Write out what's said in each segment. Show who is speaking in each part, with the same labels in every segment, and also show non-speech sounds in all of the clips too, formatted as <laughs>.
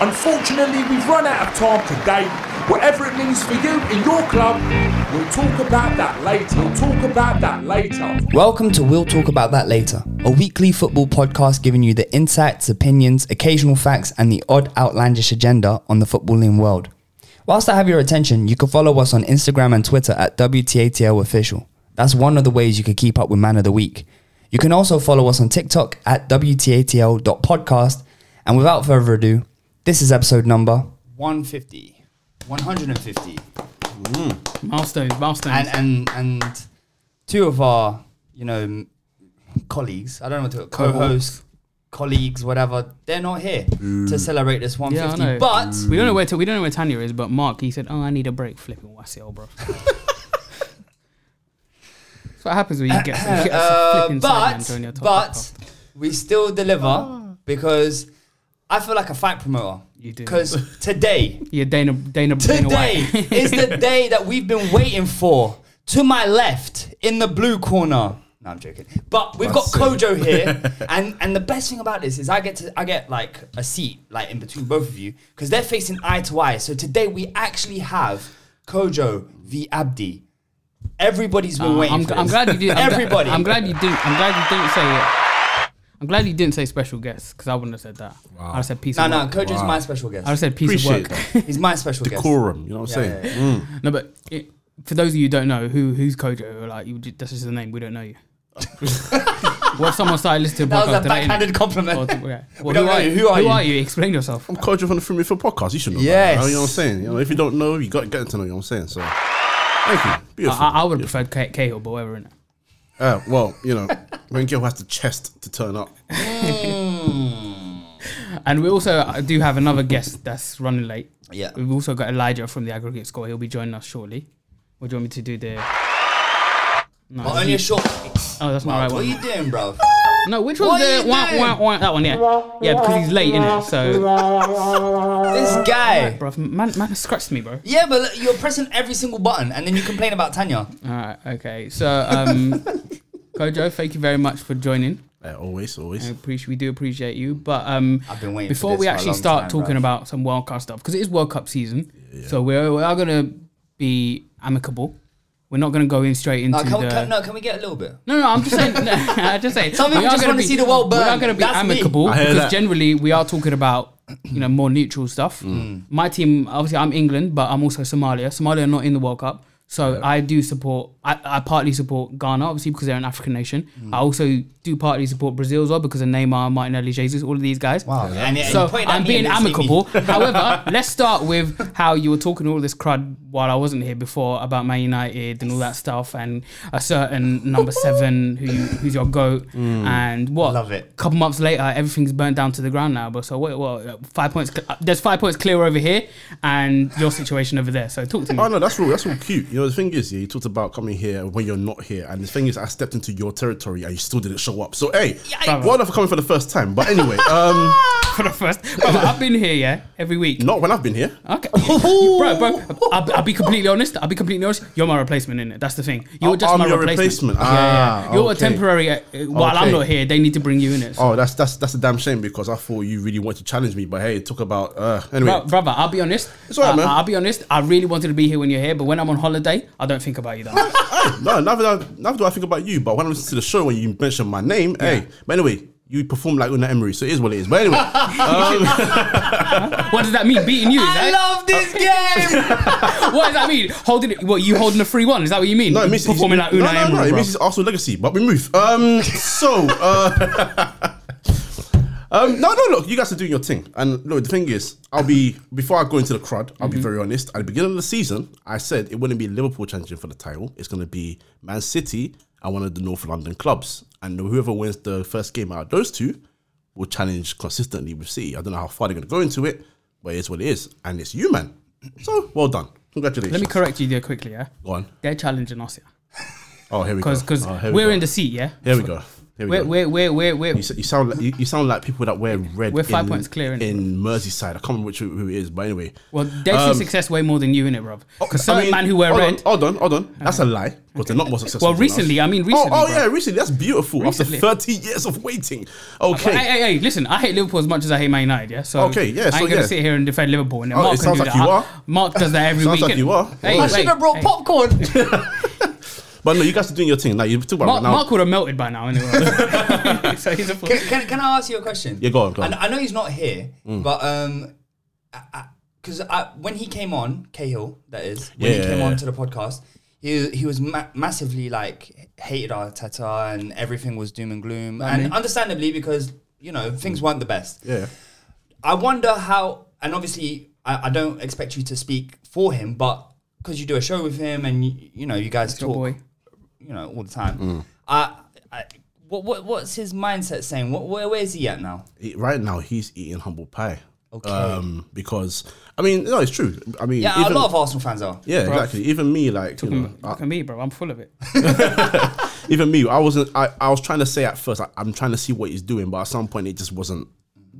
Speaker 1: Unfortunately, we've run out of time today. Whatever it means for you in your club, we'll talk about that later. We'll talk about that later.
Speaker 2: Welcome to We'll Talk About That Later, a weekly football podcast giving you the insights, opinions, occasional facts, and the odd outlandish agenda on the footballing world. Whilst I have your attention, you can follow us on Instagram and Twitter at WTATL Official. That's one of the ways you can keep up with Man of the Week. You can also follow us on TikTok at WTATL.podcast. And without further ado, this is episode number 150. 150.
Speaker 3: Milestones, milestones.
Speaker 2: And, and, and two of our, you know, m- colleagues, I don't know what to co hosts, colleagues, whatever, they're not here to celebrate this
Speaker 3: yeah, I
Speaker 2: 150.
Speaker 3: know. Mm.
Speaker 2: but
Speaker 3: we don't know where to, we don't know where Tanya is. But Mark, he said, "Oh, I need a break." Flipping what's it,
Speaker 2: <laughs>
Speaker 3: all, bro. That's what happens when you get, you get a
Speaker 2: Uh,
Speaker 3: flipping sideman during your
Speaker 2: but
Speaker 3: top
Speaker 2: but we still deliver because I feel like a fight promoter.
Speaker 3: You do.
Speaker 2: Because
Speaker 3: <laughs>
Speaker 2: today,
Speaker 3: Yeah, Dana, Dana, Dana
Speaker 2: today <laughs>
Speaker 3: White.
Speaker 2: is the day that we've been waiting for. To my left, in the blue corner. No, I'm joking. But we've got Kojo
Speaker 3: <laughs>
Speaker 2: here, and and the best thing about this is I get to I get like a seat like in between both of you because they're facing eye to eye. So today we actually have Kojo v Abdi. Everybody's been waiting.
Speaker 3: Ah, I'm,
Speaker 2: for
Speaker 3: I'm
Speaker 2: this.
Speaker 3: glad you did. I'm gl-
Speaker 2: Everybody.
Speaker 3: I'm glad you didn't. I'm glad you didn't say it. I'm glad you didn't say special guest because I wouldn't have said that. I'd have said piece
Speaker 2: No,
Speaker 3: of
Speaker 2: no,
Speaker 3: work.
Speaker 2: Kojo's my special guest.
Speaker 3: I'd have said piece
Speaker 4: Appreciate
Speaker 3: of work.
Speaker 4: that.
Speaker 2: He's my special guest.
Speaker 4: Decorum, you know what I'm saying? Mm.
Speaker 3: No, but it, for those of you who don't know who who's Kojo, like you, ju- that's just the name. We don't
Speaker 2: <laughs>
Speaker 3: know you. what if someone started listening to
Speaker 2: That was
Speaker 3: podcast
Speaker 2: a
Speaker 3: today, innit?
Speaker 2: backhanded <laughs>
Speaker 3: Or
Speaker 2: compliment.
Speaker 3: to- yeah. <laughs> Well,
Speaker 2: don't
Speaker 3: who,
Speaker 2: know
Speaker 3: are
Speaker 2: you.
Speaker 3: you?
Speaker 2: Who are
Speaker 3: who
Speaker 2: you?
Speaker 3: are you? Explain
Speaker 2: <laughs>
Speaker 3: yourself.
Speaker 4: I'm coaching from the Free Midfield podcast. You should know. that,
Speaker 2: Yes.
Speaker 4: you know what I'm saying? You know, if you don't know, you got to get to know. You know what I'm saying? So, thank you.
Speaker 3: I,
Speaker 4: Beautiful.
Speaker 3: I, I would have preferred Ca- Cahill, but whatever. Innit?
Speaker 4: Uh, well, you know, when Gil has the chest to turn up.
Speaker 3: And we also uh, do have another guest that's running late.
Speaker 2: Yeah.
Speaker 3: We've also got Elijah from the aggregate score. He'll be joining us shortly. What do you want me to do there? No,
Speaker 2: But only a short.
Speaker 3: oh, that's
Speaker 2: What
Speaker 3: not right
Speaker 2: are
Speaker 3: one.
Speaker 2: you doing, bro?
Speaker 3: No, which
Speaker 2: What
Speaker 3: one's
Speaker 2: are
Speaker 3: the
Speaker 2: you
Speaker 3: wah,
Speaker 2: doing?
Speaker 3: wah, wah, that one? Yeah, yeah, because he's late in it. So,
Speaker 2: This guy.
Speaker 3: bro, man, man has scratched me, bro.
Speaker 2: Yeah, but look, you're pressing every single button, and then you complain about Tanya.
Speaker 3: All right, okay. So,
Speaker 2: <laughs>
Speaker 3: um, Kojo, thank you very much for joining.
Speaker 4: Uh, always, always.
Speaker 3: I appreciate we do appreciate you, but um,
Speaker 2: I've been waiting for
Speaker 3: before
Speaker 2: this
Speaker 3: we
Speaker 2: for a
Speaker 3: actually
Speaker 2: long
Speaker 3: start
Speaker 2: time,
Speaker 3: talking
Speaker 2: bruv.
Speaker 3: about some World Cup stuff because it is World Cup season, so we're we are gonna be amicable. We're not gonna go in straight into
Speaker 2: No, can, we,
Speaker 3: the.
Speaker 2: can, no, can we get a little bit?
Speaker 3: No, no, I'm just saying. <laughs> No, I'm just saying.
Speaker 2: Some
Speaker 3: we
Speaker 2: people
Speaker 3: are
Speaker 2: just
Speaker 3: gonna
Speaker 2: wanna
Speaker 3: be-
Speaker 2: see the world
Speaker 3: We are
Speaker 2: burn.
Speaker 3: going to be
Speaker 2: That's me.
Speaker 3: amicable
Speaker 4: I hear
Speaker 3: because
Speaker 4: that.
Speaker 3: generally we are talking about you know more neutral stuff.
Speaker 2: Mm.
Speaker 3: My team, obviously, I'm England, but I'm also Somalia. Somalia are not in the World Cup, so I do support. I, I partly support Ghana, obviously, because they're an African nation.
Speaker 2: Mm.
Speaker 3: I also do partly support Brazil as well because of Neymar, Martinelli, Jesus, all of these guys.
Speaker 2: And, and
Speaker 3: So
Speaker 2: you point at
Speaker 3: I'm
Speaker 2: me and
Speaker 3: being
Speaker 2: then see me. <laughs>
Speaker 3: amicable. However, let's start with how you were talking all this crud while I wasn't here before about Man United and all that stuff, and a certain number seven who you, who's your goat, and what?
Speaker 2: Mm. Love it.
Speaker 3: Couple months later, everything's burnt down to the ground now. But so what? what five points. cl- uh, There's five points clear over here, and your situation over there. So talk to
Speaker 4: Oh
Speaker 3: me.
Speaker 4: no, that's all. That's all cute. You know, the thing is, yeah, you talked about coming here when you're not here, and the thing is, I stepped into your territory and you still didn't show up. So hey, well done for coming for the first time.
Speaker 3: <laughs>
Speaker 4: But anyway, um,
Speaker 3: <laughs> For the first, Brother, I've been here, yeah, every week.
Speaker 4: not when I've been here.
Speaker 3: Okay, <laughs> You- bro,
Speaker 4: <laughs>
Speaker 3: bro. I'll, I'll be completely honest. I'll be completely honest. You're my replacement in it. That's the thing. You're
Speaker 4: Oh,
Speaker 3: just
Speaker 4: I'm
Speaker 3: my
Speaker 4: your
Speaker 3: replacement.
Speaker 4: replacement. Ah,
Speaker 3: You're a
Speaker 4: okay.
Speaker 3: temporary. Uh, while I'm
Speaker 4: Okay.
Speaker 3: not here, they need to bring you in it. So.
Speaker 4: Oh, that's that's that's a damn shame because I thought you really wanted to challenge me. But hey, talk about uh, anyway.
Speaker 3: Bro, brother, I'll be honest.
Speaker 4: It's all right,
Speaker 3: I-
Speaker 4: man.
Speaker 3: I'll be honest. I really wanted to be here when you're here, but when I'm on holiday, I don't think about you that much.
Speaker 4: No, neither, do I- neither do I think about you. But when I listen to the show, when you mention my name, hey. But anyway, you perform like Una Emery, so it is what it is. But
Speaker 3: <laughs>
Speaker 4: anyway, <laughs> um,
Speaker 3: what does that mean? Beating you? Is
Speaker 2: I
Speaker 3: that,
Speaker 2: love this game.
Speaker 3: <laughs> what does that mean? Holding it? What you holding a free one? Is that what you mean?
Speaker 4: no, it means
Speaker 3: performing
Speaker 4: it's,
Speaker 3: like Unai
Speaker 4: no, no, no,
Speaker 3: Emery,
Speaker 4: it
Speaker 3: bro.
Speaker 4: means it's Arsenal legacy. But we move. Um, so uh, <laughs> um, no, no, look, you guys are doing your thing. And look, the thing is, I'll be before I go into the crud. I'll
Speaker 3: Mm-hmm.
Speaker 4: be very honest. At the beginning of the season, I said it wouldn't be Liverpool challenging for the title. It's going to be Man City and one of the North London clubs. And whoever wins the first game out of those two will challenge consistently with City. I don't know how far they're going to go into it, but it's what it is. And it's you, man. So, well done. Congratulations.
Speaker 3: Let me correct you there quickly, yeah?
Speaker 4: Go on.
Speaker 3: They're challenging us, yeah?
Speaker 4: Oh, here we go.
Speaker 3: Because because
Speaker 4: Oh, here we
Speaker 3: we're
Speaker 4: go.
Speaker 3: in the seat, yeah?
Speaker 4: Here we go. Here we
Speaker 3: We're,
Speaker 4: go.
Speaker 3: we're, we're, we're, we're,
Speaker 4: You, s- you sound like you, you sound like people that wear red.
Speaker 3: We're five
Speaker 4: in,
Speaker 3: points clear, innit?
Speaker 4: in Merseyside. I can't remember which who who it is, but anyway.
Speaker 3: well, they see
Speaker 4: Um,
Speaker 3: success way more than you in it, bruv. Because certain man who wear
Speaker 4: oh, hold
Speaker 3: red, Uh-huh.
Speaker 4: On, hold on, hold on. That's a lie. Because they're not more successful.
Speaker 3: Well,
Speaker 4: than
Speaker 3: recently,
Speaker 4: us.
Speaker 3: I mean, recently,
Speaker 4: Oh, oh
Speaker 3: bro.
Speaker 4: yeah, recently. That's beautiful.
Speaker 3: Recently.
Speaker 4: After 30 years of waiting. Okay.
Speaker 3: Well, hey, hey, hey, listen, I hate Liverpool as much as I hate Man United, yeah? So
Speaker 4: Okay, yeah,
Speaker 3: I ain't
Speaker 4: so
Speaker 3: going
Speaker 4: yeah.
Speaker 3: to sit here and defend Liverpool. And then
Speaker 4: Oh,
Speaker 3: Mark
Speaker 4: it
Speaker 3: can
Speaker 4: sounds
Speaker 3: do
Speaker 4: like
Speaker 3: that.
Speaker 4: you
Speaker 3: I-
Speaker 4: are.
Speaker 3: Mark does that every
Speaker 4: Sounds like
Speaker 3: weekend.
Speaker 4: you are. Oh,
Speaker 3: Hey,
Speaker 2: I
Speaker 4: I
Speaker 3: wait,
Speaker 2: should have brought
Speaker 3: hey.
Speaker 2: popcorn.
Speaker 4: But no, you guys are doing your thing. Now, you're talking
Speaker 3: Mark,
Speaker 4: about Oh, now.
Speaker 3: Mark would have melted by now,
Speaker 4: <laughs>
Speaker 3: anyway. <laughs> so he's a fool.
Speaker 2: can, can, can I ask you a question?
Speaker 4: Yeah, go on, go on.
Speaker 2: I, I know he's not here, but um, because I, I, when he came on Cahill, that is when he
Speaker 4: Yeah.
Speaker 2: came on to the podcast, he he was ma- massively like hated Arteta and everything was doom and gloom, and understandably because you know things weren't the best.
Speaker 4: yeah.
Speaker 2: I wonder how, and obviously, I, I don't expect you to speak for him, but because you do a show with him and you, you know you guys
Speaker 3: your
Speaker 2: talk,
Speaker 3: boy.
Speaker 2: you know, all the time.
Speaker 4: Mm.
Speaker 2: I, I, what, what what's his mindset saying? What where, where is he at now?
Speaker 4: He- right now, he's eating humble pie.
Speaker 2: Okay.
Speaker 4: Um, because I mean, no, it's true. I mean,
Speaker 2: Yeah,
Speaker 4: even-
Speaker 2: a lot of Arsenal fans are.
Speaker 4: yeah, exactly. Even me, like you know, I-
Speaker 3: Look at me, bro. I'm full of it.
Speaker 4: even me, I wasn't. I, I was trying to say at first, I, I'm trying to see what he's doing, but at some point, it just wasn't.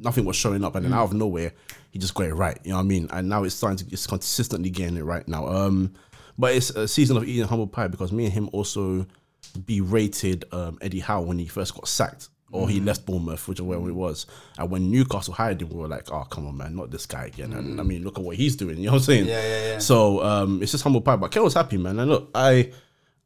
Speaker 4: Nothing was showing up, and
Speaker 2: Mm.
Speaker 4: then out of nowhere, he just got it right. You know what I mean? And now it's starting to. It's consistently getting it right now. Um, but it's a season of eating humble pie because me and him also berated um, Eddie Howe when he first got sacked. Or
Speaker 2: Mm.
Speaker 4: he left Bournemouth, which is where it was. And when Newcastle hired him, we were like, "Oh, come on, man, not this guy again." And I mean, look at what he's doing. You know what I'm saying?
Speaker 2: Mm. Yeah, yeah, yeah.
Speaker 4: So um, it's just humble pie. But Kel's happy, man. And look, I,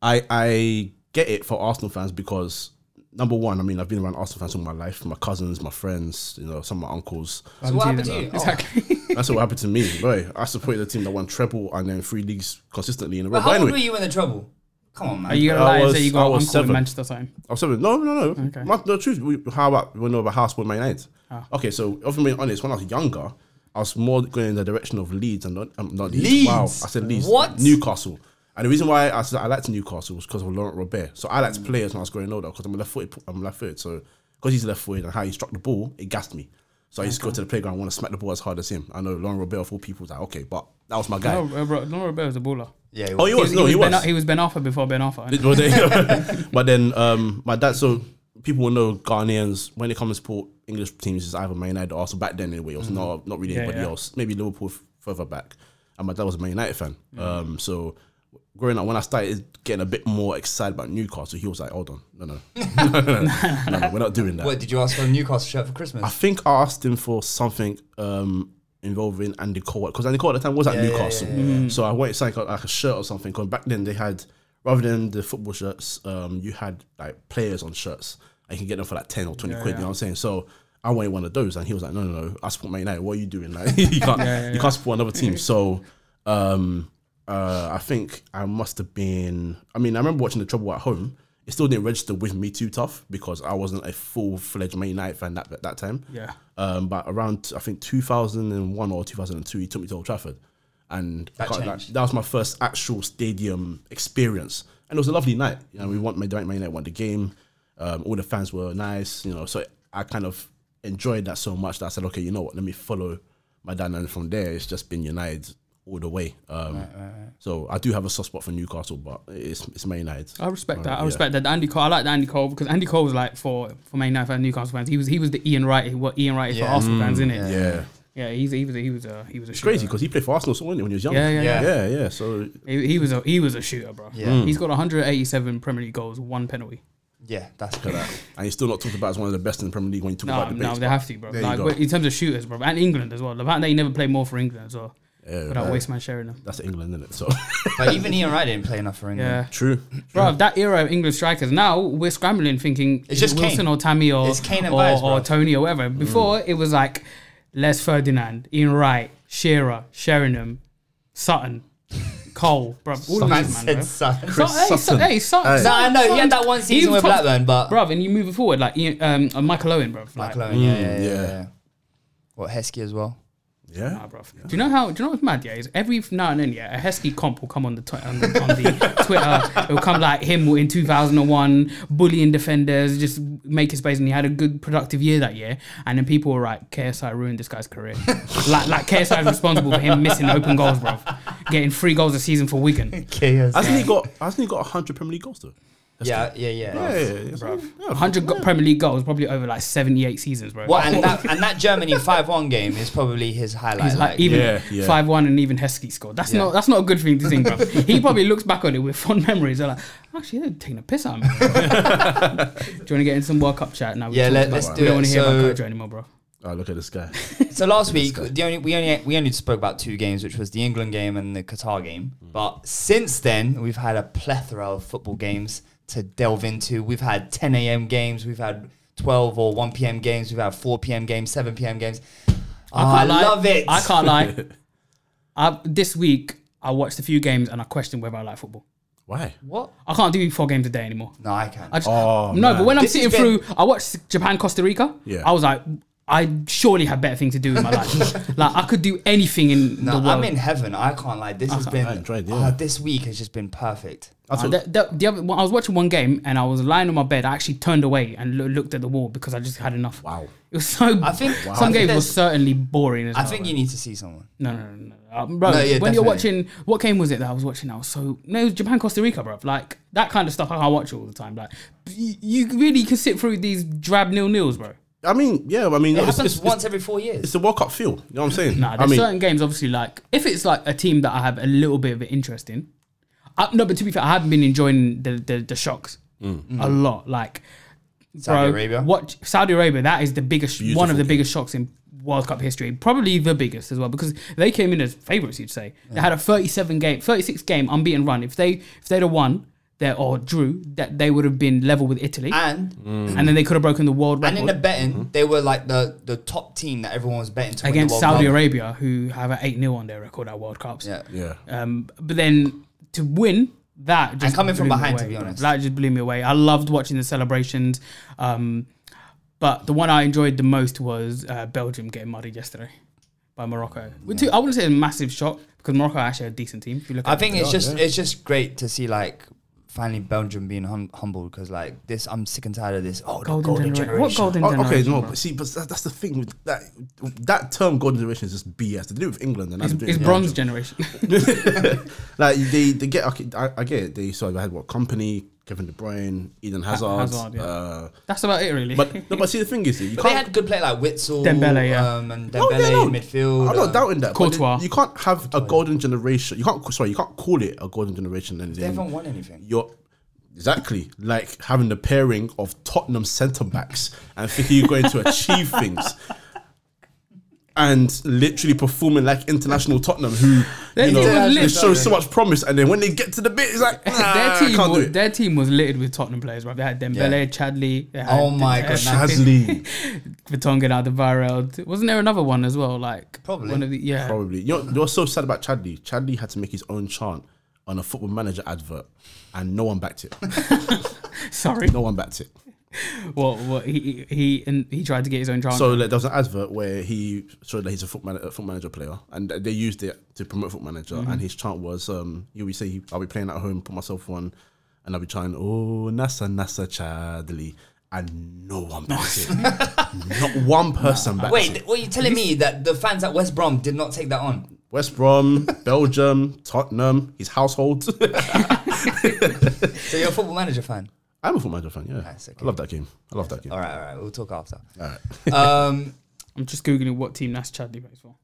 Speaker 4: I, I get it for Arsenal fans because number one, I mean, I've been around Arsenal fans all my life. My cousins, my friends, you know, some of my uncles.
Speaker 2: So what happened to you? Oh.
Speaker 4: <laughs>
Speaker 3: Exactly.
Speaker 4: That's what happened to me. Boy, I supported the team that won treble and then three leagues consistently in a row.
Speaker 2: But how
Speaker 4: But
Speaker 2: old were
Speaker 4: anyway,
Speaker 2: you in the trouble? Come on, man.
Speaker 3: Are you going
Speaker 4: I
Speaker 3: to lie and
Speaker 4: was-
Speaker 3: say you
Speaker 4: I
Speaker 3: got
Speaker 4: was
Speaker 3: uncle
Speaker 4: seven.
Speaker 3: in Manchester or something?
Speaker 4: I'm Oh, sorry. No, no, no.
Speaker 3: Okay. Ah.
Speaker 4: My, the truth. We, how about we know about House with Man United? Okay, so if I'm being honest, when I was younger, I was more going in the direction of Leeds and not, um, not Leeds. Wow, I
Speaker 2: Leeds?
Speaker 4: said Leeds.
Speaker 2: What?
Speaker 4: Newcastle. And the reason why I said I liked Newcastle was because of Laurent Robert. So I liked players when I was growing older because I'm left footed. I'm left footed. So because he's left footed and how he struck the ball, it gassed me. So I used to go to the playground and want to smack the ball as hard as him. I know Laurent Robert of all people was like, okay, but that was my guy.
Speaker 3: No, uh, bro, Laura Bell was a baller.
Speaker 2: yeah,
Speaker 4: oh, he was. no, he was.
Speaker 3: Ben, he was Ben Arthur before Ben Arthur.
Speaker 4: It
Speaker 3: <laughs>
Speaker 4: was there. but then um, my dad, so people will know Ghanaians when they come and support English teams, it's either Man United or Arsenal. Back then, anyway, it was not not really anybody
Speaker 3: Mm. yeah.
Speaker 4: else. Maybe Liverpool f- further back. And my dad was a Man United fan. Um, so growing up, when I started getting a bit more excited about Newcastle, he was like, "Hold on, no, <laughs> no, no, no, no, no, we're not doing that."
Speaker 2: What did you ask for a Newcastle shirt for
Speaker 4: I
Speaker 2: Christmas?
Speaker 4: think I asked him for something um, involving Andy Cole because Andy Cole at the time was at Newcastle, so I wanted something like, like a shirt or something. Because back then they had rather than the football shirts, um, you had like players on shirts. and you can get them for like ten or twenty quid. You know what I'm saying? So. I wanted one of those, and he was like, "No, no, no! I support Man United. What are you doing? Like, <laughs> you can't, you can't support another team." So, um, uh, I think I must have been. I mean, I remember watching The Trouble at Home. It still didn't register with me too tough because I wasn't a full fledged Man United fan that, at that time.
Speaker 3: Yeah.
Speaker 4: Um, but around I think 2001 or 2002, he took me to Old Trafford, and I
Speaker 2: That
Speaker 4: can't-
Speaker 2: changed.
Speaker 4: that was my first actual stadium experience, and it was a lovely night. You know, we won my Man United won the game. Um, all the fans were nice. You know, so I kind of enjoyed that so much that I said, okay, you know what? Let me follow my dad, and from there, it's just been United all the way. Um, So I do have a soft spot for Newcastle, but it's it's Man United.
Speaker 3: I respect that. I
Speaker 4: yeah.
Speaker 3: respect that. Andy Cole. I like the Andy Cole because Andy Cole was like for for Man United fans, Newcastle fans. He was he was the Ian Wright. What Ian Wright is for
Speaker 2: Yeah.
Speaker 3: Arsenal fans, isn't it?
Speaker 4: Mm, yeah.
Speaker 3: Yeah. He's he was a, he was a he was a
Speaker 4: It's
Speaker 3: shooter.
Speaker 4: crazy because he played for Arsenal so when he was young.
Speaker 3: Yeah, yeah,
Speaker 2: Yeah.
Speaker 4: yeah, yeah. So
Speaker 3: He, he was a he was a shooter, bro.
Speaker 2: Yeah. Mm.
Speaker 3: He's got 187 Premier League goals, one penalty.
Speaker 2: Yeah, that's
Speaker 4: Look at that. And he's still not talked about as one of the best in the Premier League when you talk
Speaker 3: No,
Speaker 4: about the
Speaker 3: no,
Speaker 4: base,
Speaker 3: they
Speaker 4: but
Speaker 3: have to, bro.
Speaker 4: there you
Speaker 3: Like
Speaker 4: go.
Speaker 3: but in terms of shooters, bro, and England as well. The fact that he never played more for England as well.
Speaker 4: Yeah,
Speaker 3: without
Speaker 4: yeah.
Speaker 3: waste man sharing them.
Speaker 4: That's England, isn't it? So
Speaker 2: But even Ian Wright didn't play enough for England.
Speaker 3: Yeah.
Speaker 4: true.
Speaker 3: Bro, that era of English strikers. Now we're scrambling, thinking
Speaker 2: It's
Speaker 3: is
Speaker 2: just
Speaker 3: it Wilson
Speaker 2: Kane.
Speaker 3: or Tammy or
Speaker 2: It's Kane and Mm.
Speaker 3: or,
Speaker 2: Vaz, bro.
Speaker 3: or Tony or whatever. Before it was like Les Ferdinand, Ian Wright, Shearer, Sheringham, Sutton,
Speaker 2: <laughs>
Speaker 3: Cole, bro. All of
Speaker 2: Man
Speaker 3: these man,
Speaker 2: said Sutton.
Speaker 3: bro. Su- hey, Su-
Speaker 4: Sutton.
Speaker 3: hey, Sutton.
Speaker 4: Hey.
Speaker 2: No, I know, he had that one
Speaker 3: He
Speaker 2: season
Speaker 3: was
Speaker 2: with
Speaker 3: top-
Speaker 2: Blackburn, but-
Speaker 3: bro, and you moving forward like Ian- um, uh, Michael Owen, bro. Like,
Speaker 2: Michael Owen, yeah, yeah,
Speaker 4: Mm,
Speaker 2: yeah,
Speaker 4: yeah.
Speaker 2: yeah. What Mm. Heskey as well?
Speaker 4: <laughs> Yeah.
Speaker 3: Nah, bruv. Do you know how? Do you know what's mad? Yeah, is every now and then, yeah, a Heskey comp will come on the twi- on the, on the Twitter. It will come like him in 2001, bullying defenders, just making space, and he had a good productive year that year. And then people were like, KSI ruined this guy's career. like, like KSI is responsible for him missing open goals, bruv. getting three goals a season for Wigan.
Speaker 2: Chaos.
Speaker 4: Hasn't he got? Hasn't he got hundred Premier League goals though?
Speaker 2: Yeah, yeah, yeah.
Speaker 4: Yeah, yeah, yeah. So, yeah.
Speaker 3: 100 go- Premier League goals, probably over like 78 seasons, bro.
Speaker 2: Well, and that, and that Germany five one game is probably his highlight.
Speaker 3: He's like,
Speaker 2: like,
Speaker 3: even
Speaker 4: Yeah, yeah.
Speaker 3: five one and even Heskey scored. That's
Speaker 2: Yeah.
Speaker 3: not that's not a good thing to
Speaker 4: <laughs>
Speaker 3: think, bro. he probably looks back on it with fond memories. They're like, actually, they're taking a piss
Speaker 4: <laughs>
Speaker 3: out of me. Do you want to get in some World Cup chat now? We
Speaker 2: Yeah,
Speaker 3: talked
Speaker 2: let-
Speaker 3: about
Speaker 2: let's
Speaker 3: it.
Speaker 2: do
Speaker 3: We
Speaker 2: it.
Speaker 3: don't want to hear
Speaker 2: So-
Speaker 3: about Kojo anymore, bro.
Speaker 4: Oh, look at this guy.
Speaker 2: So last week, the only we only we only spoke about two games, which was the England game and the Qatar game.
Speaker 3: Mm.
Speaker 2: But since then, we've had a plethora of football games to delve into. We've had 10 a.m. games, we've had 12 or 1 p.m. games, we've had 4 p.m. games, 7 p.m. games. Oh, I,
Speaker 3: can't lie.
Speaker 2: love it.
Speaker 3: I can't
Speaker 4: <laughs>
Speaker 3: lie. I, this week, I watched a few games and I questioned whether I like football.
Speaker 4: Why?
Speaker 2: What?
Speaker 3: I can't do four games a day anymore.
Speaker 2: No, I can't.
Speaker 3: I just,
Speaker 4: Oh,
Speaker 3: no,
Speaker 4: man.
Speaker 3: but when I'm
Speaker 2: This
Speaker 3: sitting
Speaker 2: has been-
Speaker 3: through, I watched Japan Costa Rica.
Speaker 4: Yeah.
Speaker 3: I was like, I surely have better things to do in
Speaker 2: <laughs>
Speaker 3: my life. like I could do anything in the
Speaker 2: no,
Speaker 3: world.
Speaker 2: I'm in heaven. I can't lie. This has been.
Speaker 4: I enjoyed it,
Speaker 2: oh,
Speaker 4: yeah.
Speaker 2: this week has just been perfect.
Speaker 4: I
Speaker 3: Uh,
Speaker 4: took,
Speaker 3: the, the, the other, well, I was watching one game and I was lying on my bed. I actually turned away and loo- looked at the wall because I just had enough.
Speaker 4: Wow.
Speaker 3: It was so.
Speaker 2: I think- Wow. I
Speaker 3: some
Speaker 2: think
Speaker 3: games were
Speaker 2: there's-
Speaker 3: certainly boring. As
Speaker 2: I
Speaker 3: well,
Speaker 2: think
Speaker 3: bro.
Speaker 2: you need to see someone.
Speaker 3: no, no, no, no. Uh, bro,
Speaker 2: No, yeah,
Speaker 3: when you're
Speaker 2: definitely.
Speaker 3: watching, what game was it that I was watching? I was so no, it was Japan Costa Rica, bro. Like that kind of stuff. I watch all the time. Like you, you really can sit through these drab nil nils, bro.
Speaker 4: I mean, yeah. I mean,
Speaker 2: It
Speaker 4: it's,
Speaker 2: happens
Speaker 4: it's,
Speaker 2: once
Speaker 4: it's,
Speaker 2: every four years.
Speaker 4: it's the World Cup feel. You know what I'm saying?
Speaker 3: Nah,
Speaker 4: I
Speaker 3: there's
Speaker 4: mean,
Speaker 3: certain games, obviously, like if it's like a team that I have a little bit of an interest in. I, no, but to be fair, I have been enjoying the the, the shocks a lot. Like
Speaker 2: Saudi
Speaker 3: bro,
Speaker 2: Arabia.
Speaker 3: What Saudi Arabia? That is the biggest, one of
Speaker 4: Beautiful
Speaker 3: the
Speaker 4: game.
Speaker 3: biggest shocks in World Cup history. Probably the biggest as well because they came in as favourites. You'd say they had a 37 game, 36 game unbeaten run. If they if they'd have won. There or drew that they would have been level with Italy,
Speaker 2: And
Speaker 3: and then they could have broken the world
Speaker 2: And
Speaker 3: record
Speaker 2: in the betting, they were like the, the top team that everyone was betting to win the
Speaker 3: against
Speaker 2: World
Speaker 3: Saudi
Speaker 2: Cup.
Speaker 3: Arabia, who have an eight 0 on their record at World Cups.
Speaker 2: Yeah.
Speaker 4: Yeah.
Speaker 3: Um, but then to win that just
Speaker 2: coming from
Speaker 3: blew me
Speaker 2: behind, to
Speaker 3: away,
Speaker 2: be
Speaker 3: bro.
Speaker 2: honest.
Speaker 3: that just blew me away. I loved watching the celebrations, um, but the one I enjoyed the most was uh, Belgium getting muddied yesterday by Morocco. Which I wouldn't say a massive shock because Morocco are actually a decent team. If you look,
Speaker 2: I
Speaker 3: at
Speaker 2: think
Speaker 3: it.
Speaker 2: it's just it's just great to see like finally Belgium being hum- humbled because like this I'm sick and tired of this. Oh, the golden,
Speaker 3: golden, genera-
Speaker 2: generation.
Speaker 3: What golden
Speaker 4: Oh, okay,
Speaker 3: generation?
Speaker 4: no,
Speaker 3: bro?
Speaker 4: but see, but that, that's the thing with that that term golden generation is just BS. They do it with England, and that's
Speaker 3: It's, it's bronze generation. <laughs>
Speaker 4: Like they, they get, okay, I, I get it. They so they had what company, Kevin De Bruyne, Eden Hazard.
Speaker 3: Hazard, yeah.
Speaker 4: uh,
Speaker 3: That's about it, really. <laughs>
Speaker 4: but no, but see, the thing is, you
Speaker 2: But
Speaker 4: can't.
Speaker 2: they had good player like Witzel,
Speaker 3: Dembele, yeah.
Speaker 2: um, and
Speaker 4: No,
Speaker 2: Dembele
Speaker 4: Oh, yeah, no.
Speaker 2: in midfield.
Speaker 4: I'm
Speaker 2: uh,
Speaker 4: not doubting that. but
Speaker 3: Courtois.
Speaker 4: You can't have a golden generation. You can't. Sorry, you can't call it a golden generation. And
Speaker 2: They haven't won anything.
Speaker 4: You're exactly like having the pairing of Tottenham centre backs and thinking you're going
Speaker 3: <laughs>
Speaker 4: to achieve things. And literally performing like international Tottenham, who
Speaker 3: Their
Speaker 4: you know,
Speaker 3: team was
Speaker 4: they
Speaker 3: lit.
Speaker 4: show so much promise, and then when they get to the bit, it's like nah,
Speaker 3: <laughs> their team,
Speaker 4: can't do
Speaker 3: was,
Speaker 4: it.
Speaker 3: their team was littered with Tottenham players, right? They had Dembele, Chadley. They had
Speaker 2: Oh my
Speaker 3: uh,
Speaker 2: God,
Speaker 4: Chasly,
Speaker 3: Vertonghen Alderweireld. Wasn't there another one as well? Like
Speaker 2: Probably.
Speaker 3: one of the yeah.
Speaker 4: <laughs> probably. You're, you're so sad about Chadley. Chadley had to make his own chant on a football manager advert, and no one backed it.
Speaker 3: Sorry. <laughs>
Speaker 4: No one backed it.
Speaker 3: Well, well he he he- and he tried to get his own chance.
Speaker 4: So like, there was an advert where he showed that he's a foot, man- a foot manager player, and they used it to promote foot manager.
Speaker 2: Mm.
Speaker 4: And his chant was, um, "You will say I'll be playing at home, put myself on, and I'll be trying, oh Nasa Nasa Chadley." And no
Speaker 2: <laughs>
Speaker 4: one backed it. Not one person backed
Speaker 2: Wait,
Speaker 4: it.
Speaker 2: th- what are you telling me that the fans at West Brom did not take that on?
Speaker 4: West Brom, Belgium, Tottenham, his household. <laughs>
Speaker 2: So you're a football manager fan.
Speaker 4: I'm a foot manager fan. Yeah, I love that game. I love that game.
Speaker 2: All right, all right, we'll talk after.
Speaker 4: All right.
Speaker 2: Um,
Speaker 3: I'm just googling what team Nas Chadley plays for.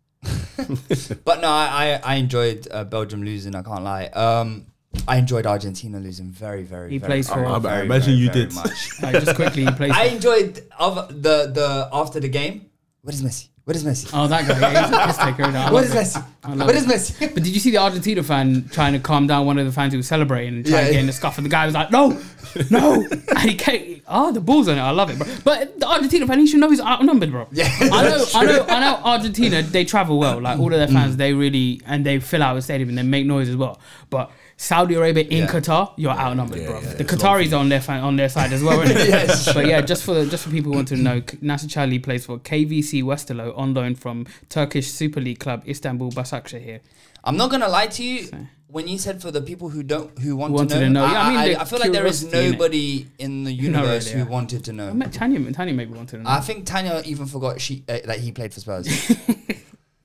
Speaker 2: But no, I I, I enjoyed uh, Belgium losing. I can't lie. Um, I enjoyed Argentina losing very very.
Speaker 3: He
Speaker 2: very,
Speaker 3: plays for-
Speaker 2: very,
Speaker 3: I- I
Speaker 2: very,
Speaker 4: imagine
Speaker 2: very,
Speaker 4: you
Speaker 2: very
Speaker 4: did.
Speaker 2: much.
Speaker 3: Like, just quickly, he plays.
Speaker 2: <laughs> I
Speaker 3: for-
Speaker 2: enjoyed of the the after the game. Where is Messi? Where is Messi?
Speaker 3: Oh, that guy. Yeah, he's a piss taker. isn't he? I love
Speaker 2: Where is
Speaker 3: it.
Speaker 2: Messi?
Speaker 3: I love
Speaker 2: Where
Speaker 3: it.
Speaker 2: is Messi?
Speaker 3: But did you see the Argentina fan trying to calm down one of the fans who was celebrating and trying
Speaker 2: Yeah.
Speaker 3: to get in a scuff? And the guy was like, no, <laughs> no. and he came, oh, the ball's on it. I love it, bro. But the Argentina fan, he should know he's outnumbered, bro. Yeah, I know, I know, I <laughs> know Mm. Argentina, they travel well. Like all of their fans, they really, and they fill out the stadium and they make noise as well. But Saudi Arabia in Qatar, you're outnumbered, bro. the Qataris on their fan, on their side as well, isn't it? But <laughs> yeah, just for the, just for people who want to know, K- Nasser Chadli plays for KVC Westerlo on loan from Turkish Super League club Istanbul Basaksehir.
Speaker 2: <laughs> I'm not gonna lie to you. When you said for the people who don't who want
Speaker 3: Wanted
Speaker 2: to know,
Speaker 3: to know.
Speaker 2: I,
Speaker 3: Yeah, I mean,
Speaker 2: I-
Speaker 3: the
Speaker 2: I feel like there is
Speaker 3: curiosity in it.
Speaker 2: nobody in
Speaker 3: <laughs>
Speaker 2: the
Speaker 3: really,
Speaker 2: universe
Speaker 3: yeah.
Speaker 2: who wanted to know.
Speaker 3: I met Tanya. Tanya maybe wanted to know.
Speaker 2: I think Tanya even forgot she uh, that he played for
Speaker 3: <laughs>
Speaker 2: Spurs.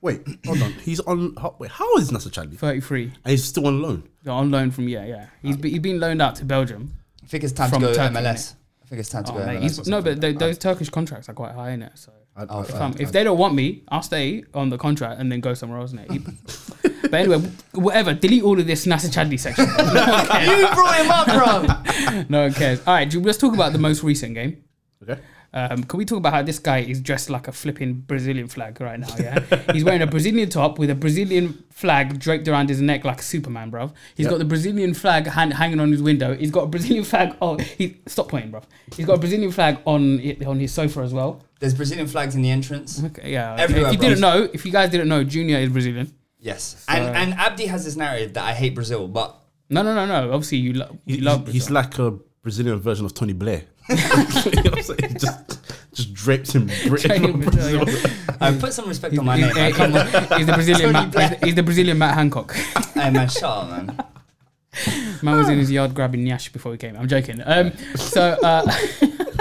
Speaker 4: Wait, hold on. He's on. How, wait, how is Nasser Chadli? And
Speaker 3: 33.
Speaker 4: he's still on loan.
Speaker 3: They're on loan from yeah, yeah. He's be, he's been loaned out to Belgium.
Speaker 2: I think it's time
Speaker 3: From
Speaker 2: to go
Speaker 3: Turkey,
Speaker 2: MLS. I think it's time to
Speaker 3: Oh,
Speaker 2: go
Speaker 3: mate,
Speaker 2: MLS.
Speaker 3: he's, no, but tho- those Turkish contracts are quite high in it. So
Speaker 4: I,
Speaker 2: Oh,
Speaker 4: I-
Speaker 2: fair.
Speaker 3: if, I'm- if they don't want me, I'll stay on the contract and then go somewhere else. Innit? He- but anyway, w- whatever. Delete all of this Nasser Chadli section. no one cares.
Speaker 2: you brought him up, bro.
Speaker 3: No one cares. All right, Drew, let's talk about the most recent game.
Speaker 4: okay.
Speaker 3: Um, can we talk about how this guy is dressed like a flipping Brazilian flag right now? Yeah, he's wearing a Brazilian top with a Brazilian flag draped around his neck like Superman, bruv. He's got the Brazilian flag hand, hanging on his window. He's got a Brazilian flag. Oh, he stop playing, bruv. He's got a Brazilian flag on i- on his sofa as well.
Speaker 2: There's Brazilian flags in the entrance.
Speaker 3: Okay, yeah.
Speaker 2: Everywhere,
Speaker 3: if you
Speaker 2: bruv.
Speaker 3: didn't know, if you guys didn't know, Junior is Brazilian.
Speaker 2: Yes, and and Abdi has this narrative that I hate Brazil, but
Speaker 3: No, no, no, no. Obviously, you, lo- you
Speaker 4: He-
Speaker 3: love.
Speaker 4: he's, he's
Speaker 3: Brazil.
Speaker 4: like a Brazilian version of Tony Blair. <laughs> You know what I'm saying? just, just draped in Britain.
Speaker 3: Junior
Speaker 4: from
Speaker 3: Brazil,
Speaker 4: <laughs> Brazil.
Speaker 3: yeah.
Speaker 2: I uh,
Speaker 3: <laughs>
Speaker 2: put some respect on my
Speaker 3: He's-
Speaker 2: name. man.
Speaker 3: he's-
Speaker 2: Come on,
Speaker 3: He's the
Speaker 2: Tony
Speaker 3: Brazilian. Matt,
Speaker 2: Blair.
Speaker 3: he's the- he's the Brazilian Matt Hancock.
Speaker 2: hey man, shut up, man.
Speaker 3: Man was in his yard grabbing Nyash before he came. I'm joking.
Speaker 2: <laughs>
Speaker 3: Um, so, uh, <laughs>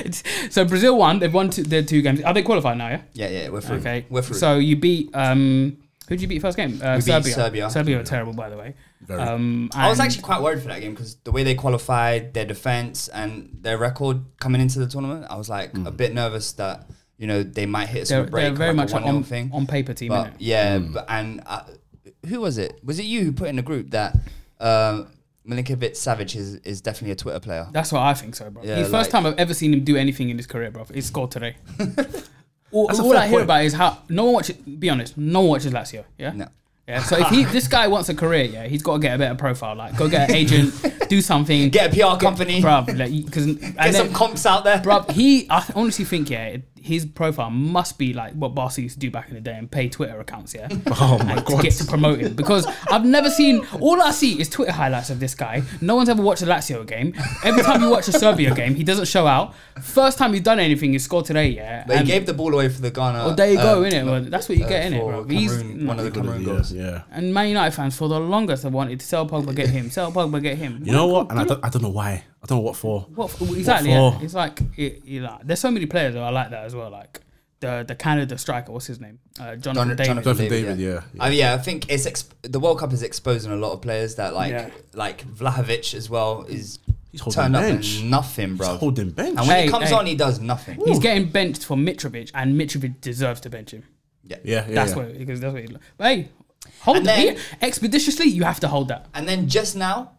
Speaker 3: it's- so Brazil won. They've won two, their two games. Are they qualified now? Yeah.
Speaker 2: Yeah, yeah, we're through.
Speaker 3: Okay.
Speaker 2: we're through.
Speaker 3: So you beat. Um, who did you beat first game? Uh,
Speaker 2: beat
Speaker 3: Serbia.
Speaker 2: Serbia.
Speaker 3: Serbia were terrible, by the way. Um,
Speaker 2: I was
Speaker 3: and-
Speaker 2: actually quite worried for that game because the way they qualified, their defense, and their record coming into the tournament, I was like a bit nervous that you know they might hit us
Speaker 3: they're,
Speaker 2: with a break,
Speaker 3: they're very
Speaker 2: like
Speaker 3: much
Speaker 2: a
Speaker 3: a
Speaker 2: one
Speaker 3: on,
Speaker 2: thing.
Speaker 3: on paper team.
Speaker 2: but
Speaker 3: innit?
Speaker 2: yeah,
Speaker 4: Hmm.
Speaker 2: but, and uh, who was it? Was it you who put in the group that uh, Milinkovic Savage is, is definitely a Twitter player?
Speaker 3: That's what I think, so, bro.
Speaker 2: Yeah,
Speaker 3: He's the
Speaker 2: like-
Speaker 3: first time I've ever seen him do anything in his career, bro. It's
Speaker 2: <laughs>
Speaker 3: scored today. all
Speaker 4: a
Speaker 3: all
Speaker 4: fair
Speaker 3: I hear
Speaker 4: point.
Speaker 3: about is how no one watches. Be honest, no one watches Lazio. Yeah.
Speaker 2: No.
Speaker 3: Yeah. So if
Speaker 2: <laughs>
Speaker 3: he, this guy wants a career, yeah, he's got to get a better profile. Like, go get an agent, do
Speaker 2: <laughs>
Speaker 3: something,
Speaker 2: Get a PR company.
Speaker 3: bruv. Like, because
Speaker 2: Get some comps out there,
Speaker 3: bruv. He, I th- honestly think, yeah, it, his profile must be like what Barca used to do back in the day and pay Twitter accounts,
Speaker 2: <laughs>
Speaker 3: yeah.
Speaker 4: Oh my
Speaker 3: and to
Speaker 4: God.
Speaker 3: get to promote him because I've never seen. All I see is Twitter highlights of this guy. No one's ever watched a Lazio game. Every time you watch a Serbia game, he doesn't show out. First time he's done anything, he scored today, yeah.
Speaker 2: But he
Speaker 3: and-
Speaker 2: gave the ball away for the Ghana.
Speaker 3: well, there you go,
Speaker 2: um,
Speaker 3: innit? Well, that's what you get, innit,
Speaker 2: for
Speaker 3: bro? He's
Speaker 2: Cameroon, one of the Cameroon
Speaker 4: Yeah,
Speaker 2: goals.
Speaker 4: yeah.
Speaker 3: and Man United fans for the longest have wanted to sell Pogba, get him, sell Pogba, get him.
Speaker 4: You know what? And I don't, I don't know why. I don't know what for.
Speaker 3: What f- exactly?
Speaker 4: What for?
Speaker 3: yeah. It's like it, you like there's so many players that are like that as well. Like the the Canada striker, what's his name? Uh, Jonathan
Speaker 2: Don-
Speaker 3: David.
Speaker 2: Jonathan
Speaker 4: Jonathan David,
Speaker 2: yeah.
Speaker 4: yeah, yeah.
Speaker 2: I mean, Uh, yeah, I think it's exp- the World Cup is exposing a lot of players that like
Speaker 3: Yeah.
Speaker 2: like Vlahovic as well is
Speaker 4: He's holding
Speaker 2: turned up
Speaker 4: bench.
Speaker 2: and nothing, bro.
Speaker 4: He's holding bench.
Speaker 2: And when
Speaker 3: Hey,
Speaker 2: he comes
Speaker 3: hey.
Speaker 2: on, he does nothing.
Speaker 3: He's getting benched for Mitrovic, and Mitrovic deserves to bench him.
Speaker 4: Yeah, yeah.
Speaker 3: That's
Speaker 4: yeah.
Speaker 3: what because that's what. He, but hey, hold
Speaker 2: And
Speaker 3: that
Speaker 2: then-
Speaker 3: he- expeditiously. You have to hold that.
Speaker 2: And then just now,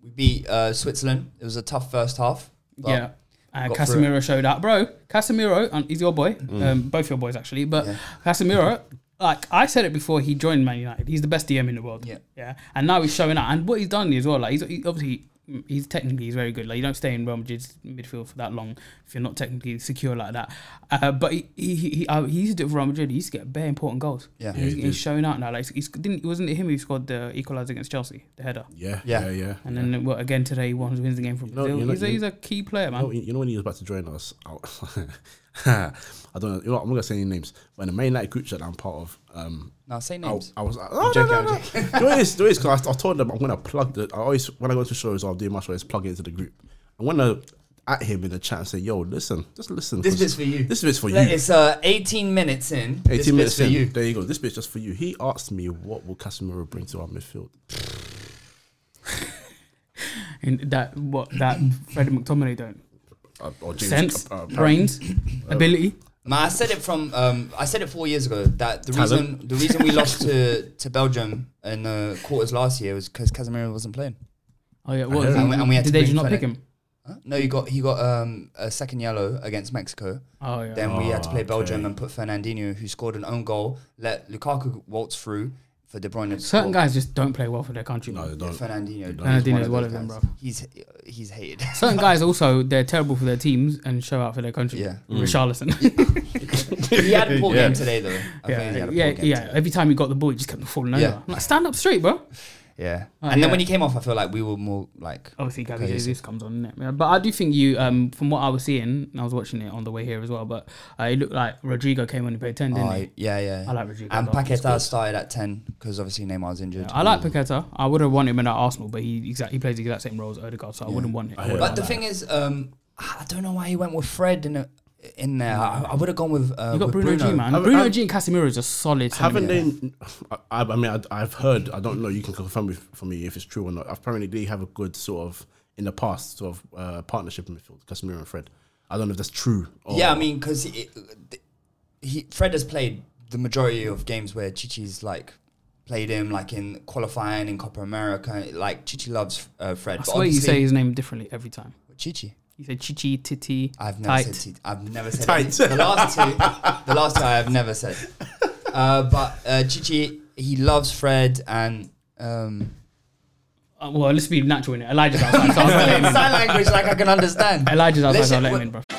Speaker 2: we beat uh, Switzerland. It was a tough first half. but
Speaker 3: yeah. And
Speaker 2: got through Mm.
Speaker 3: Casemiro showed up, bro. Casemiro, um, he's your boy, um, both your boys actually. But Casemiro, like I said it before, he joined Man United. He's the best DM in the world.
Speaker 2: Yeah.
Speaker 3: yeah. And now he's showing up, and what he's done as well, like he's he, obviously mm, he's technically he's very good. Like you don't stay in Real Madrid's midfield for that long if you're not technically secure like that. Uh, but he he, he, uh, he used to do it for Real Madrid. He used to get bare important goals.
Speaker 2: Yeah. Yeah,
Speaker 3: he's,
Speaker 4: he
Speaker 3: he's
Speaker 4: did.
Speaker 3: showing out now. Like he's, he's, didn't wasn't it him who scored the equaliser against Chelsea, the header.
Speaker 4: Yeah,
Speaker 2: Yeah.
Speaker 4: yeah, yeah. yeah.
Speaker 3: And then well, again today, he won, wins the game for Brazil.
Speaker 4: you know-
Speaker 3: he's, a,
Speaker 4: you-
Speaker 3: he's a key player, man.
Speaker 4: You know, you know when he was about to join us, I, <laughs> I don't know. You know what, I'm not gonna say any names, but in the main United group chat that I'm part of, um,
Speaker 2: No, say
Speaker 4: I,
Speaker 2: names.
Speaker 4: I was like, oh, no,
Speaker 2: joking,
Speaker 4: no,
Speaker 2: I'm
Speaker 4: no. Do it is, do it is. Because I, I told them I'm gonna plug the. I always when I go to shows, I'll do my show is plug it into the group. I wanna at him in the chat and say, yo, listen, just listen.
Speaker 2: This
Speaker 4: 'cause
Speaker 2: bit's for you.
Speaker 4: This bit's for you.
Speaker 2: It's uh, 18 minutes in. 18
Speaker 4: 18 minutes
Speaker 2: for
Speaker 4: in.
Speaker 2: you.
Speaker 4: There you go. This bit's just for you. He asked me, what will Casemiro bring to our midfield?
Speaker 3: in that what that Freddie McTominay don't
Speaker 4: Uh, or James-
Speaker 3: sense,
Speaker 4: uh, uh,
Speaker 3: brains, ability.
Speaker 2: Man, I said it from um, I said it four years ago that the
Speaker 4: Talent.
Speaker 2: reason the reason we lost to, to Belgium in the quarters last year was because Casemiro wasn't playing.
Speaker 3: Oh yeah, what?
Speaker 4: heard
Speaker 3: and
Speaker 2: it. And we had
Speaker 3: did
Speaker 2: to
Speaker 3: they
Speaker 2: bring
Speaker 3: just not
Speaker 2: Fred
Speaker 3: pick
Speaker 2: in.
Speaker 3: him?
Speaker 2: No, he got he got um, a second yellow against Mexico.
Speaker 3: Oh yeah.
Speaker 2: Then we had to play Belgium
Speaker 4: okay.
Speaker 2: and put Fernandinho, who scored an own goal, let Lukaku waltz through for De Bruyne. to
Speaker 3: Certain
Speaker 2: score.
Speaker 3: guys just don't play well for their country.
Speaker 4: No,
Speaker 3: man.
Speaker 4: they don't.
Speaker 2: Fernandinho.
Speaker 3: Fernandinho's
Speaker 2: he's
Speaker 3: one
Speaker 2: those
Speaker 3: of them,
Speaker 2: guys.
Speaker 3: bruv.
Speaker 2: He's he's hated.
Speaker 3: Certain guys also they're terrible for their teams and show out for their country.
Speaker 2: Yeah. <laughs>
Speaker 4: Mm.
Speaker 3: Richarlison.
Speaker 2: <laughs> he had a poor
Speaker 4: Yeah.
Speaker 2: game today, though. I think he
Speaker 3: yeah,
Speaker 2: had a
Speaker 3: yeah,
Speaker 2: poor game
Speaker 3: yeah.
Speaker 2: today.
Speaker 3: Every time he got the ball, he just kept falling over.
Speaker 2: Yeah.
Speaker 3: Like, stand up straight, bro.
Speaker 2: Yeah.
Speaker 3: Oh,
Speaker 2: and then
Speaker 3: yeah. Oh,
Speaker 2: when you came off, I feel like we were more like.
Speaker 3: Obviously, Gabby
Speaker 2: Okay,
Speaker 3: Jesus comes on, innit? Yeah, But I do think you, um, from what I was seeing, and I was watching it on the way here as well, but uh, it looked like Rodrigo came on and paid 10, didn't
Speaker 2: Oh,
Speaker 3: he?
Speaker 2: yeah, yeah.
Speaker 3: I like Rodrigo
Speaker 2: And
Speaker 3: a lot. He's
Speaker 2: Paqueta started at 10 because obviously Neymar's injured.
Speaker 3: I like Paqueta. I would have wanted him in at Arsenal, but he exact, he plays the exact same role as Odegaard, so I wouldn't want it. I would've
Speaker 2: But the
Speaker 3: liked
Speaker 2: thing is, um, I don't know why he went with Fred in, a, in there. I, I would have gone with. Uh,
Speaker 3: that. you got
Speaker 2: with
Speaker 3: Bruno, G, man.
Speaker 4: I've-
Speaker 3: Bruno
Speaker 4: I've-
Speaker 3: G and Casemiro is a solid.
Speaker 4: Haven't
Speaker 3: team.
Speaker 4: they? I, I mean, I, I've heard. I don't know. You can confirm with, for me if it's true or not. Apparently, they have a good sort of in the past sort of uh, partnership in midfield, Casemiro and Fred. I don't know if that's true. Or
Speaker 2: Yeah, I mean, because he, he Fred has played the majority of games where Chichi's like played him, like in qualifying in Copa America. Like Chichi loves uh, Fred.
Speaker 3: I
Speaker 2: but
Speaker 3: swear you say
Speaker 2: obviously-
Speaker 3: his name differently every time.
Speaker 2: Chichi.
Speaker 3: You say Chichi, Titi,
Speaker 2: I've never
Speaker 3: Tight.
Speaker 2: said. T- I've never said
Speaker 4: Tight.
Speaker 2: any- the last two. The last two I have never said. Uh, but uh, Chichi, he loves Fred and. Um,
Speaker 3: Uh, well, let's be natural in it. Elijah's outside, so I'll
Speaker 2: <laughs>
Speaker 3: let him in.
Speaker 2: sign language like I can understand.
Speaker 3: Elijah's outside, so
Speaker 2: Listen,
Speaker 3: I'll let him
Speaker 2: wh-
Speaker 3: in, bro.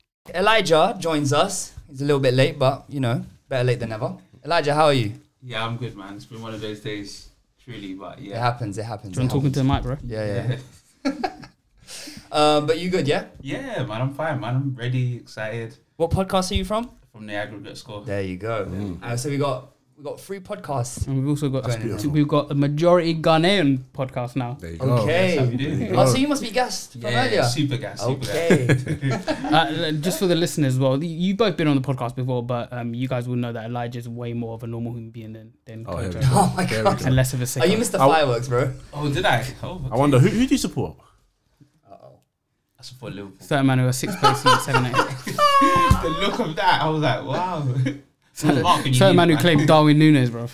Speaker 2: Elijah joins us. He's a little bit late, but you know, better late than never. Elijah, how are you?
Speaker 5: Yeah, I'm good, man. It's been one of those days, truly. But
Speaker 2: It
Speaker 5: yeah,
Speaker 2: happens. It happens.
Speaker 3: I'm
Speaker 2: it
Speaker 3: talking to the
Speaker 2: happens.
Speaker 3: mic, bro.
Speaker 2: Yeah, yeah. Um, but you good, yeah? <laughs>
Speaker 5: yeah, man. I'm fine, man. I'm ready, excited
Speaker 2: What podcast are you from?
Speaker 5: from the aggregate score.
Speaker 2: There you go. Uh, so we got we got three podcasts.
Speaker 3: And we've also got
Speaker 2: That's beautiful.
Speaker 3: we've got a majority Ghanaian podcast now.
Speaker 4: there you go.
Speaker 2: Okay.
Speaker 5: How we doing?
Speaker 2: oh, so you must be guest from
Speaker 5: Yeah,
Speaker 2: earlier.
Speaker 5: super gas. Super gas.
Speaker 2: Okay.
Speaker 4: <laughs>
Speaker 3: Uh, just for the listeners, as well, you've both been on the podcast before, but um, you guys will know that Elijah's way more of a normal human being than than
Speaker 4: Oh, here we
Speaker 3: Kojo.
Speaker 4: go.
Speaker 2: oh my
Speaker 4: There we
Speaker 2: god.
Speaker 4: go.
Speaker 3: and less of a
Speaker 2: Are
Speaker 3: sicker.
Speaker 2: you Mr.
Speaker 4: I-
Speaker 2: Fireworks,
Speaker 4: <laughs>
Speaker 2: bro?
Speaker 5: Oh, did I? Oh,
Speaker 4: I wonder who, who do you support?
Speaker 5: I support Liverpool.
Speaker 3: Certain man who has six places and seven eight.
Speaker 5: the look of that, I was like,
Speaker 3: <laughs>
Speaker 5: wow. Mark, you
Speaker 3: Certain
Speaker 5: need,
Speaker 3: man who
Speaker 5: <laughs>
Speaker 3: claimed Darwin Nunes, bro.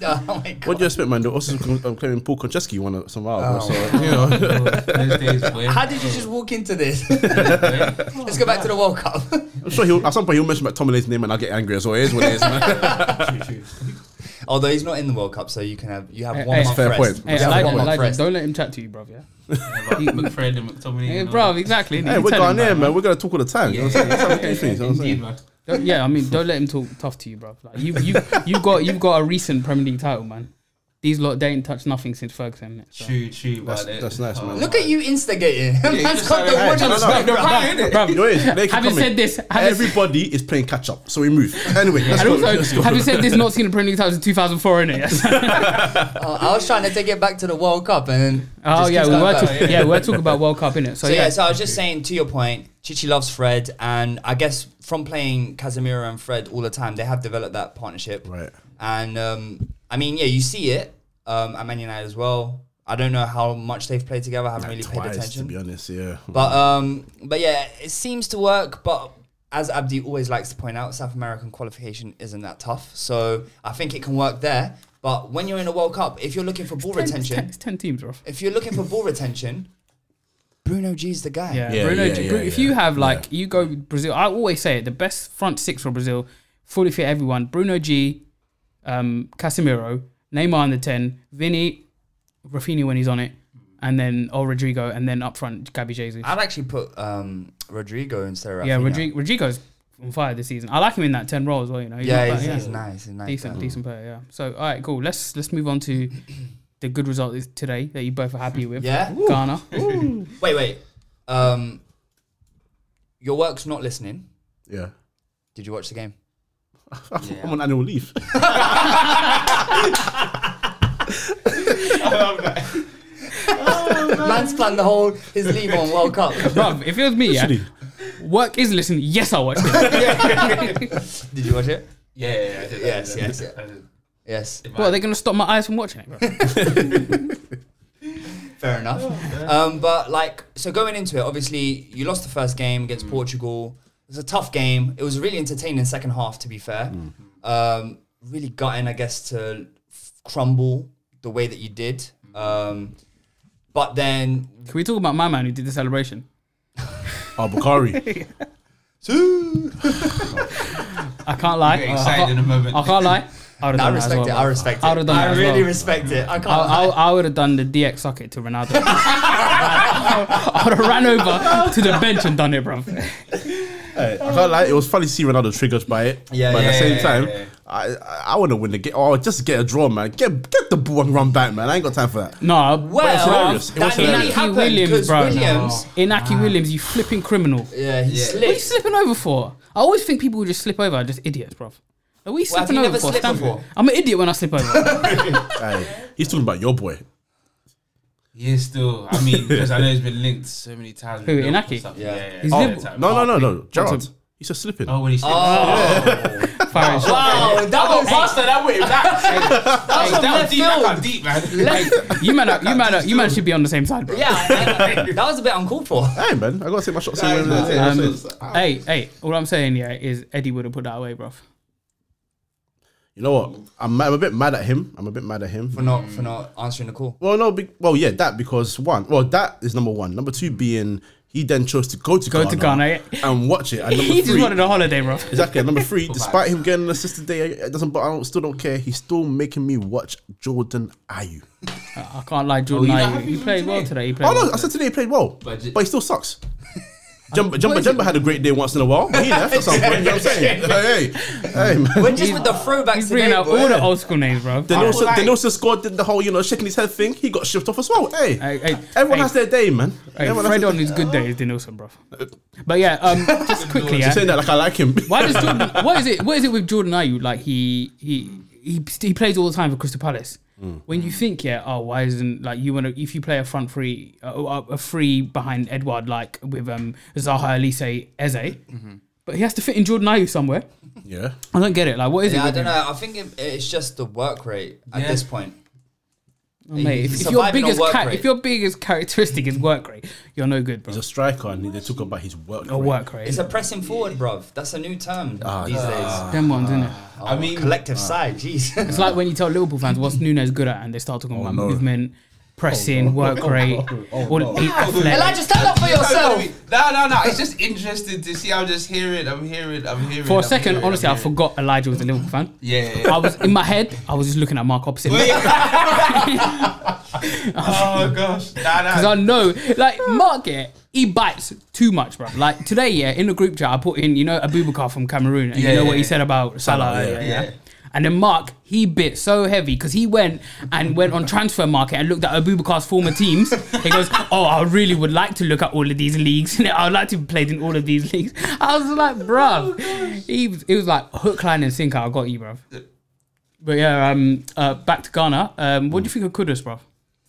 Speaker 2: Oh my god.
Speaker 4: What do you expect, man? They're also um, claiming Paul Konchesky won a- some hours. So, you know,
Speaker 5: Those
Speaker 3: <laughs>
Speaker 5: days, boy.
Speaker 2: How did you just walk into
Speaker 4: <laughs>
Speaker 2: this? <laughs> Let's go back to the World Cup. <laughs>
Speaker 4: I'm sure he'll, at some point he'll mention McTominay's name and I'll get angry. So it is what it is, man.
Speaker 3: <laughs>
Speaker 2: Although he's not in the World Cup, so you can have you have
Speaker 3: Hey,
Speaker 2: one
Speaker 3: hey.
Speaker 2: month
Speaker 4: Fair
Speaker 2: rest.
Speaker 4: point.
Speaker 2: You
Speaker 3: Hey,
Speaker 2: have
Speaker 3: Elijah,
Speaker 2: one month
Speaker 3: Elijah,
Speaker 2: rest.
Speaker 3: don't let him chat to you, bro. Yeah,
Speaker 5: McFred and McTominay.
Speaker 3: hey,
Speaker 5: and all
Speaker 3: bro,
Speaker 5: that.
Speaker 3: exactly. innit?
Speaker 4: hey,
Speaker 3: You
Speaker 4: we're
Speaker 3: tell him
Speaker 4: going
Speaker 3: that,
Speaker 4: in, man.
Speaker 3: man.
Speaker 4: We're going to talk all the time. You know what I'm saying? That's how we do things, you know what I'm saying?
Speaker 5: Indeed, man.
Speaker 3: Don't- Yeah, I mean, don't let him talk tough to you, bro. Like, you, you, you got, you've got a recent Premier League title, man. These lot, they ain't touched nothing since Ferguson. innit? So.
Speaker 5: True, true.
Speaker 4: That's-
Speaker 5: but Oh.
Speaker 4: that's nice,
Speaker 5: <laughs>
Speaker 4: man.
Speaker 2: Look at you instigating. <laughs> Man's
Speaker 5: just
Speaker 2: got the
Speaker 5: like-
Speaker 2: wooden
Speaker 4: Hey, no, no,
Speaker 2: spoon,
Speaker 4: no,
Speaker 2: bro.
Speaker 4: You know what it is? They keep
Speaker 3: Having
Speaker 4: coming.
Speaker 3: said this, having said-
Speaker 4: everybody is playing catch up, so we move. Anyway, let's
Speaker 3: And
Speaker 4: go. let's
Speaker 3: also,
Speaker 4: go.
Speaker 3: having said this, not seen a Premier League title since 2004, innit? <laughs>
Speaker 2: Oh, I was trying to take it back to the World Cup and then
Speaker 3: oh,
Speaker 2: just
Speaker 3: yeah,
Speaker 2: keeps
Speaker 3: we
Speaker 2: going
Speaker 3: were
Speaker 2: back.
Speaker 3: talk- yeah, we were talking about World Cup, innit? So,
Speaker 2: So yeah,
Speaker 3: yeah,
Speaker 2: so I was just saying to your point, Chichi loves Fred, and I guess from playing Casemiro and Fred all the time, they have developed that partnership.
Speaker 4: Right.
Speaker 2: And um, I mean, yeah, you see it um, at Man United as well. I don't know how much they've played together. I haven't really paid
Speaker 4: Twice, to
Speaker 2: attention.
Speaker 4: be honest, yeah.
Speaker 2: But um, but yeah, it seems to work. But as Abdi always likes to point out, South American qualification isn't that tough, so I think it can work there. But when you're in a World Cup, if you're looking for ball
Speaker 3: It's ten- it's ten-
Speaker 2: retention,
Speaker 3: It's 10 teams, bro.
Speaker 2: if you're looking for ball retention, Bruno G's the guy.
Speaker 3: Yeah,
Speaker 4: Yeah,
Speaker 3: Bruno.
Speaker 4: yeah,
Speaker 3: G-
Speaker 4: yeah,
Speaker 3: Bru- if
Speaker 4: yeah.
Speaker 3: you have
Speaker 4: Yeah.
Speaker 3: like you go with Brazil, I always say it: the best front six for Brazil, fully fit everyone. Bruno G, um, Casemiro, Neymar in the ten, Vinny, Rafinha when he's on it, and then or Rodrigo, and then up front Gabby Jesus.
Speaker 2: I'd actually put um, Rodrigo instead of
Speaker 3: yeah,
Speaker 2: Ah, Rafinha.
Speaker 3: Rodri- Rodrigo's on fire this season. I like him in that ten role as well. You know, He's
Speaker 2: Yeah,
Speaker 3: not
Speaker 2: he's, um,
Speaker 3: bad,
Speaker 2: he's nice. He's nice.
Speaker 3: decent,
Speaker 2: guy.
Speaker 3: decent player. Yeah. So all right, cool. Let's let's move on to the good result is today that you both are happy with.
Speaker 2: Yeah? Ooh.
Speaker 3: Ghana.
Speaker 2: Wait, wait. Um, your work's not listening.
Speaker 4: yeah.
Speaker 2: Did you watch the game?
Speaker 4: I'm on annual leave. <laughs>
Speaker 2: Man's planned the whole his leave on World Cup. <laughs>
Speaker 3: Bruv, if it was me, yeah. Work is listening. Yes, I watched it. <laughs>
Speaker 2: Did you watch it?
Speaker 5: Yeah, yeah, yeah. I did, I
Speaker 2: Yes,
Speaker 5: did, I
Speaker 2: yes,
Speaker 5: did,
Speaker 2: yeah.
Speaker 5: I did.
Speaker 2: Yes.
Speaker 3: Well, they're gonna stop my eyes from watching it. Bro.
Speaker 2: Fair enough. Um, but like, so going into it, obviously you lost the first game against
Speaker 3: Mm.
Speaker 2: Portugal. It was a tough game. It was a really entertaining second
Speaker 3: Mm.
Speaker 2: half, to be fair. Um, really gutting, I guess, to f- crumble the the way that you did. Um, but then
Speaker 3: Can we talk about my man who did the celebration?
Speaker 4: Oh, Bukhari.
Speaker 3: I can't lie.
Speaker 5: Get
Speaker 3: I
Speaker 5: excited
Speaker 3: can't-
Speaker 5: in a moment.
Speaker 3: I can't lie. I, would've
Speaker 2: I
Speaker 3: done that as
Speaker 2: respect it.
Speaker 3: well.
Speaker 2: I respect it.
Speaker 3: I would've done that
Speaker 2: I
Speaker 3: as
Speaker 2: really
Speaker 3: well. Mm.
Speaker 2: respect it. I can't.
Speaker 3: I,
Speaker 2: lie.
Speaker 3: I, I would have done the DX suck it to Ronaldo.
Speaker 2: <laughs>
Speaker 3: I would have ran over to the bench and done it, bro.
Speaker 4: I can't lie, it was funny to see Ronaldo triggered by it.
Speaker 2: Yeah,
Speaker 4: but
Speaker 2: yeah,
Speaker 4: at the same
Speaker 5: yeah,
Speaker 4: time,
Speaker 5: yeah.
Speaker 4: I I, I want to win the game. Oh, just get a draw, man. Get get the ball and run back, man. I ain't got time for that.
Speaker 3: No,
Speaker 4: it's
Speaker 2: well,
Speaker 4: hilarious. It was
Speaker 2: that nearly
Speaker 4: hilarious.
Speaker 3: Inaki
Speaker 2: happened
Speaker 3: Williams,
Speaker 2: 'cause
Speaker 3: bro.
Speaker 2: Williams,
Speaker 3: Inaki Williams, you flipping criminal.
Speaker 2: yeah, he
Speaker 3: What are you
Speaker 2: slipped.
Speaker 3: slipping over for? I always think people who just slip over are just idiots, bro. Are we
Speaker 2: Well, have
Speaker 3: slipping
Speaker 2: you
Speaker 3: over
Speaker 2: never
Speaker 3: for?
Speaker 2: slipped
Speaker 3: Stanford?
Speaker 2: before?
Speaker 3: I'm an idiot when I slip
Speaker 2: <laughs>
Speaker 3: over.
Speaker 4: Aye. He's talking about your boy.
Speaker 5: Yeah, still. I
Speaker 4: <laughs>
Speaker 5: mean, because I know he's been linked so many times. with
Speaker 3: Who,
Speaker 5: Liverpool
Speaker 3: Inaki?
Speaker 5: and stuff.
Speaker 2: Yeah.
Speaker 5: Yeah, yeah. Oh,
Speaker 3: He's
Speaker 5: yeah.
Speaker 3: Liverpool.
Speaker 5: Time.
Speaker 4: No, no, no,
Speaker 3: Oh,
Speaker 4: no. Gerard.
Speaker 3: a-
Speaker 4: He's just slipping.
Speaker 5: Oh, when he slipped.
Speaker 3: Oh. Fire shot.
Speaker 2: Wow,
Speaker 3: <laughs>
Speaker 2: that
Speaker 5: Oh,
Speaker 2: was <laughs>
Speaker 5: faster that
Speaker 4: <laughs>
Speaker 5: way. That, that,
Speaker 2: from
Speaker 5: was, that
Speaker 2: left
Speaker 5: was deep. That
Speaker 2: field.
Speaker 5: got deep, man.
Speaker 3: You man, are- you man, are- you man should be on the same side, bro.
Speaker 2: yeah, that, that was a bit uncalled for.
Speaker 4: Hey, man. I got to take my shot.
Speaker 5: Nah, nah, nah, nah.
Speaker 3: Um, Hey, hey, all I'm saying, yeah, is Eddie would have put that away, bro.
Speaker 4: You know what? I'm, mad- I'm a bit mad at him. I'm a bit mad at him.
Speaker 2: For not for not answering the call.
Speaker 4: Well, no, be, well, yeah, that because one, well, that is number one. Number two being he then chose to go to
Speaker 3: Go
Speaker 4: Ghana
Speaker 3: to Ghana, yeah.
Speaker 4: and watch it. And
Speaker 3: <laughs>
Speaker 4: number
Speaker 3: He just
Speaker 4: three,
Speaker 3: wanted a holiday, bro.
Speaker 4: exactly. and Number three, despite him getting an assist today, it doesn't. But I don't, still don't care. He's still making me watch Jordan Ayu.
Speaker 3: I can't lie, Jordan.
Speaker 5: Oh, you
Speaker 3: Ayew,
Speaker 5: don't have
Speaker 3: he
Speaker 5: him
Speaker 3: played
Speaker 5: today?
Speaker 3: well today. He played
Speaker 4: Oh no,
Speaker 3: well
Speaker 4: I said today he played well,
Speaker 5: But
Speaker 4: but,
Speaker 5: j-
Speaker 4: he
Speaker 3: <laughs>
Speaker 4: still sucks. Jumba Jumba Jumba had a great day once in a while, but he left at some point. You know what
Speaker 3: <laughs>
Speaker 4: I'm saying? Like, hey, hey, man.
Speaker 2: We're just with the throwbacks
Speaker 3: He's
Speaker 2: today.
Speaker 3: bringing out
Speaker 2: boy.
Speaker 3: all the old school names, bro.
Speaker 4: Then also,
Speaker 5: like-
Speaker 4: then also scored did the whole you know shaking his head thing. He got shipped off as well. Hey,
Speaker 3: Hey, hey,
Speaker 4: everyone
Speaker 3: hey.
Speaker 4: has their day, man.
Speaker 3: Hey,
Speaker 4: Everyone
Speaker 3: Fred
Speaker 4: has
Speaker 3: on his good days, Dinelson, bro. But yeah, um, just quickly,
Speaker 4: Saying
Speaker 3: yeah.
Speaker 4: that like I like him.
Speaker 3: Why does Jordan? What is it? What is it with Jordan Ayew? Like he he he he plays all the time for Crystal Palace.
Speaker 2: Mm.
Speaker 3: When you think, yeah, oh, why isn't like you want to? If you play a front three, uh, uh, a three behind Edward, like with um Zaha, Elise, Eze,
Speaker 2: Mm-hmm.
Speaker 3: but he has to fit in Jordan Ayew somewhere.
Speaker 4: <laughs> Yeah.
Speaker 3: I don't get it. Like, what is
Speaker 2: Yeah,
Speaker 3: it?
Speaker 2: I
Speaker 3: with
Speaker 2: don't
Speaker 3: him?
Speaker 2: know. I think it, it's just the work rate at
Speaker 5: Yeah.
Speaker 2: this point.
Speaker 3: Mate, if,
Speaker 2: He's
Speaker 3: if your
Speaker 2: surviving on
Speaker 3: biggest
Speaker 2: work
Speaker 3: cha-
Speaker 2: rate.
Speaker 3: if your biggest characteristic is work rate, you're no good, bro.
Speaker 4: He's a striker, and they talk about his work.
Speaker 3: Or
Speaker 4: rate.
Speaker 3: Oh, work rate.
Speaker 2: It's a pressing forward, bruv. That's a new term
Speaker 3: Ah,
Speaker 2: these days.
Speaker 3: them ones, isn't it?
Speaker 2: I mean, collective
Speaker 3: ah.
Speaker 2: side, jeez.
Speaker 3: It's like when you tell Liverpool fans what's Nuno's good at, and they start talking
Speaker 2: Oh,
Speaker 3: about
Speaker 4: no.
Speaker 3: movement,
Speaker 2: <laughs>
Speaker 3: pressing, work rate, all the beat athletic.
Speaker 2: Elijah, stand <laughs> up for yourself.
Speaker 5: <laughs> No, no, no. It's just interesting to see. I'm just hearing. I'm hearing. I'm hearing.
Speaker 3: For a
Speaker 5: I'm
Speaker 3: second,
Speaker 5: hearing,
Speaker 3: honestly, I
Speaker 5: I'm hearing.
Speaker 3: forgot Elijah was a Liverpool fan.
Speaker 5: Yeah, yeah,
Speaker 3: I
Speaker 5: yeah.
Speaker 3: was <laughs> in my head. I was just looking at Mark opposite me
Speaker 5: <laughs> oh gosh. Nah,
Speaker 3: because
Speaker 5: nah.
Speaker 3: I know, like Mark, yeah, he bites too much, bro. Like today, yeah, in the group chat, I put in, you know, Abubakar from Cameroon, and
Speaker 5: Yeah,
Speaker 3: you know
Speaker 5: yeah,
Speaker 3: what he
Speaker 5: yeah.
Speaker 3: said about Salah,
Speaker 4: Salah, yeah.
Speaker 3: earlier,
Speaker 5: Yeah.
Speaker 3: yeah. And then Mark, he bit so heavy because he went and went on transfer market and looked at Abubakar's former teams. He goes, "Oh, I really would like to look at all of these leagues. <laughs> I would like to be played in all of these leagues." I was like,
Speaker 5: Oh
Speaker 3: "Bruv," he, was- he was like, "Hook, line, and sinker. I got you, bruv." But yeah, um, uh, back to Ghana. Um, what do you think of Kudus, bruv?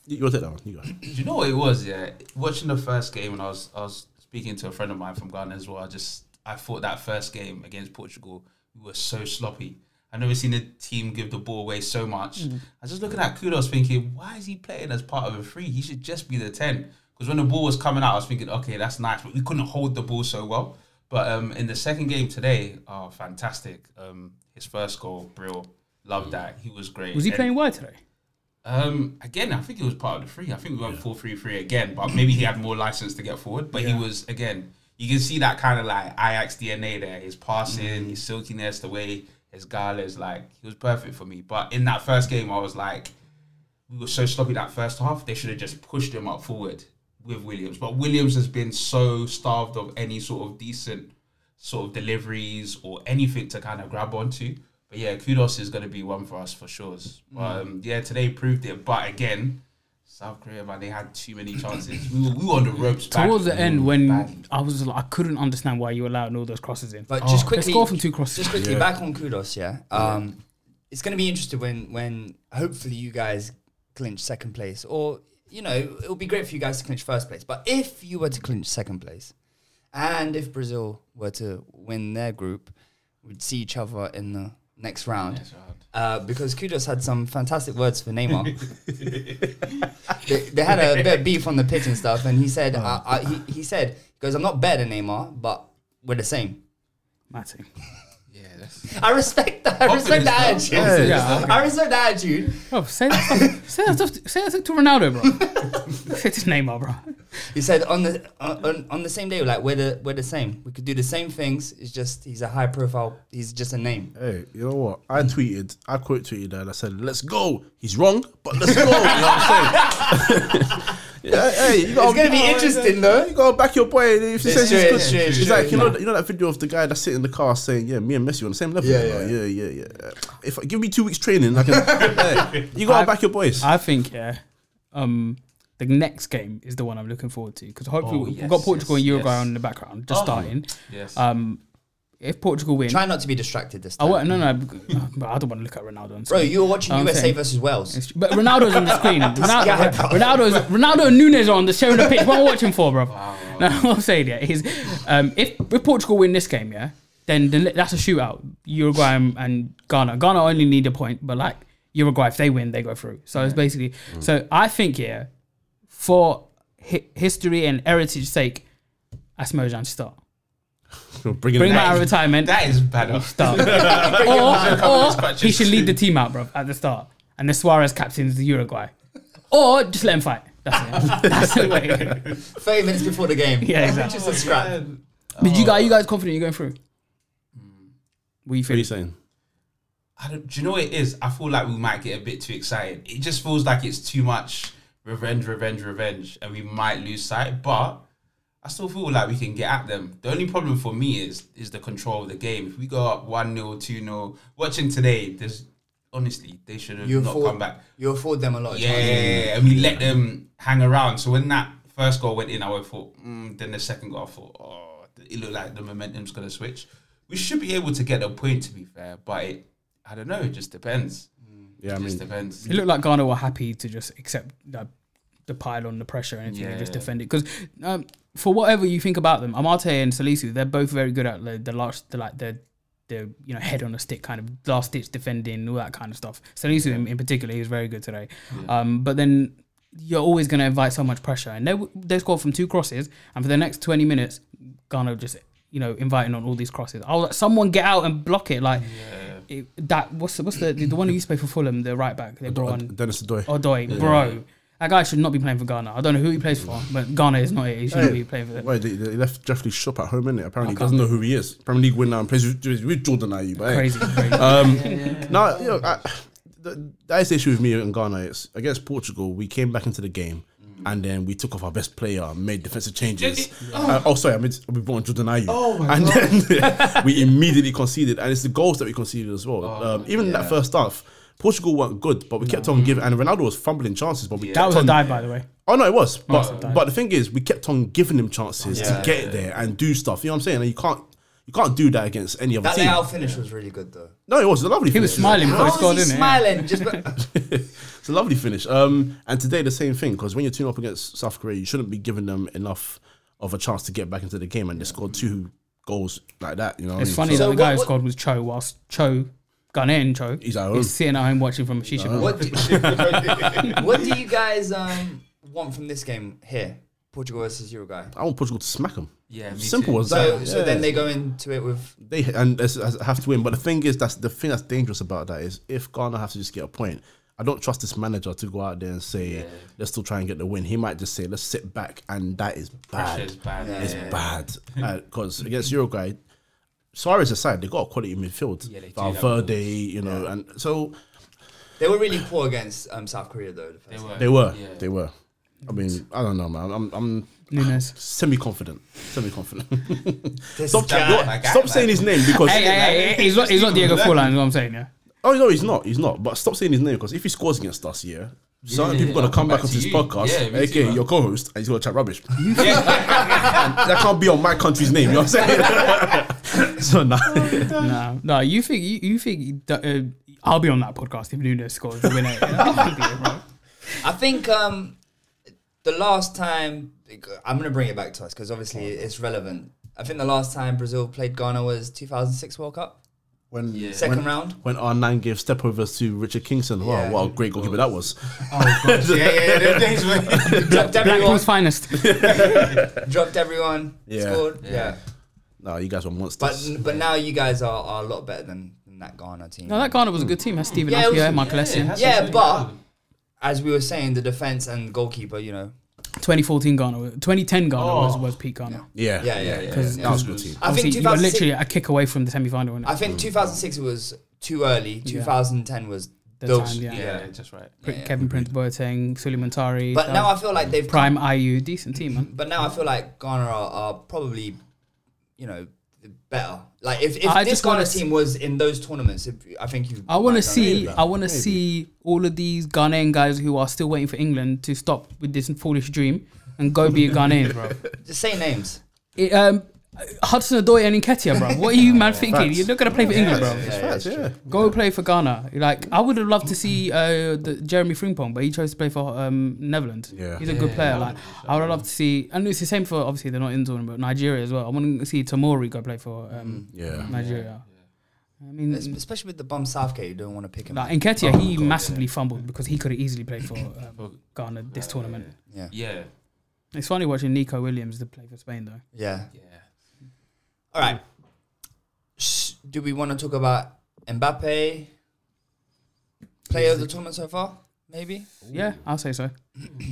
Speaker 4: You- You'll take that one. You go.
Speaker 5: Do you know what it was? Yeah, watching the first game, and I was I was speaking to a friend of mine from Ghana as well. I just I thought that first game against Portugal, we were so sloppy. I've never seen a team give the ball away so much.
Speaker 3: Mm.
Speaker 5: I was just looking at Kudos, thinking, why is he playing as part of a three? He should just be the ten. Because when the ball was coming out, I was thinking, okay, that's nice, but we couldn't hold the ball so well. But um, in the second game today, oh, fantastic! Um, his first goal, Brill, loved that. He was great.
Speaker 3: Was he
Speaker 5: And-
Speaker 3: playing wide today?
Speaker 5: um, again, I think it was part of the three. I think we went four three three again, but maybe he had more license to get forward. But he was again, you can see that kind of like Ajax DNA there. His passing, his silkiness, the way his guile is like he was perfect for me. But in that first game, I was like, we were so sloppy that first half. They should have just pushed him up forward with Williams. But Williams has been so starved of any sort of decent sort of deliveries or anything to kind of grab onto. But yeah, kudos is going to be one for us for sure.
Speaker 2: Mm.
Speaker 5: Um, yeah, today proved it. But again, South Korea, man, they had too many chances. we, were, we were on the ropes.
Speaker 3: Towards
Speaker 5: badly.
Speaker 3: the end, when
Speaker 5: Badly.
Speaker 3: I was like, I couldn't understand why you were allowing all those crosses in.
Speaker 2: But just
Speaker 3: Oh. They
Speaker 2: quickly,
Speaker 3: score from two crosses.
Speaker 2: Just quickly back on kudos, yeah. Um, it's going to be interesting when when hopefully you guys clinch second place, or you know it'll be great for you guys to clinch first place. But if you were to clinch second place, and if Brazil were to win their group, we'd see each other in the next round. Uh, because Kudos had some fantastic words for <laughs> Neymar. they, they had a bit of beef on the pitch and stuff, and he said, uh, I, I, he, he said, he goes, I'm not better than Neymar, but we're the same.
Speaker 3: Matty.
Speaker 5: Yeah, that's
Speaker 2: I respect that. I respect
Speaker 5: Confidence,
Speaker 2: that
Speaker 5: though.
Speaker 2: attitude.
Speaker 5: Confidence,
Speaker 3: Yeah.
Speaker 5: though.
Speaker 2: I respect that attitude.
Speaker 3: Bro, say that stuff.
Speaker 5: <laughs>
Speaker 3: say that stuff. Say that stuff to Ronaldo, bro. Say his name up, bro.
Speaker 2: He said on the on, on- on the same day, like we're the we're the same. We could do the same things. It's just he's a high profile. He's just a name.
Speaker 4: Hey, you know what? I tweeted, I quote tweeted that. I said, "Let's go." He's wrong, but let's go. You know what I'm saying? <laughs> yeah, hey, you gotta,
Speaker 2: It's gonna be
Speaker 4: you gotta-
Speaker 2: interesting, though.
Speaker 4: You gotta back your boy. If he
Speaker 2: It's
Speaker 4: says
Speaker 2: true,
Speaker 4: he's good,
Speaker 2: it's true, it's
Speaker 4: it's
Speaker 2: true.
Speaker 4: like you know,
Speaker 2: No.
Speaker 4: you know that video of the guy that's sitting in the car saying, "Yeah, me and Messi on the same level."
Speaker 2: Yeah,
Speaker 4: Like,
Speaker 2: yeah.
Speaker 4: yeah, yeah, yeah. If give me two weeks training, I can. Hey, you gotta
Speaker 3: I've-
Speaker 4: back your boys.
Speaker 3: I think yeah. Um, the next game is the one I'm looking forward to because hopefully
Speaker 5: Oh,
Speaker 3: we- we've
Speaker 5: yes,
Speaker 3: got Portugal
Speaker 5: yes,
Speaker 3: and Uruguay
Speaker 5: yes.
Speaker 3: on in the background just
Speaker 5: Oh,
Speaker 3: starting.
Speaker 5: Yes.
Speaker 3: Um, if Portugal win,
Speaker 2: Try not to be distracted this
Speaker 3: I
Speaker 2: time.
Speaker 3: won't, no no, but I don't want to look at Ronaldo. And
Speaker 2: Bro, you were watching
Speaker 3: I'm
Speaker 2: USA
Speaker 3: saying-
Speaker 2: versus Wales.
Speaker 3: It's- But Ronaldo's on the screen.
Speaker 2: guy,
Speaker 3: Ronaldo,
Speaker 2: bro.
Speaker 3: Ronaldo's, Ronaldo and Nunes are on the sharing the pitch. What am I watching for, bro? <laughs> No, what I'm saying yeah, is um, if, if Portugal win this game, yeah, then the, that's a shootout. Uruguay and, and Ghana. Ghana only need a point, but like Uruguay, if they win, they go through. So it's basically. So I think yeah, for hi- history and heritage sake, Asmojan start. Bring
Speaker 4: Bringing
Speaker 3: him
Speaker 4: it
Speaker 3: out
Speaker 4: back.
Speaker 3: of retirement.
Speaker 5: that is bad.
Speaker 3: start. or, or he should lead the team out, bro, at the start. And the Suarez captains the Uruguay. Or just let him fight. That's it. That's the way.
Speaker 2: Thirty minutes before the <laughs> game.
Speaker 3: Yeah, exactly.
Speaker 2: Just a scrap.
Speaker 3: But you guys, you guys confident you're going through? What you
Speaker 4: What are you
Speaker 3: feel?
Speaker 4: saying?
Speaker 5: I don't, do you know what it is? I feel like we might get a bit too excited. It just feels like it's too much revenge, revenge, revenge, and we might lose sight. But I still feel like we can get at them. The only problem for me is is the control of the game. If we go up 1 0, 2 0, watching today, there's honestly, they should have
Speaker 2: You
Speaker 5: not
Speaker 2: afford
Speaker 5: come back.
Speaker 2: you afford them a lot. Of
Speaker 5: Yeah,
Speaker 2: chances.
Speaker 5: and we let them hang around. So when that first goal went in, I went thought, mm, then the second goal, I thought, oh, it looked like the momentum's going to switch. We should be able to get a point, to be fair, but it, I don't know, it just depends.
Speaker 4: Yeah, I
Speaker 5: It just
Speaker 4: mean,
Speaker 5: depends.
Speaker 3: It looked like Ghana were happy to just accept the, the pile on the pressure and everything and just
Speaker 5: Yeah.
Speaker 3: defend it. Because um, for whatever you think about them, Amate and Salisu, they're both very good at the, the last, the, like the, the you know head on a stick kind of last ditch defending, all that kind of stuff. Salisu in, in particular, he was very good today. Um, but then you're always going to invite so much pressure, and they w- they scored from two crosses, and for the next 20 minutes, Ghana just you know inviting on all these crosses. I was like, someone get out and block it, like. It, that what's the, what's the the one who used to play for Fulham the right back they brought on
Speaker 4: Uh, Dennis Doy.
Speaker 3: Odoi, bro. That guy should not be playing for Ghana. I don't know who he plays for, but Ghana is not it. He shouldn't be playing for them.
Speaker 4: Wait, they, they left Jeffrey Shop at home, innit? Apparently, he doesn't know who he is. Premier League winner and plays with, with Jordan Ayew. but
Speaker 2: <laughs>
Speaker 4: hey.
Speaker 3: Crazy, crazy.
Speaker 4: Um, No, you know, I, the, that is the issue with me and Ghana. It's against Portugal, we came back into the game. And then we took off our best player, and made defensive changes. Uh, oh, sorry, I mean, we brought on Jordan Ayew. Oh my and then <laughs> we immediately conceded, and it's the goals that we conceded as well. um, even that first half, Portugal weren't good, but we kept on giving. And Ronaldo was fumbling chances, but
Speaker 3: that
Speaker 4: we kept
Speaker 3: was a
Speaker 4: on
Speaker 3: dive, by the way.
Speaker 4: Oh no, it was.
Speaker 3: it's a
Speaker 4: But
Speaker 3: dive.
Speaker 4: but the thing is, we kept on giving them chances to get there and do stuff. You know what I'm saying? And you can't you can't do that against any other
Speaker 2: That
Speaker 4: team.
Speaker 2: layout finish was really good <laughs> though.
Speaker 4: No, it was a lovely.
Speaker 3: He was smiling before he
Speaker 2: How
Speaker 3: scored,
Speaker 2: was
Speaker 3: didn't
Speaker 2: he
Speaker 3: he?
Speaker 2: smiling? <laughs> Just
Speaker 4: it's a lovely finish. Um, and today the same thing because when you're tuning up against South Korea, you shouldn't be giving them enough of a chance to get back into the game, and they scored two goals like that. You know, what
Speaker 3: It's
Speaker 4: I mean?
Speaker 3: funny
Speaker 4: So
Speaker 3: that the guy who
Speaker 2: what-
Speaker 3: scored was Cho, whilst Cho, Ghanaian Cho,
Speaker 4: He's at home.
Speaker 3: is sitting at home watching from a shisha bar.
Speaker 2: what, do, <laughs> what do you guys um, want from this game here? Portugal versus Uruguay.
Speaker 4: I want Portugal to smack them.
Speaker 5: Yeah, me
Speaker 4: simple
Speaker 5: too.
Speaker 4: as
Speaker 2: So,
Speaker 4: that.
Speaker 2: so
Speaker 4: Yeah.
Speaker 2: then they go into it with
Speaker 4: they and it's- it's- have to win. But the thing is, that's the thing that's dangerous about that is if Ghana has to just get a point. I don't trust this manager to go out there and say let's still try and get the win. He might just say let's sit back, and that is bad.
Speaker 5: Pressure's bad,
Speaker 4: It's
Speaker 5: yeah. <laughs>
Speaker 4: bad because against Uruguay, Suarez aside, they got a quality midfield.
Speaker 5: they do
Speaker 4: Valverde, you know, and so
Speaker 2: They were really poor against um, South Korea though. The first
Speaker 5: They
Speaker 2: game.
Speaker 5: were.
Speaker 4: they were,
Speaker 5: Yeah.
Speaker 4: they were. I mean, I don't know, man. I'm, I'm
Speaker 3: Nunes.
Speaker 4: semi confident, semi confident.
Speaker 5: <laughs>
Speaker 2: This
Speaker 4: stop
Speaker 2: guy,
Speaker 4: you're-
Speaker 5: like,
Speaker 4: stop
Speaker 5: like-
Speaker 4: saying his name because
Speaker 3: Hey, hey, hey, he's not, he's not Diego Forlan, is what I'm saying, yeah.
Speaker 4: Oh no, he's not. He's not. But stop saying his name because if he scores against us, yeah, certain people gonna come back
Speaker 5: back
Speaker 4: onto
Speaker 5: to
Speaker 4: this
Speaker 5: you.
Speaker 4: podcast,
Speaker 5: Yeah, me too,
Speaker 4: aka
Speaker 5: man.
Speaker 4: your co-host, and he's gonna chat
Speaker 5: <laughs>
Speaker 4: rubbish. And that can't be on my country's name. You know what I'm saying? <laughs> so
Speaker 5: <laughs>
Speaker 4: nah.
Speaker 3: No, no, you think, you, you think, that, uh, I'll be on that podcast if Nunes scores the winner. <laughs> Yeah.
Speaker 2: I think um, the last time I'm gonna bring it back to us because obviously it's relevant. I think the last time Brazil played Ghana was 2006 World Cup,
Speaker 4: When
Speaker 2: second round.
Speaker 4: when R9 gave step overs to Richard Kingston, wow,
Speaker 2: Yeah.
Speaker 4: what a great goalkeeper that
Speaker 2: <laughs>
Speaker 4: was.
Speaker 5: yeah, yeah, yeah. <laughs> them days were-
Speaker 2: Dropped everyone.
Speaker 3: <laughs> Blackpool's finest.
Speaker 2: dropped everyone.
Speaker 4: Yeah.
Speaker 2: Scored. Yeah.
Speaker 4: No, you guys were
Speaker 2: But
Speaker 4: monsters.
Speaker 2: but now you guys are, are a lot better than, than that Ghana team.
Speaker 3: No, that Ghana was a good team. Has Steven
Speaker 2: Yeah, it
Speaker 3: yeah,
Speaker 2: was-
Speaker 3: Appiah, Michael Essien.
Speaker 5: that's
Speaker 2: yeah,
Speaker 5: absolutely
Speaker 2: but
Speaker 5: right.
Speaker 2: as we were saying, the defense and goalkeeper, you know,
Speaker 3: 2014 Ghana, 2010 Ghana was, was peak Ghana.
Speaker 4: yeah,
Speaker 2: Oh. yeah, yeah, yeah.
Speaker 4: That was a good team.
Speaker 2: I think
Speaker 3: Obviously, you were
Speaker 2: 2006
Speaker 3: literally a kick away from the semi final.
Speaker 2: I think 2006 was too early. 2010 was
Speaker 3: The
Speaker 2: those.
Speaker 3: time, yeah.
Speaker 5: yeah, yeah, just right.
Speaker 3: Kevin Prince Boateng, Suleiman Tari.
Speaker 2: But now I feel like they've
Speaker 3: prime IU, decent team, man.
Speaker 2: But now I feel like Ghana are, are probably, you know, better. Like if,
Speaker 3: I
Speaker 2: if this
Speaker 3: just wanna
Speaker 2: Ghana
Speaker 3: see-
Speaker 2: team was in those tournaments, if, I think you.
Speaker 3: I
Speaker 2: might
Speaker 3: want to
Speaker 2: done
Speaker 3: see.
Speaker 2: it.
Speaker 3: I want to see all of these Ghanaian guys who are still waiting for England to stop with this foolish dream and go be a Ghanaian, bro.
Speaker 2: Just say names.
Speaker 3: It, um, Hudson Odoi and Nketiah, bro. What are you man thinking? You're not gonna play for England, bro.
Speaker 4: Facts, yeah.
Speaker 3: Go play for Ghana. Like I would have loved to see uh, the Jeremy Frimpong, but he chose to play for um, Netherlands.
Speaker 4: Yeah.
Speaker 3: he's a good player. Like I would have loved to see, and it's the same for obviously they're not in the tournament, but Nigeria as well. I want to see Tamori go play for um,
Speaker 4: Yeah.
Speaker 3: Nigeria. I mean,
Speaker 2: Es- Especially with the bum Southgate, you don't want to pick him.
Speaker 3: like
Speaker 2: Oh,
Speaker 3: Nketiah, he massively fumbled because he could have easily played
Speaker 2: <coughs>
Speaker 3: for um, Ghana this tournament.
Speaker 5: Yeah,
Speaker 3: It's funny watching Nico Williams to play for Spain though.
Speaker 2: yeah.
Speaker 5: yeah.
Speaker 2: All right. Sh- Do we want to talk about Mbappe? Player of the tournament so far, maybe.
Speaker 3: Yeah, I'll say
Speaker 2: <coughs>
Speaker 3: so.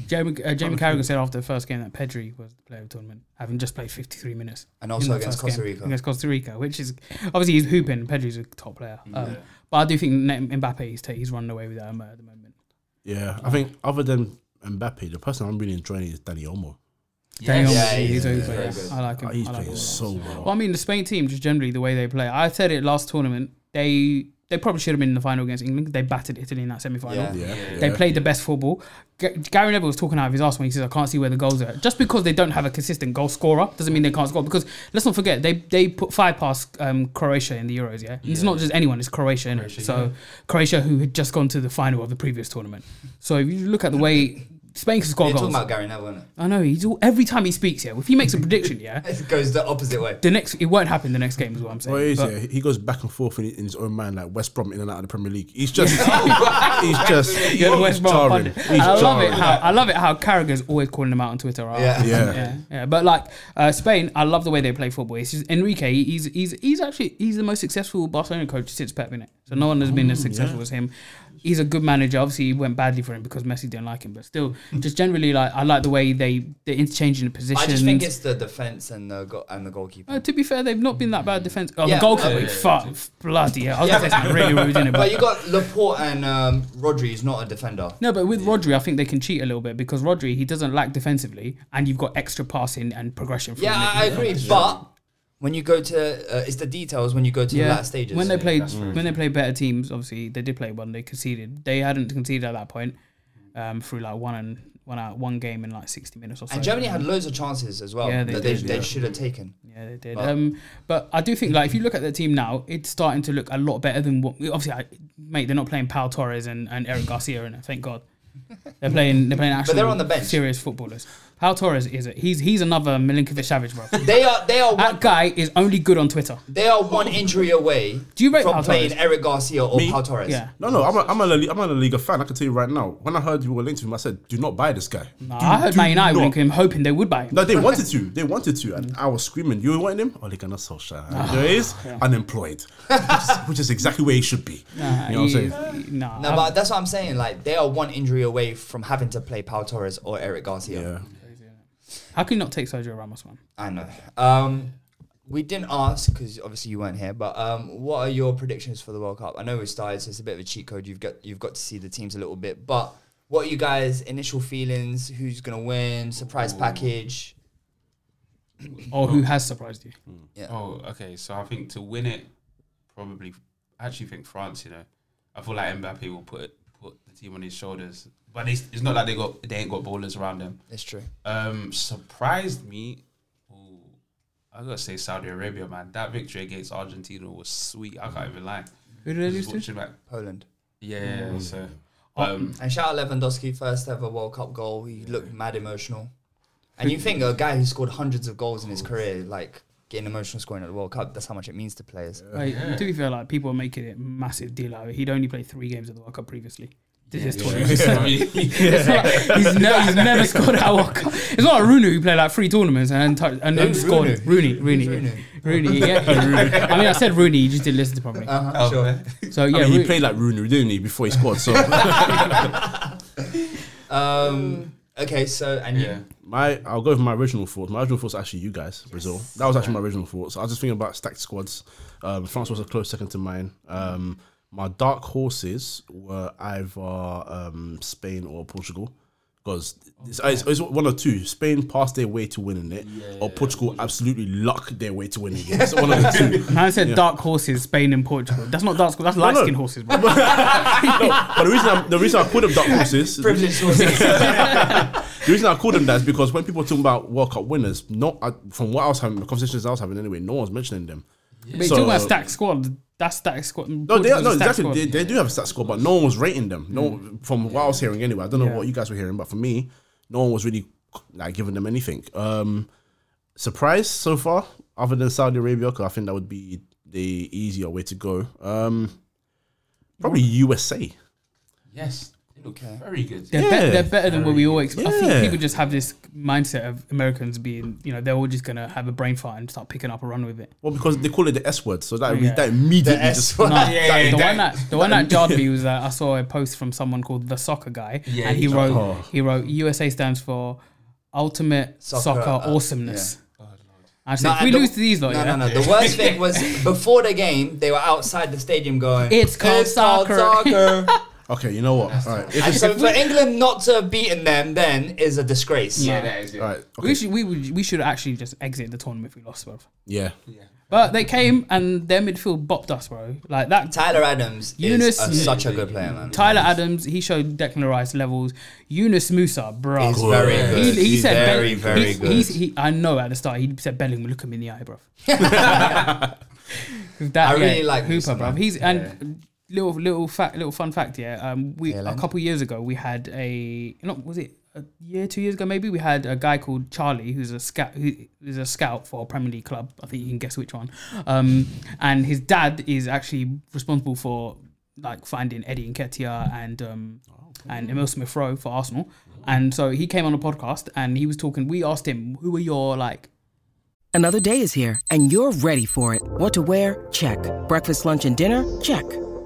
Speaker 3: Jamie, uh, Jamie Carragher said after the first game that Pedri was the player of the tournament, having just played 53 minutes.
Speaker 2: And
Speaker 3: in
Speaker 2: also
Speaker 3: the
Speaker 2: against
Speaker 3: first
Speaker 2: Costa
Speaker 3: game
Speaker 2: Rica.
Speaker 3: Against Costa Rica, which is obviously he's hooping. Pedri's a top player.
Speaker 2: Mm.
Speaker 3: Um, But I do think Ne- Mbappe, he's, ta he's running away with that um, at the moment.
Speaker 4: Yeah, I think other than Mbappe, the person I'm really enjoying is Danny Olmo.
Speaker 3: Daniel,
Speaker 2: Yeah,
Speaker 3: he's,
Speaker 2: he's-
Speaker 3: a
Speaker 2: he's
Speaker 3: good player.
Speaker 2: very good. Oh,
Speaker 3: I like him.
Speaker 4: He's
Speaker 3: I like
Speaker 4: playing
Speaker 3: him.
Speaker 4: so well.
Speaker 3: Well, I mean, the Spain team, just generally the way they play. I said it last tournament. They they probably should have been in the final against England. They battered Italy in that semi final.
Speaker 2: Yeah.
Speaker 4: yeah,
Speaker 3: They played the best football. G- Gary Neville was talking out of his ass when he says, "I can't see where the goals are." Just because they don't have a consistent goal scorer doesn't mean they can't score. Because let's not forget, they they put five past um, Croatia in the Euros. Yeah, it's not just anyone; it's Croatia. innit? so Croatia, who had just gone to the final of the previous tournament. So if you look at the way Spain can score
Speaker 2: You're talking
Speaker 3: goals,
Speaker 2: about Gary Neville, innit?
Speaker 3: I know he's all, every time he speaks. Yeah, if he makes a prediction, yeah,
Speaker 2: <laughs> It goes the opposite way.
Speaker 3: the next it won't happen. The next game is what I'm saying.
Speaker 4: Well, it
Speaker 3: <laughs>
Speaker 4: is,
Speaker 3: But-
Speaker 4: yeah. He goes back and forth in, in his own mind, like West Brom in and out of the Premier League.
Speaker 2: <laughs>
Speaker 4: He's just, <laughs> he's just,
Speaker 3: You're the West Brom
Speaker 4: jarring.
Speaker 3: pundit.
Speaker 4: He's
Speaker 3: And I love it
Speaker 4: jarring.
Speaker 3: how I love it how Carragher's always calling them out on Twitter. right?
Speaker 2: Yeah.
Speaker 4: Yeah.
Speaker 3: yeah, yeah. But like uh, Spain, I love the way they play football. It's just Enrique. He's he's he's actually he's the most successful Barcelona coach since Pep in it. So no one has been as successful as him. He's a good manager. Obviously, it went badly for him because Messi didn't like him. But still, just generally, like I like the way they they're interchanging the positions.
Speaker 2: I just think it's the defense and the go- and the goalkeeper.
Speaker 3: Uh, to be fair, they've not been that bad defense. Oh,
Speaker 2: Yeah.
Speaker 3: the goalkeeper,
Speaker 2: Yeah, yeah,
Speaker 3: fuck, bloody hell! I was gonna say something really rude, innit?
Speaker 2: <laughs> But you got Laporte and um, Rodri is not a defender.
Speaker 3: No, but with Rodri, I think they can cheat a little bit because Rodri he doesn't lack defensively, and you've got extra passing and progression. From
Speaker 2: Yeah,
Speaker 3: him.
Speaker 2: I, I agree. But when you go to, uh, it's the details when you go to the last stages.
Speaker 3: When they played, when they played better teams, obviously they did play one. They conceded. They hadn't conceded at that point um, through like one and one out one game in like sixty minutes or so.
Speaker 2: and Germany had loads of chances as well
Speaker 3: Yeah, they
Speaker 2: that they,
Speaker 3: did,
Speaker 2: they should have taken.
Speaker 3: Yeah, they did. um, but I do think like if you look at their team now, it's starting to look a lot better than what. Obviously, I, mate, they're not playing Pau Torres and,
Speaker 2: <laughs>
Speaker 3: and Eric Garcia, and thank God. They're playing. They're playing. Actual
Speaker 2: they're on the bench.
Speaker 3: Serious footballers. Pau Torres is it? He's he's another Milinkovic Savage, bro.
Speaker 2: They are they are one,
Speaker 3: That guy is only good on Twitter.
Speaker 2: they are one injury away
Speaker 3: Do you rate
Speaker 2: from
Speaker 3: Pau
Speaker 2: playing
Speaker 3: Torres?
Speaker 2: Eric Garcia or Pau Torres.
Speaker 3: Yeah.
Speaker 4: No, no, I'm a, I'm, a La Liga, I'm a La Liga fan. I can tell you right now. When I heard you were linked to him, I said, do not buy this guy.
Speaker 3: Nah,
Speaker 4: Do-
Speaker 3: I heard
Speaker 4: do
Speaker 3: Man United
Speaker 4: not-
Speaker 3: link him, hoping they would buy him.
Speaker 4: No, they wanted to. They wanted to. And I was screaming, you wanted him? Oh, Ole Gunnar Solskjaer.
Speaker 3: Ah,
Speaker 4: And there is unemployed, which is, which is exactly where he should be. you know what I'm saying?
Speaker 3: Nah,
Speaker 2: No, but that's what I'm saying. Like they are one injury away from having to play Pau Torres or Eric Garcia.
Speaker 4: Yeah.
Speaker 3: how can you not take Sergio Ramos, man?
Speaker 2: I know. Um, we didn't ask because obviously you weren't here. But um, what are your predictions for the World Cup? I know we started, so it's a bit of a cheat code. You've got you've got to see the teams a little bit. But what are you guys' initial feelings? Who's gonna win? Surprise package?
Speaker 3: Or who has surprised you?
Speaker 5: Oh, okay. So I think to win it, probably. I actually think France. You know, I feel like Mbappe will put put the team on his shoulders. But it's, it's not like they got they ain't got ballers around them.
Speaker 2: That's true.
Speaker 5: Um, surprised me. Ooh, I gotta say Saudi Arabia, man. That victory against Argentina was sweet. I can't even lie.
Speaker 3: Who did they lose to? Oh.
Speaker 5: Like,
Speaker 2: Poland.
Speaker 5: yeah, yeah, yeah, so.
Speaker 3: <laughs>
Speaker 5: Um,
Speaker 2: And shout out Lewandowski, first ever World Cup goal. He looked mad emotional. And you think a guy who scored hundreds of goals in his career, like getting emotional scoring at the World Cup, that's how much it means to players.
Speaker 3: Like, To be fair, like people are making it a massive deal out of it. He'd only played three games at the World Cup previously. This is
Speaker 5: <laughs>
Speaker 3: tournament. It's
Speaker 5: Yeah.
Speaker 3: not-
Speaker 4: <laughs>
Speaker 3: he's, ne- he's never scored at World Cup. It's not like Rooney who played like three tournaments and then tou- and then
Speaker 2: Who's
Speaker 3: scored. Rooney, Rooney, Rooney. yeah,
Speaker 4: <laughs>
Speaker 3: yeah, Rooney. I mean, I said Rooney. You just didn't listen to properly.
Speaker 5: Oh,
Speaker 2: Sure.
Speaker 3: So yeah,
Speaker 4: Uh-huh. I mean, he
Speaker 3: Rooney-
Speaker 4: played like Rooney, didn't he, before he scored? So
Speaker 3: <laughs>
Speaker 2: Um, okay, so and
Speaker 5: yeah.
Speaker 2: you,
Speaker 4: my, I'll go with my original thoughts. My original thoughts are actually you guys, Brazil. That was actually my original thoughts. I was just thinking about stacked squads. Um, France was a close second to mine. Um, my dark horses were either um, Spain or Portugal. Because it's, it's, it's one or two. Spain passed their way to winning it, or Portugal absolutely lucked their way to winning it. It's one of the two.
Speaker 3: Man said dark horses, Spain and Portugal. That's not dark. That's light skinned horses, bro.
Speaker 4: But the reason I, the reason I called them dark horses, the <laughs> reason I called them that is because when people are talking about World Cup winners, not I, from what I was having the conversations I was having anyway, no one's mentioning them.
Speaker 3: But you talk about stacked squad. That's stacked squad.
Speaker 4: No, they, are- no, exactly. They, they do have a stat score, but no one was rating them. No, from what I was hearing anyway. I don't know
Speaker 3: Mm. Yeah.
Speaker 4: what you guys were hearing, but for me, no one was really like giving them anything. Um, surprise so far, other than Saudi Arabia, because I think that would be the easier way to go. Um, probably USA.
Speaker 5: Yes. They look very good.
Speaker 3: They're,
Speaker 4: Yeah.
Speaker 3: be- they're better than what we all expect. I
Speaker 4: Yeah.
Speaker 3: think people just have this mindset of Americans being, you know, they're all just gonna have a brain fart and start picking up a run with it.
Speaker 4: Well, because they call it the S word, so that
Speaker 3: Yeah.
Speaker 4: that immediately
Speaker 2: S
Speaker 4: just <laughs>
Speaker 2: word.
Speaker 3: No,
Speaker 5: Yeah, yeah,
Speaker 3: the,
Speaker 5: yeah,
Speaker 3: one
Speaker 5: that-
Speaker 3: that, the one that jarred me was that I saw a post from someone called the Soccer Guy,
Speaker 5: Yeah,
Speaker 3: and he
Speaker 5: he's-
Speaker 3: wrote
Speaker 4: Oh.
Speaker 3: he wrote USA stands for Ultimate Soccer,
Speaker 2: Soccer, uh,
Speaker 3: Awesomeness. I said,
Speaker 2: No,
Speaker 3: if we
Speaker 2: and the-
Speaker 3: lose to these, lot,
Speaker 2: No, no,
Speaker 3: yeah,
Speaker 2: no. The worst thing was before the game, they were outside the stadium going,
Speaker 3: It's called
Speaker 2: called
Speaker 3: soccer." <laughs>
Speaker 2: soccer."
Speaker 4: okay. You know what? All right, if it's,
Speaker 2: so for England not to have beaten them then is a disgrace.
Speaker 5: Yeah,
Speaker 4: <laughs>
Speaker 5: that is it.
Speaker 4: all right, okay,
Speaker 3: we should we would we should actually just exit the tournament if we lost, bro.
Speaker 4: yeah.
Speaker 3: But they came and their midfield bopped us, bro. Like that
Speaker 2: Tyler Adams
Speaker 3: Yunus-
Speaker 2: is a- such a good player, man.
Speaker 3: Tyler Adams, he showed Declan Rice levels. Eunice Musa, bro.
Speaker 2: He's very good.
Speaker 3: He, he
Speaker 2: He's
Speaker 3: said
Speaker 2: very,
Speaker 3: Ben-
Speaker 2: very
Speaker 3: he's-
Speaker 2: good.
Speaker 3: he's- he, I know at the start he said Bellingham look him in the eye, bro. that,
Speaker 2: I really like
Speaker 3: Hooper,
Speaker 2: Musa,
Speaker 3: bro.
Speaker 2: man.
Speaker 3: He's and little little fact, little fun fact. Yeah, um, we a
Speaker 2: Haaland.
Speaker 3: couple years ago we had a not was it a year, two years ago maybe we had a guy called Charlie who's a scout who is a scout for a Premier League club. I think you can guess which one. Um, and his dad is actually responsible for like finding Eddie Nketiah and um
Speaker 2: Oh,
Speaker 3: and Emil Smith Rowe for Arsenal. And so he came on a podcast and he was talking. We asked him who were your like
Speaker 6: Another day is here, and you're ready for it. What to wear? Check. Breakfast, lunch, and dinner? Check.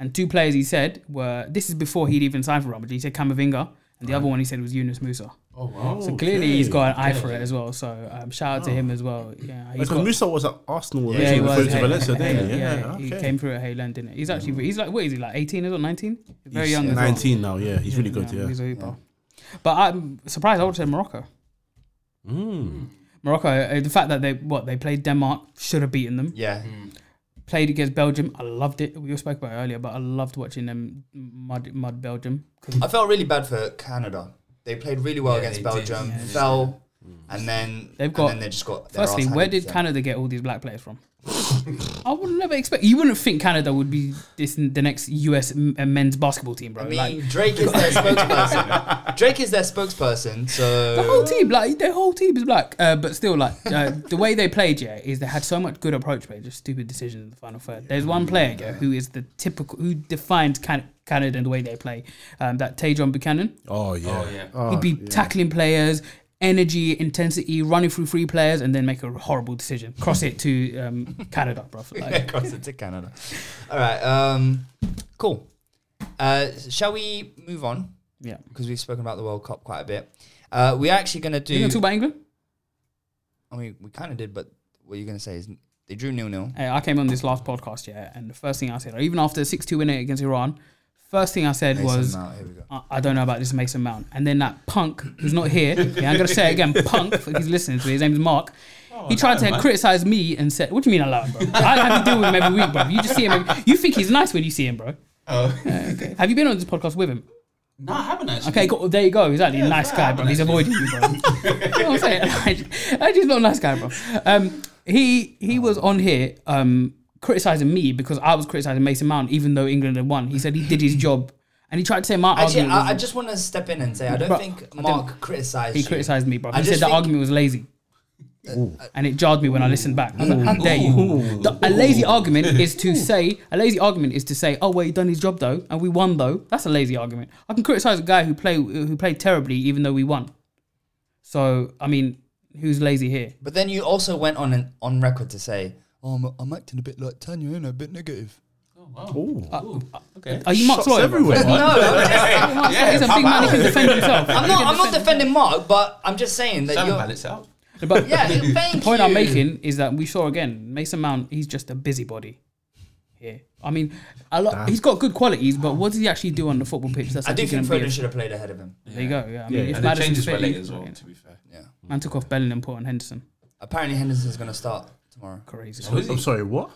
Speaker 3: And two players he said were this is before he'd even signed for Real Madrid. He said Camavinga, and the other one he said was Yunus Musa.
Speaker 4: Oh wow.
Speaker 3: So clearly he's got an eye for it as well. So um, shout out to him as well. Yeah, he's
Speaker 4: Because
Speaker 3: got-
Speaker 4: Musa was at Arsenal
Speaker 3: yeah,
Speaker 4: originally, before he was to Valencia, didn't he? Yeah,
Speaker 3: he
Speaker 4: okay. Mm.
Speaker 3: came through at Hayland, didn't he? He's actually he's like what is he like eighteen or nineteen? Very
Speaker 4: He's
Speaker 3: young. as well. Um,
Speaker 4: 19 now, yeah. He's really good, yeah.
Speaker 3: He's a hooper. But I'm surprised. I would say Morocco.
Speaker 4: Mm.
Speaker 3: Morocco. uh, The fact that they what they played Denmark should have beaten them.
Speaker 2: Yeah.
Speaker 3: Played against Belgium. I loved it. We all spoke about it earlier, but I loved watching them mud mud Belgium. 'Cause
Speaker 2: I felt really bad for Canada. They played really well against
Speaker 5: they did.
Speaker 2: Belgium,
Speaker 5: Yeah, they
Speaker 2: fell, and then
Speaker 3: They've
Speaker 2: and
Speaker 3: got-
Speaker 2: then they just got. their
Speaker 3: Firstly,
Speaker 2: arse
Speaker 3: where
Speaker 2: handed
Speaker 3: did
Speaker 2: to them.
Speaker 3: Canada get all these black
Speaker 2: <laughs>
Speaker 3: players from? I would never expect. You wouldn't think Canada would be this the next US m- uh, men's basketball team, bro.
Speaker 2: I mean,
Speaker 3: like
Speaker 2: Drake is
Speaker 3: <laughs>
Speaker 2: their spokesperson. Drake is their spokesperson, so
Speaker 3: <laughs> the whole team, like their whole team is black. Uh, but still, like
Speaker 2: <laughs>
Speaker 3: uh, the way they played, yeah, is they had so much good approach, but just stupid decisions in the final third. There's one player yeah, who is the typical who defines Can- Canada and the way they play. Um, that Tejon Buchanan,
Speaker 4: Oh, yeah.
Speaker 5: Oh, yeah.
Speaker 3: he'd be tackling players. Energy, intensity, running through three players, and then make a horrible decision. Cross it to um, Canada, bro.
Speaker 2: <laughs>
Speaker 3: Like,
Speaker 2: across it to Canada. All right, um, cool. Uh, shall we move on?
Speaker 3: yeah.
Speaker 2: Because we've spoken about the World Cup quite a bit. Uh, we're actually going to do.
Speaker 3: You gonna talk about England?
Speaker 2: I mean, we kind of did, but what you're going to say is they drew nil nil.
Speaker 3: Hey, I came on this last podcast, yeah, and the first thing I said, even after a six-two win against Iran, first thing I said was,
Speaker 2: here we go.
Speaker 3: I, I don't know about this Mason Mount. And then that punk who's not here, yeah, I'm gonna say it again, punk, if he's listening to me, his name's Mark. he tried to criticize me and said, "What do you mean I love him, bro? I have to deal with him every week, bro. You just see him. Every, you think he's nice when you see him, bro.
Speaker 5: Oh.
Speaker 3: Have you been on this podcast with him?
Speaker 5: <laughs> No, I haven't actually.
Speaker 3: Okay, cool. there you go. Exactly.
Speaker 5: Yeah,
Speaker 3: nice
Speaker 5: fair,
Speaker 3: guy,
Speaker 5: I'm
Speaker 3: bro.
Speaker 5: an
Speaker 3: He's
Speaker 5: actor.
Speaker 2: <laughs>
Speaker 3: avoiding you, bro. <laughs> you know what I'm saying? Like, Like, he's not a nice guy, bro. Um, he he was on here um, criticizing me because I was criticizing Mason Mount, even though England had won. He said he did his job, and he tried to say my
Speaker 2: Actually,
Speaker 3: argument. was-
Speaker 2: I, I just want to step in and say I don't
Speaker 3: Bro,
Speaker 2: think
Speaker 3: I
Speaker 2: Mark
Speaker 3: didn't-
Speaker 2: criticized.
Speaker 3: he
Speaker 2: you.
Speaker 3: criticized me, bro.
Speaker 2: I
Speaker 3: He said
Speaker 2: just
Speaker 3: the
Speaker 2: think-
Speaker 3: argument was lazy. and it jarred me when I listened back. I was like, how dare you?
Speaker 5: Ooh.
Speaker 3: The- a lazy argument is to say, a lazy argument is to say, oh, well, he done his job though, and we won though. That's a lazy argument. I can criticize a guy who play who played terribly, even though we won. So I mean, who's lazy here?
Speaker 2: But then you also went on an, on record to
Speaker 3: <laughs>
Speaker 2: say, "Oh, I'm, I'm acting a bit like Tanya, and a bit negative."
Speaker 5: Okay.
Speaker 3: Are you Mark
Speaker 4: Shots
Speaker 3: Sawyer? bro?
Speaker 4: everywhere.
Speaker 2: No, I'm
Speaker 3: Mark Sawyer, He's a big man. He can defend himself.
Speaker 2: not. I'm not defending Mark, but I'm just saying that
Speaker 5: Seven
Speaker 2: you're.
Speaker 5: ballots out.
Speaker 3: But
Speaker 2: <laughs> Yeah, thank
Speaker 3: the point I'm
Speaker 2: you.
Speaker 3: making is that we saw again Mason Mount. He's just a busybody. Here, I mean, a lot. He's got good qualities, but what does he actually do on the football pitch? That's
Speaker 2: I do
Speaker 3: actually
Speaker 2: think
Speaker 3: going to
Speaker 2: Foden
Speaker 3: be.
Speaker 2: should have played ahead of him.
Speaker 3: A, there you go. Yeah, I mean,
Speaker 5: Yeah,
Speaker 3: if
Speaker 5: and the
Speaker 3: Madison's
Speaker 5: changes
Speaker 3: fit,
Speaker 5: were late
Speaker 3: he-
Speaker 5: as well. To be fair.
Speaker 3: Man took off Bellingham, Port, and Henderson.
Speaker 2: Apparently, Henderson's going to start tomorrow.
Speaker 3: Crazy.
Speaker 4: I'm sorry, what?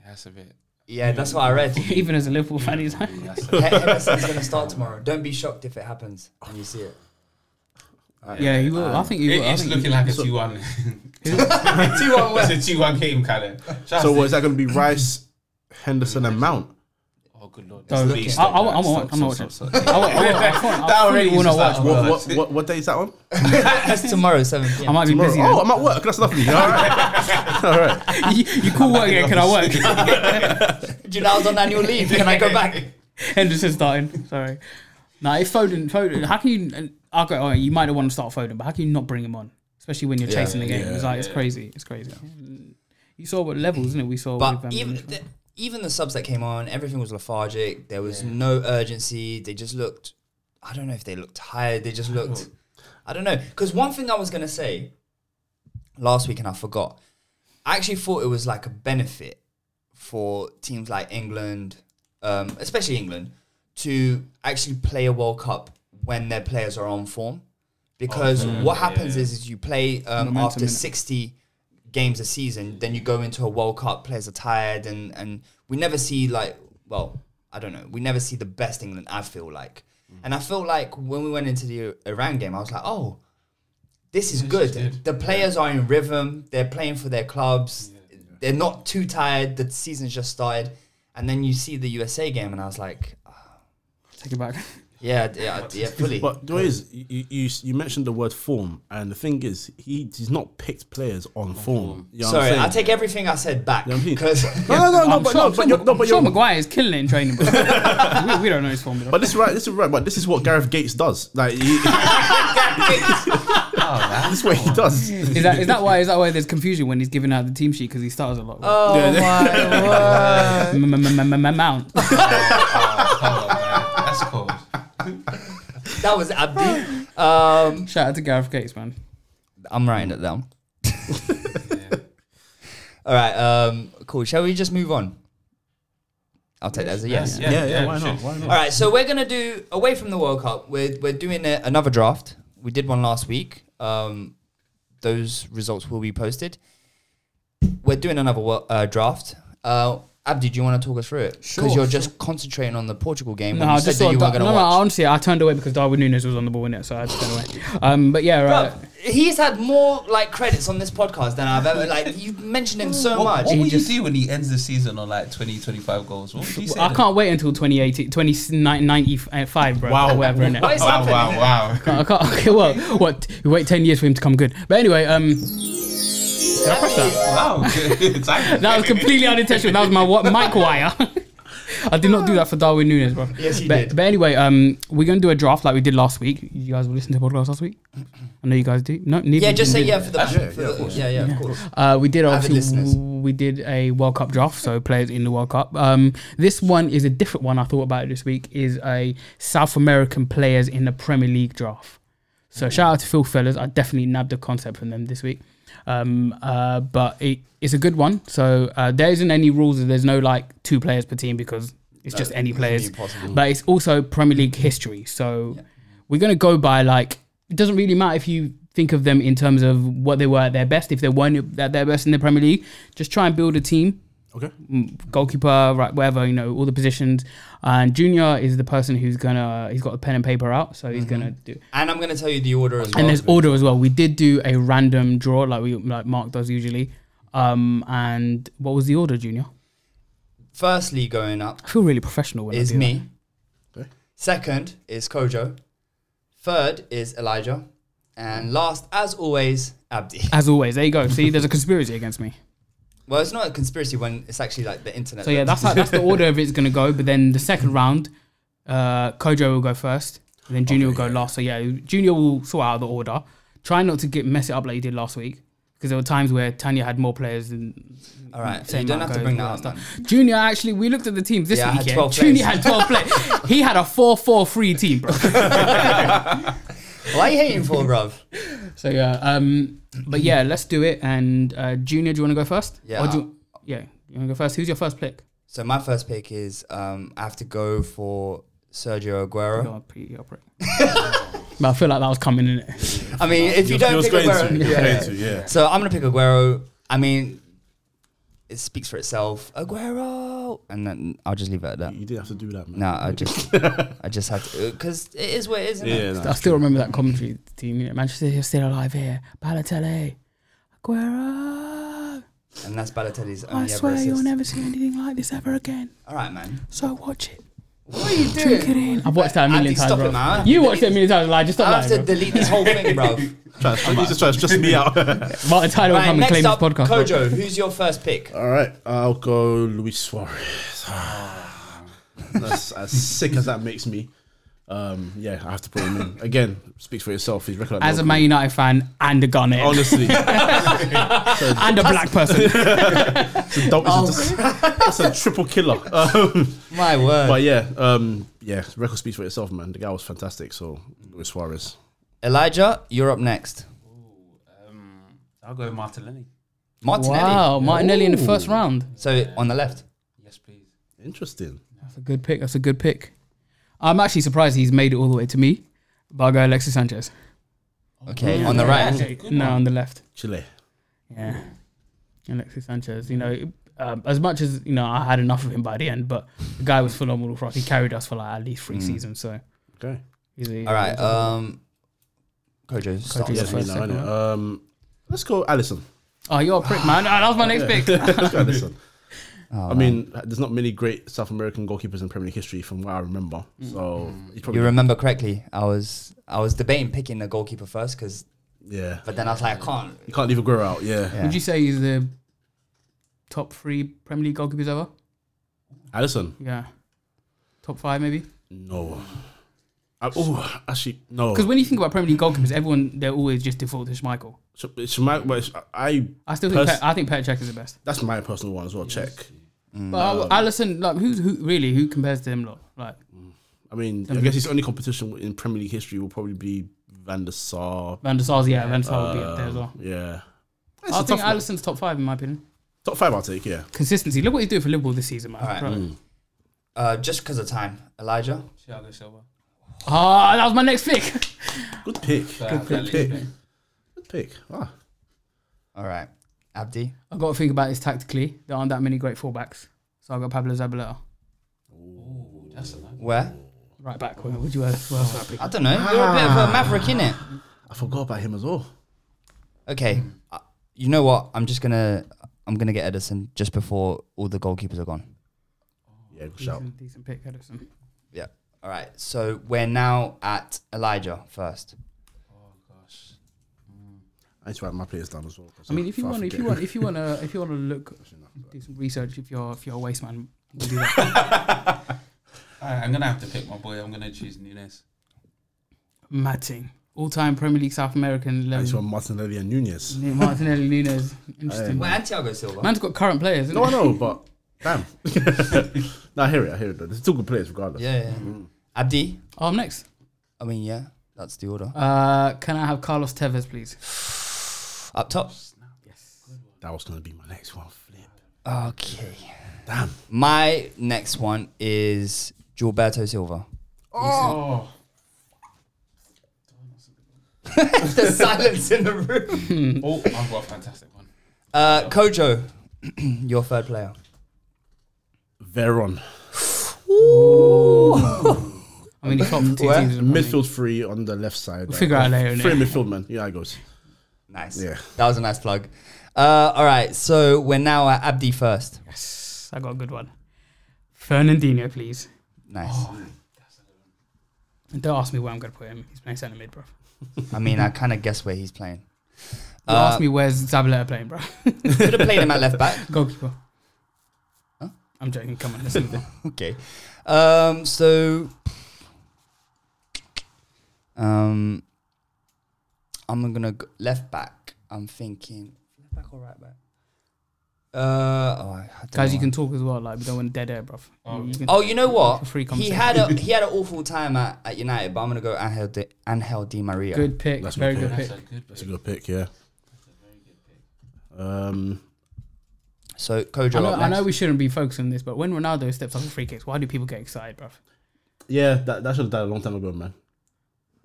Speaker 5: Yeah, that's a bit.
Speaker 2: Yeah, that's what I <laughs> read. He-
Speaker 3: Even as a Liverpool fan, he's like,
Speaker 5: <laughs>
Speaker 2: Henderson's going to start tomorrow. Don't be shocked if it happens and you see it.
Speaker 3: yeah, he will. I think he
Speaker 5: It-
Speaker 3: will. I
Speaker 5: it's
Speaker 3: think
Speaker 5: looking like
Speaker 3: <laughs>
Speaker 5: a two-one.
Speaker 2: Two one
Speaker 5: it's a two-one game kind of. Shout out
Speaker 4: So
Speaker 5: to-
Speaker 4: what is that going to be? Rice, Henderson, and Mount.
Speaker 5: Oh good lord.
Speaker 3: Don't look it. I- I- I'm not- I'm not watching. I wa- I wa- I thought- I
Speaker 5: That
Speaker 3: fully
Speaker 5: already is
Speaker 3: wanna
Speaker 5: just like,
Speaker 3: watch.
Speaker 4: What, what, what, what day is that on?
Speaker 2: <laughs> That's tomorrow, seven
Speaker 3: I
Speaker 2: p.m.
Speaker 3: might be
Speaker 4: Tomorrow.
Speaker 3: busy.
Speaker 4: Oh, I'm at work. That's lovely. All right. All right.
Speaker 3: then. <laughs> you, you call work again? Can I work?
Speaker 2: Do you know I was on annual leave? Can I go back?
Speaker 3: <laughs> Henderson starting. Sorry. Nah, if Foden, Foden, how can you? and- Okay, all right, you might have want to start Foden, but how can you not bring him on, especially when you're chasing the game? it's like it's crazy. It's crazy. You saw what levels, isn't it? We saw.
Speaker 2: But
Speaker 3: with, um,
Speaker 2: even
Speaker 3: Benjamin.
Speaker 2: the, even the subs that came on, everything was lethargic. There was no urgency. They just looked. I don't know if they looked tired. They just looked. I don't know. Because one thing I was gonna say last week and I forgot. I actually thought it was like a benefit for teams like England, um, especially England, to actually play a World Cup when their players are on form. Because what happens is, is you play um,
Speaker 3: Momentum,
Speaker 2: after
Speaker 3: innit?
Speaker 2: 60 games a season, then you go into a World Cup, players are tired, and, and we never see, like, well, I don't know, we never see the best England, I feel like. And I feel like when we went into the Iran game, I was like, oh, this is good. The players are in rhythm. They're playing for their clubs. They're not too tired. The season's just started, and then you see the USA game, and I was like,
Speaker 3: take it back.
Speaker 2: yeah, d- yeah, d- yeah, fully.
Speaker 4: But the way is, you, you you mentioned the word form, and the thing is, he, he's not picked players on form. You know what I'm
Speaker 2: Sorry, I
Speaker 4: saying?
Speaker 2: take everything I said back
Speaker 4: You know what I'm saying? <laughs>
Speaker 2: because <laughs>
Speaker 4: No, no, no, no,
Speaker 3: I'm
Speaker 4: but
Speaker 3: sure,
Speaker 4: no,
Speaker 3: I'm
Speaker 4: but
Speaker 3: sure,
Speaker 4: you're, no, but
Speaker 3: I'm sure
Speaker 4: you're,
Speaker 3: Maguire is killing it in training. Bro. we, we don't know his form.
Speaker 4: but this is right. This is right. But this is what Gareth Gates does. Like he, <laughs> this is what he does.
Speaker 3: Is that is that why is that why there's confusion when he's giving out the team sheet because he starts a lot? Oh
Speaker 4: <laughs>
Speaker 2: Uh,
Speaker 3: my Mount.
Speaker 5: <laughs>
Speaker 3: <laughs>
Speaker 5: That's cold.
Speaker 2: that was Abdi.
Speaker 3: Shout out to Gareth Gates, man.
Speaker 2: I'm writing it down. <laughs> All right, um, cool. Shall we just move on? I'll take that as a yes.
Speaker 5: Yeah,
Speaker 4: Yeah, yeah. Why
Speaker 5: sure.
Speaker 4: not? Why not?
Speaker 2: All right, so we're gonna do away from the World Cup. We're we're doing a, another draft. We did one last week. Um, those results will be posted. We're doing another wo- uh, draft. Uh, Abdi, do you want to talk us through it? Because
Speaker 3: Sure,
Speaker 2: you're
Speaker 3: sure.
Speaker 2: just concentrating on the Portugal game.
Speaker 3: No,
Speaker 2: when you
Speaker 3: I
Speaker 2: said
Speaker 3: just
Speaker 2: that
Speaker 3: saw.
Speaker 2: you
Speaker 3: Dar-
Speaker 2: weren't
Speaker 3: no,
Speaker 2: gonna
Speaker 3: no,
Speaker 2: watch.
Speaker 3: honestly, I turned away because Darwin Nunes was on the ball in it, so I just turned away. Um, but yeah, right.
Speaker 2: Bruv, he's had more like credits on this podcast than I've ever like. You've mentioned him so
Speaker 5: What,
Speaker 2: much.
Speaker 5: what
Speaker 3: He
Speaker 5: will you
Speaker 3: just-
Speaker 5: do when he ends the season on like 20, 25 goals? What would you say?
Speaker 3: I can't wait until 2018, 2095, bro. Wow. Or whatever, innit?
Speaker 2: What is
Speaker 5: Wow,
Speaker 2: happening?
Speaker 5: wow, wow.
Speaker 3: I can't. <laughs> Okay, well, what? You wait 10 years for him to come good. But anyway, um, did I press that?
Speaker 5: <laughs> Wow.
Speaker 3: That was completely unintentional. That was my wa- mic wire. <laughs> I did not do that for Darwin Nunes, bro.
Speaker 2: Yes, you
Speaker 3: but,
Speaker 2: did.
Speaker 3: But anyway, um, we're gonna do a draft like we did last week. You guys will listen to the podcast last week. I know you guys do. No, neither
Speaker 2: Yeah,
Speaker 3: of
Speaker 2: just
Speaker 3: you
Speaker 2: say
Speaker 3: did.
Speaker 2: yeah for the
Speaker 4: Yeah,
Speaker 2: for
Speaker 4: yeah, of
Speaker 2: the-
Speaker 4: course.
Speaker 2: yeah, yeah, of course.
Speaker 3: Uh, we did
Speaker 2: Avid
Speaker 3: obviously
Speaker 2: listeners.
Speaker 3: we did a World Cup draft, so players in the World Cup. Um, this one is a different one. I thought about it this week is a South American players in the Premier League draft. So shout out to Phil Fellers. I definitely nabbed the concept from them this week. Um, uh, but it, it's a good one. So uh, there isn't any rules. There's no like two players per team because it's just any players. But it's also Premier League history. So we're gonna go by like it doesn't really matter if you think of them in terms of what they were at their best. If they weren't at their best in the Premier League, just try and build a team Mm,
Speaker 4: Okay.
Speaker 3: goalkeeper, right, whatever, you know, all the positions. And Junior is the person who's gonna, he's got a pen and paper out, so he's gonna do.
Speaker 2: And I'm gonna tell you the order as well.
Speaker 3: And there's order as well. We did do a random draw, like we like Mark does usually. Um, and what was the order, Junior?
Speaker 2: Firstly, going up
Speaker 3: I feel really professional when I
Speaker 2: is
Speaker 3: do that.
Speaker 2: me.
Speaker 4: Okay.
Speaker 2: Second is Kojo. Third is Elijah. And last, as always, Abdi.
Speaker 3: As always, there you go. See, there's a conspiracy against me.
Speaker 2: Well, it's not a conspiracy when it's actually like the internet.
Speaker 3: So yeah, that's how, that's the order of it's gonna go. But then the second round, uh, Kojo will go first, and then Junior will go last. So yeah, Junior will sort out the order. Try not to get mess it up like you did last week, because there were times where Tanya had more players than.
Speaker 2: All right, so
Speaker 3: same
Speaker 2: you don't have to
Speaker 3: amount goes,
Speaker 2: bring
Speaker 3: all
Speaker 2: that up.
Speaker 3: stuff.
Speaker 2: man.
Speaker 3: Junior actually, we looked at the teams this
Speaker 2: Yeah, I had
Speaker 3: weekend.
Speaker 2: 12
Speaker 3: Junior
Speaker 2: players.
Speaker 3: had twelve players. He had a four-four-three team,
Speaker 2: <laughs>
Speaker 3: bro.
Speaker 2: Why are you hating for, bruv? <laughs>
Speaker 3: So yeah, um, but yeah, let's do it. And uh, Junior, do you want to go first?
Speaker 2: Yeah.
Speaker 3: Or do you, yeah, you want to go first? Who's your first pick?
Speaker 2: So my first pick is um, I have to go for Sergio Aguero.
Speaker 3: You're Oh, pretty, you're pretty. <laughs> but I feel like that was coming in it.
Speaker 2: I mean, if you
Speaker 4: You're-
Speaker 2: don't
Speaker 4: you're
Speaker 2: pick
Speaker 4: going
Speaker 2: Aguero,
Speaker 4: to, you're
Speaker 2: yeah.
Speaker 4: going to, yeah.
Speaker 2: So I'm gonna pick Aguero. I mean, it speaks for itself. Aguero, and then I'll just leave it at that.
Speaker 4: You didn't have to do that, man.
Speaker 2: No, I
Speaker 3: <laughs>
Speaker 2: just, I just had to, because it is what it is, isn't
Speaker 4: Yeah,
Speaker 2: it?
Speaker 4: no.
Speaker 3: I still remember that commentary team. You know, Manchester City are still alive here. Balotelli,
Speaker 2: Oh,
Speaker 3: Aguero.
Speaker 2: And that's Balotelli's
Speaker 3: I
Speaker 2: only ever
Speaker 3: swear
Speaker 2: assist.
Speaker 3: you'll never see anything like this ever again.
Speaker 2: All right, man.
Speaker 3: So watch it.
Speaker 2: What are you doing?
Speaker 3: I've watched that a million
Speaker 2: Andy,
Speaker 3: times,
Speaker 2: stop
Speaker 3: bro.
Speaker 2: it, man.
Speaker 3: You watched it a million times. Like, just stop
Speaker 2: I have to
Speaker 3: lying, bro.
Speaker 2: delete this whole thing,
Speaker 3: <laughs>
Speaker 2: bro.
Speaker 4: Try, you just try to stress me out.
Speaker 3: Martin Tyler will
Speaker 2: right,
Speaker 3: come and claim
Speaker 2: next
Speaker 3: this
Speaker 2: up,
Speaker 3: podcast. bro.
Speaker 2: Kojo. Who's your first pick?
Speaker 4: All right, I'll go Luis Suarez. <sighs> That's as sick as that makes me. Um, yeah, I have to put him in again. Speaks for itself. He's record.
Speaker 3: As a Man United fan and a Ghanaian
Speaker 4: honestly,
Speaker 3: and a black person.
Speaker 4: it's a, dou- it's a- it's a triple killer. <laughs> Um,
Speaker 2: My word.
Speaker 3: Uh,
Speaker 4: but yeah, um, yeah, record speaks for itself, man. The guy was fantastic. So Luis Suarez.
Speaker 2: Elijah, you're up next.
Speaker 5: Um, I'll go with Martinelli.
Speaker 2: Martinelli.
Speaker 3: Wow, Martinelli in the first round.
Speaker 2: So on the left.
Speaker 5: Yes, please.
Speaker 4: Interesting.
Speaker 3: That's a good pick. That's a good pick. I'm actually surprised he's made it all the way to me. But I'll go Alexis Sanchez.
Speaker 2: Okay,
Speaker 3: Oh,
Speaker 2: on the right.
Speaker 3: no, on the left.
Speaker 4: Chile.
Speaker 3: Yeah. Alexis Sanchez, you know, um, as much as, you know, I had enough of him by the end, but the guy was phenomenal for us. He carried us for like at least three seasons. So
Speaker 4: Okay.
Speaker 3: he's a,
Speaker 2: Mm. All right. Um, Kojo. start us
Speaker 3: Kojo's
Speaker 4: Yes,
Speaker 2: off.
Speaker 4: we
Speaker 3: first,
Speaker 4: know,
Speaker 3: second
Speaker 4: innit? Um, let's go,
Speaker 3: <laughs>
Speaker 4: Allison.
Speaker 3: oh, you're a prick, man. Ah, that was my next pick.
Speaker 4: Let's go, Allison.
Speaker 3: Oh,
Speaker 4: I mean, there's not many great South American goalkeepers in Premier League history, from what I remember.
Speaker 3: Mm.
Speaker 4: So he's probably
Speaker 2: You remember correctly. I was I was debating picking the goalkeeper first, cause
Speaker 4: yeah.
Speaker 2: but then I was like, I can't.
Speaker 4: You can't leave Aguero out. Yeah.
Speaker 2: Yeah.
Speaker 3: Would you say he's the top three Premier League goalkeepers ever?
Speaker 4: Allison,
Speaker 3: Yeah. Top five, maybe?
Speaker 4: no. Oh, actually, no.
Speaker 3: Because when you think about Premier League goalkeepers, everyone they always just default to Schmeichel.
Speaker 4: Sh- Shema- well, sh- I
Speaker 3: I still think
Speaker 4: Pers-
Speaker 3: Pe- I think Petr Cech is the best.
Speaker 4: that's my personal one as well. Check.
Speaker 3: But Allison, like who's who really who compares to him? Lot like
Speaker 4: I mean, I guess his only competition in Premier League history will probably be Van der Sar.
Speaker 3: Van der Sar, yeah, Van der Sar would be up there as well.
Speaker 4: Yeah.
Speaker 3: I
Speaker 4: a
Speaker 3: think
Speaker 4: tough one.
Speaker 3: Allison's top five in my opinion.
Speaker 4: Top five, I'll take. Yeah.
Speaker 3: Consistency. Look what he's doing for Liverpool this season, man.
Speaker 2: All right.
Speaker 3: Bro.
Speaker 2: Uh, just because of time, Elijah.
Speaker 5: Thiago Silva.
Speaker 3: Ah, that was my next pick. <laughs>
Speaker 4: Good pick.
Speaker 5: Fair,
Speaker 4: Good,
Speaker 5: fair
Speaker 4: good
Speaker 5: league
Speaker 4: pick.
Speaker 5: pick.
Speaker 4: Good pick. Ah,
Speaker 2: All right, Abdi.
Speaker 3: I've got to think about this tactically. There aren't that many great fullbacks, so I've got Pablo Zabaleta.
Speaker 5: Ooh, that's a nice.
Speaker 2: Where?
Speaker 3: Right back. Where would you uh, where else would I pick?
Speaker 2: I don't know. You're a bit
Speaker 3: Ah.
Speaker 2: of a maverick, innit?
Speaker 4: I forgot about him as well.
Speaker 2: Okay. Uh, you know what? I'm just gonna I'm gonna get Edison just before all the goalkeepers are gone.
Speaker 4: Yeah, good shout.
Speaker 3: Decent, decent pick, Edison.
Speaker 2: Yeah. All right. So we're now at Elijah first.
Speaker 4: I need to write my players down as well. 'cause
Speaker 3: I mean, if you
Speaker 4: I
Speaker 3: want, if you
Speaker 4: forget.
Speaker 3: want, if you want to, if you want to look, do some research. If you're, if you're a waste man, we'll do that. <laughs>
Speaker 5: Alright, I'm gonna have to pick my boy. I'm gonna choose Nunes.
Speaker 3: Matting, all-time Premier League South American
Speaker 4: <laughs> I need to write
Speaker 3: level.
Speaker 4: Martinelli
Speaker 3: <laughs>
Speaker 4: and Nunez.
Speaker 3: Martinelli, Nunes, interesting.
Speaker 2: Where and Thiago Silva.
Speaker 3: Man's got current players. Isn't
Speaker 4: No, I
Speaker 3: he?
Speaker 4: know, but damn. <laughs> no, I hear it. I hear it. Though. They're still good players, regardless.
Speaker 2: Yeah. yeah, yeah.
Speaker 3: Mm.
Speaker 2: Abdi.
Speaker 3: Oh, I'm next.
Speaker 2: I mean, yeah. That's the order.
Speaker 3: Uh, can I have Carlos Tevez, please?
Speaker 2: Up top.
Speaker 4: That was going to be my next one. Flip.
Speaker 2: Okay.
Speaker 4: Damn.
Speaker 2: My next one is Gilberto Silva.
Speaker 5: Oh,
Speaker 2: <laughs> the silence in the room.
Speaker 5: oh, I've got a fantastic one.
Speaker 2: Uh, Kojo, <clears throat> your third player.
Speaker 4: Veron.
Speaker 3: I mean, he's top two
Speaker 2: Where?
Speaker 3: teams in the midfield.
Speaker 4: Midfield three on the left side. We'll
Speaker 3: figure out later,
Speaker 4: Three
Speaker 3: innit?
Speaker 4: midfield men. Yeah, I goes.
Speaker 2: Nice.
Speaker 4: Yeah.
Speaker 2: That was a nice plug. Uh, all right, so we're now at Abdi first.
Speaker 3: I got a good one. Fernandinho, please.
Speaker 2: Nice.
Speaker 3: And don't ask me where I'm going to put him. He's playing centre mid, bro.
Speaker 2: I mean, I kind of guess where he's playing.
Speaker 3: Don't
Speaker 4: Uh,
Speaker 3: ask me where's Zabaleta playing, bro.
Speaker 2: Could have played him at left back.
Speaker 3: <laughs> Goalkeeper. I'm joking. Come on,
Speaker 4: <laughs>
Speaker 3: let's move on.
Speaker 2: Okay. Um, so, um, I'm gonna go left back. I'm thinking left back or right back. Uh, oh, I, I don't
Speaker 3: Guys,
Speaker 2: know
Speaker 3: you
Speaker 2: why.
Speaker 3: can talk as well. Like, we don't want dead air, bro. You can-
Speaker 2: Oh, you know what?
Speaker 3: Free
Speaker 2: He
Speaker 3: conversation.
Speaker 2: had a
Speaker 3: <laughs>
Speaker 2: he had an awful time at, at United, but I'm gonna go Angel Di, Angel Di Maria.
Speaker 3: Good pick.
Speaker 4: That's
Speaker 3: Very
Speaker 4: my
Speaker 3: good
Speaker 4: pick.
Speaker 3: pick.
Speaker 4: That's a good pick. Yeah. Um,
Speaker 2: So Kojo
Speaker 3: I know,
Speaker 2: up
Speaker 3: I
Speaker 2: next.
Speaker 3: know we shouldn't be focusing on this, but when Ronaldo steps up for free kicks, why do people get excited, bro?
Speaker 4: yeah, that, that should have died a long time ago, man.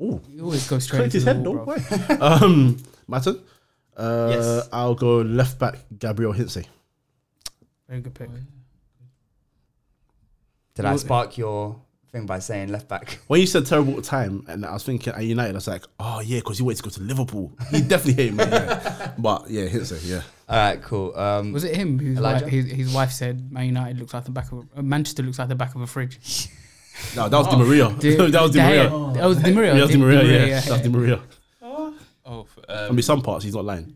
Speaker 4: Ooh,
Speaker 3: He always goes straight
Speaker 4: clicked
Speaker 3: into
Speaker 4: his
Speaker 3: the
Speaker 4: head. No
Speaker 3: wall, bruv.
Speaker 4: way. <laughs> um, Martin. Uh,
Speaker 2: Yes.
Speaker 4: I'll go left back Gabriel Hinsley.
Speaker 3: Very good
Speaker 4: Oh,
Speaker 3: pick.
Speaker 2: Did I spark your thing by saying left back? <laughs>
Speaker 4: When you said terrible time, and I was thinking at United, I was like, oh yeah, because he wanted to go to Liverpool. He definitely hated Man United. But yeah, Hinsley. Yeah.
Speaker 2: All right, cool. Um,
Speaker 3: Was it him whose
Speaker 2: Elijah?
Speaker 3: wife, his, his wife said Man United looks like the back of a, uh, Manchester looks like the back of a fridge?
Speaker 4: No, that was Di Maria. <laughs> that was Di
Speaker 3: Gea.
Speaker 4: Maria.
Speaker 3: That was Di
Speaker 4: <laughs>
Speaker 3: Maria.
Speaker 4: Yeah,
Speaker 3: Di-
Speaker 4: that's Di
Speaker 3: Di
Speaker 4: Maria.
Speaker 3: Maria,
Speaker 4: Yeah,
Speaker 3: yeah.
Speaker 4: that's Di Maria.
Speaker 5: Oh, f-
Speaker 4: I
Speaker 5: um,
Speaker 4: mean, some parts he's not lying.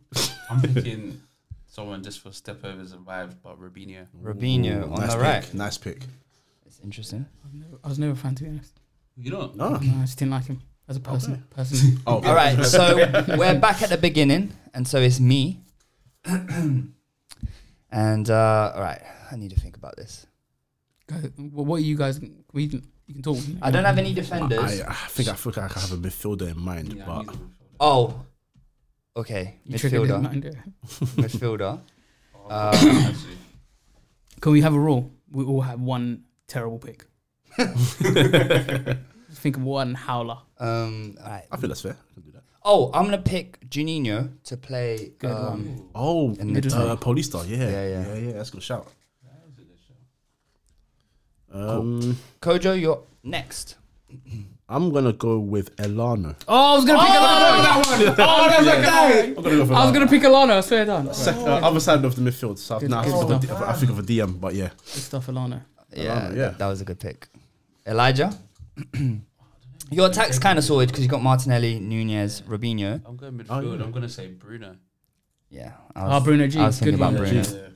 Speaker 5: I'm thinking <laughs> someone just for step overs and vibes, but Robinho.
Speaker 2: Robinho on
Speaker 4: nice
Speaker 2: the
Speaker 4: pick.
Speaker 2: right.
Speaker 4: Nice pick.
Speaker 2: It's interesting.
Speaker 3: I was never a fan to be honest.
Speaker 5: You don't know.
Speaker 4: Oh,
Speaker 3: No, I just didn't like him as a person.
Speaker 4: <laughs>
Speaker 3: Person.
Speaker 4: oh okay.
Speaker 2: All right, so
Speaker 3: <laughs>
Speaker 2: we're back at the beginning, and so it's me. <clears throat> and uh, all right, I need to think about this.
Speaker 3: Guys, wh- what are you guys? We can, you can talk.
Speaker 2: I don't have any defenders.
Speaker 4: I,
Speaker 3: uh,
Speaker 4: I think I think I have a midfielder in mind,
Speaker 5: Yeah,
Speaker 4: but
Speaker 5: he's a midfielder.
Speaker 2: oh, okay,
Speaker 3: You triggered his
Speaker 2: midfielder,
Speaker 3: mind, yeah. <laughs>
Speaker 2: midfielder.
Speaker 5: Actually,
Speaker 3: Can we have a rule? We all have one terrible
Speaker 4: <laughs>
Speaker 3: pick. Think of one howler.
Speaker 2: Um, all right.
Speaker 4: I feel that's fair. I can do that.
Speaker 2: Oh, I'm gonna pick Juninho to play. Um,
Speaker 4: Oh,
Speaker 2: In midfield.
Speaker 4: uh, Paulista, yeah.
Speaker 2: Yeah,
Speaker 4: yeah,
Speaker 2: yeah.
Speaker 4: yeah, yeah, That's a good shout. Um,
Speaker 2: Kojo, you're next.
Speaker 4: I'm gonna go with Elano.
Speaker 3: Oh, I was gonna pick Alana. Oh, that's
Speaker 4: Yeah.
Speaker 3: a guy.
Speaker 4: I'm gonna go for
Speaker 3: I was
Speaker 4: Elano.
Speaker 3: gonna pick Alana. I swear down.
Speaker 4: Sec- uh, other side of the midfield. So I've- nah, I,
Speaker 3: good
Speaker 4: think of a D- I think of a DM, but yeah.
Speaker 3: Good stuff, Alana.
Speaker 2: Yeah,
Speaker 4: yeah.
Speaker 2: that was a good pick. Elijah, <clears throat> your attack's kind of sorted because you got Martinelli, Nunez, Robinho.
Speaker 5: I'm going midfield.
Speaker 4: yeah.
Speaker 5: I'm going to say Bruno.
Speaker 2: Yeah.
Speaker 3: Ah, Bruno G,
Speaker 2: I was thinking
Speaker 3: good
Speaker 2: about
Speaker 3: one.
Speaker 2: Bruno.
Speaker 5: Yeah.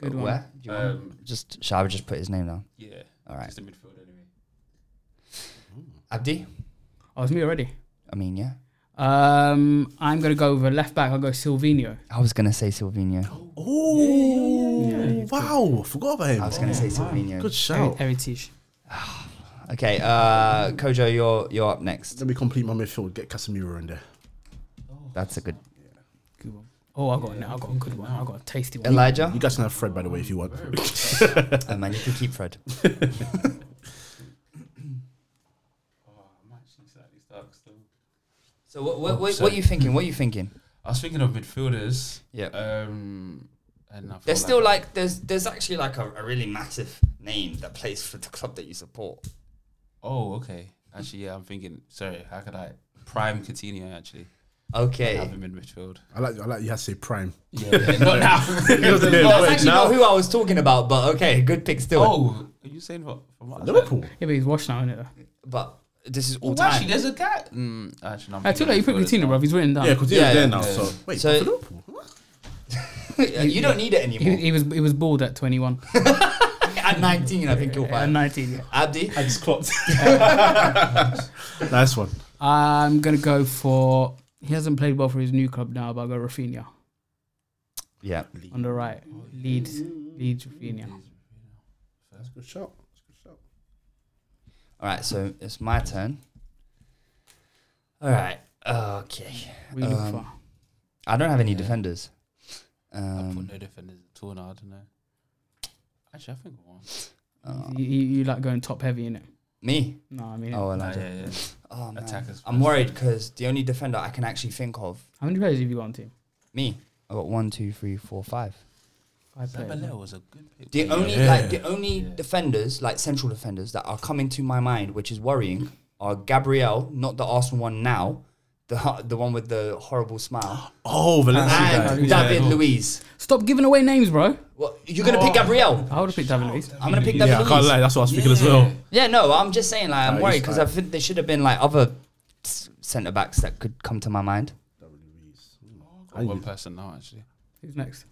Speaker 3: Good one.
Speaker 2: Where? Do you want
Speaker 5: Um,
Speaker 2: just shall I just put his name down?
Speaker 5: yeah.
Speaker 2: All right.
Speaker 5: Just a midfield anyway.
Speaker 2: Abdi.
Speaker 3: Oh, it's me already.
Speaker 2: I mean, yeah.
Speaker 3: Um, I'm gonna go with a left back. I'll go Silvino.
Speaker 2: I was gonna say Silvino.
Speaker 4: Oh, wow! Forgot about him.
Speaker 2: I was gonna say Silvino.
Speaker 4: Good shout.
Speaker 3: Heritage.
Speaker 2: Okay, uh, Kojo, you're you're up next.
Speaker 4: Let me complete my midfield. Get Casemiro in there.
Speaker 2: That's a good.
Speaker 3: Good one. Oh, I got now. I got a good one. I got a tasty one.
Speaker 2: Elijah.
Speaker 4: You guys can have Fred, by the way, if you want.
Speaker 2: Oh, man, you can keep Fred.
Speaker 5: Oh, I'm actually slightly stuck still.
Speaker 2: So what what, what, what are you thinking? What are you thinking?
Speaker 5: I was thinking of midfielders.
Speaker 2: Yeah.
Speaker 5: Um, and I feel
Speaker 2: There's still like there's there's actually like a, a really massive name that plays for the club that you support.
Speaker 5: Oh, okay. Actually, yeah. I'm thinking. Sorry. How could I? Prime Coutinho actually.
Speaker 2: Okay.
Speaker 5: Have him in midfield.
Speaker 4: I like. I like. You had to say prime. <laughs>
Speaker 5: Yeah. Not now.
Speaker 2: <laughs> That's
Speaker 4: Wait,
Speaker 2: actually not who I was talking about, but okay, good pick still.
Speaker 5: oh, are you saying what? From what
Speaker 4: Liverpool.
Speaker 3: Yeah, but he's washed now, isn't it?
Speaker 2: But this is all
Speaker 5: Well,
Speaker 2: time.
Speaker 5: actually, there's a guy. Mm, actually, I'm
Speaker 3: I too
Speaker 5: thinking
Speaker 3: late. You put
Speaker 5: midfielders
Speaker 3: Coutinho,
Speaker 5: now.
Speaker 3: bro. He's written down.
Speaker 4: Yeah, because
Speaker 2: Yeah,
Speaker 4: yeah, there
Speaker 2: yeah.
Speaker 4: now. So wait,
Speaker 2: So-
Speaker 4: for Liverpool. What?
Speaker 2: <laughs> you don't need it anymore.
Speaker 3: He, <laughs> he was he was bald at
Speaker 4: <laughs>
Speaker 3: 21
Speaker 2: At 19, I think you'll
Speaker 3: at
Speaker 2: find.
Speaker 3: 19. Yeah.
Speaker 2: Abdi?
Speaker 4: I
Speaker 3: <laughs>
Speaker 4: just clocked. nice one.
Speaker 3: I'm gonna go for. He hasn't played well for his new club now, but I go Rafinha
Speaker 2: Yeah.
Speaker 3: on the right. Leeds, Leeds, Rafinha.
Speaker 4: That's a good shot.
Speaker 2: All right, so it's my turn. All right. Okay.
Speaker 3: What are you looking
Speaker 2: Um,
Speaker 3: for?
Speaker 2: I don't have any defenders.
Speaker 5: I
Speaker 2: Um,
Speaker 5: put no defenders at all now. I don't know. Actually, I think one.
Speaker 3: you, you, you like going top heavy in it?
Speaker 2: me?
Speaker 3: No, I mean,
Speaker 2: Oh,
Speaker 5: Nah,
Speaker 2: Elijah.
Speaker 5: yeah, yeah.
Speaker 2: <laughs> Oh, man.
Speaker 5: Attackers
Speaker 2: I'm
Speaker 5: first.
Speaker 2: worried because the only defender I can actually think of,
Speaker 3: how many players have you got on team?
Speaker 2: me. I got one, two, three, four, five.
Speaker 3: I play.
Speaker 5: Baleo was a good pick.
Speaker 2: The only like the only defenders, like central defenders, that are coming to my mind, which is worrying, are Gabriel, not the Arsenal one now, the the one with the horrible smile,
Speaker 4: Oh, Valencia.
Speaker 2: and
Speaker 5: Yeah,
Speaker 2: David
Speaker 5: no.
Speaker 2: Luiz.
Speaker 3: Stop giving away names, bro.
Speaker 2: Well, you're gonna pick Gabriel.
Speaker 3: I would have picked David Luiz.
Speaker 2: I'm gonna pick
Speaker 4: Yeah, I
Speaker 2: David
Speaker 4: can't
Speaker 2: Luiz.
Speaker 4: lie. That's what I was thinking as well.
Speaker 2: Yeah, no, I'm just saying, like, I'm
Speaker 4: he's
Speaker 2: worried because I
Speaker 4: fine.
Speaker 2: think there should have been like other centre backs that could come to my mind.
Speaker 5: Got one person now, actually.
Speaker 3: Who's next?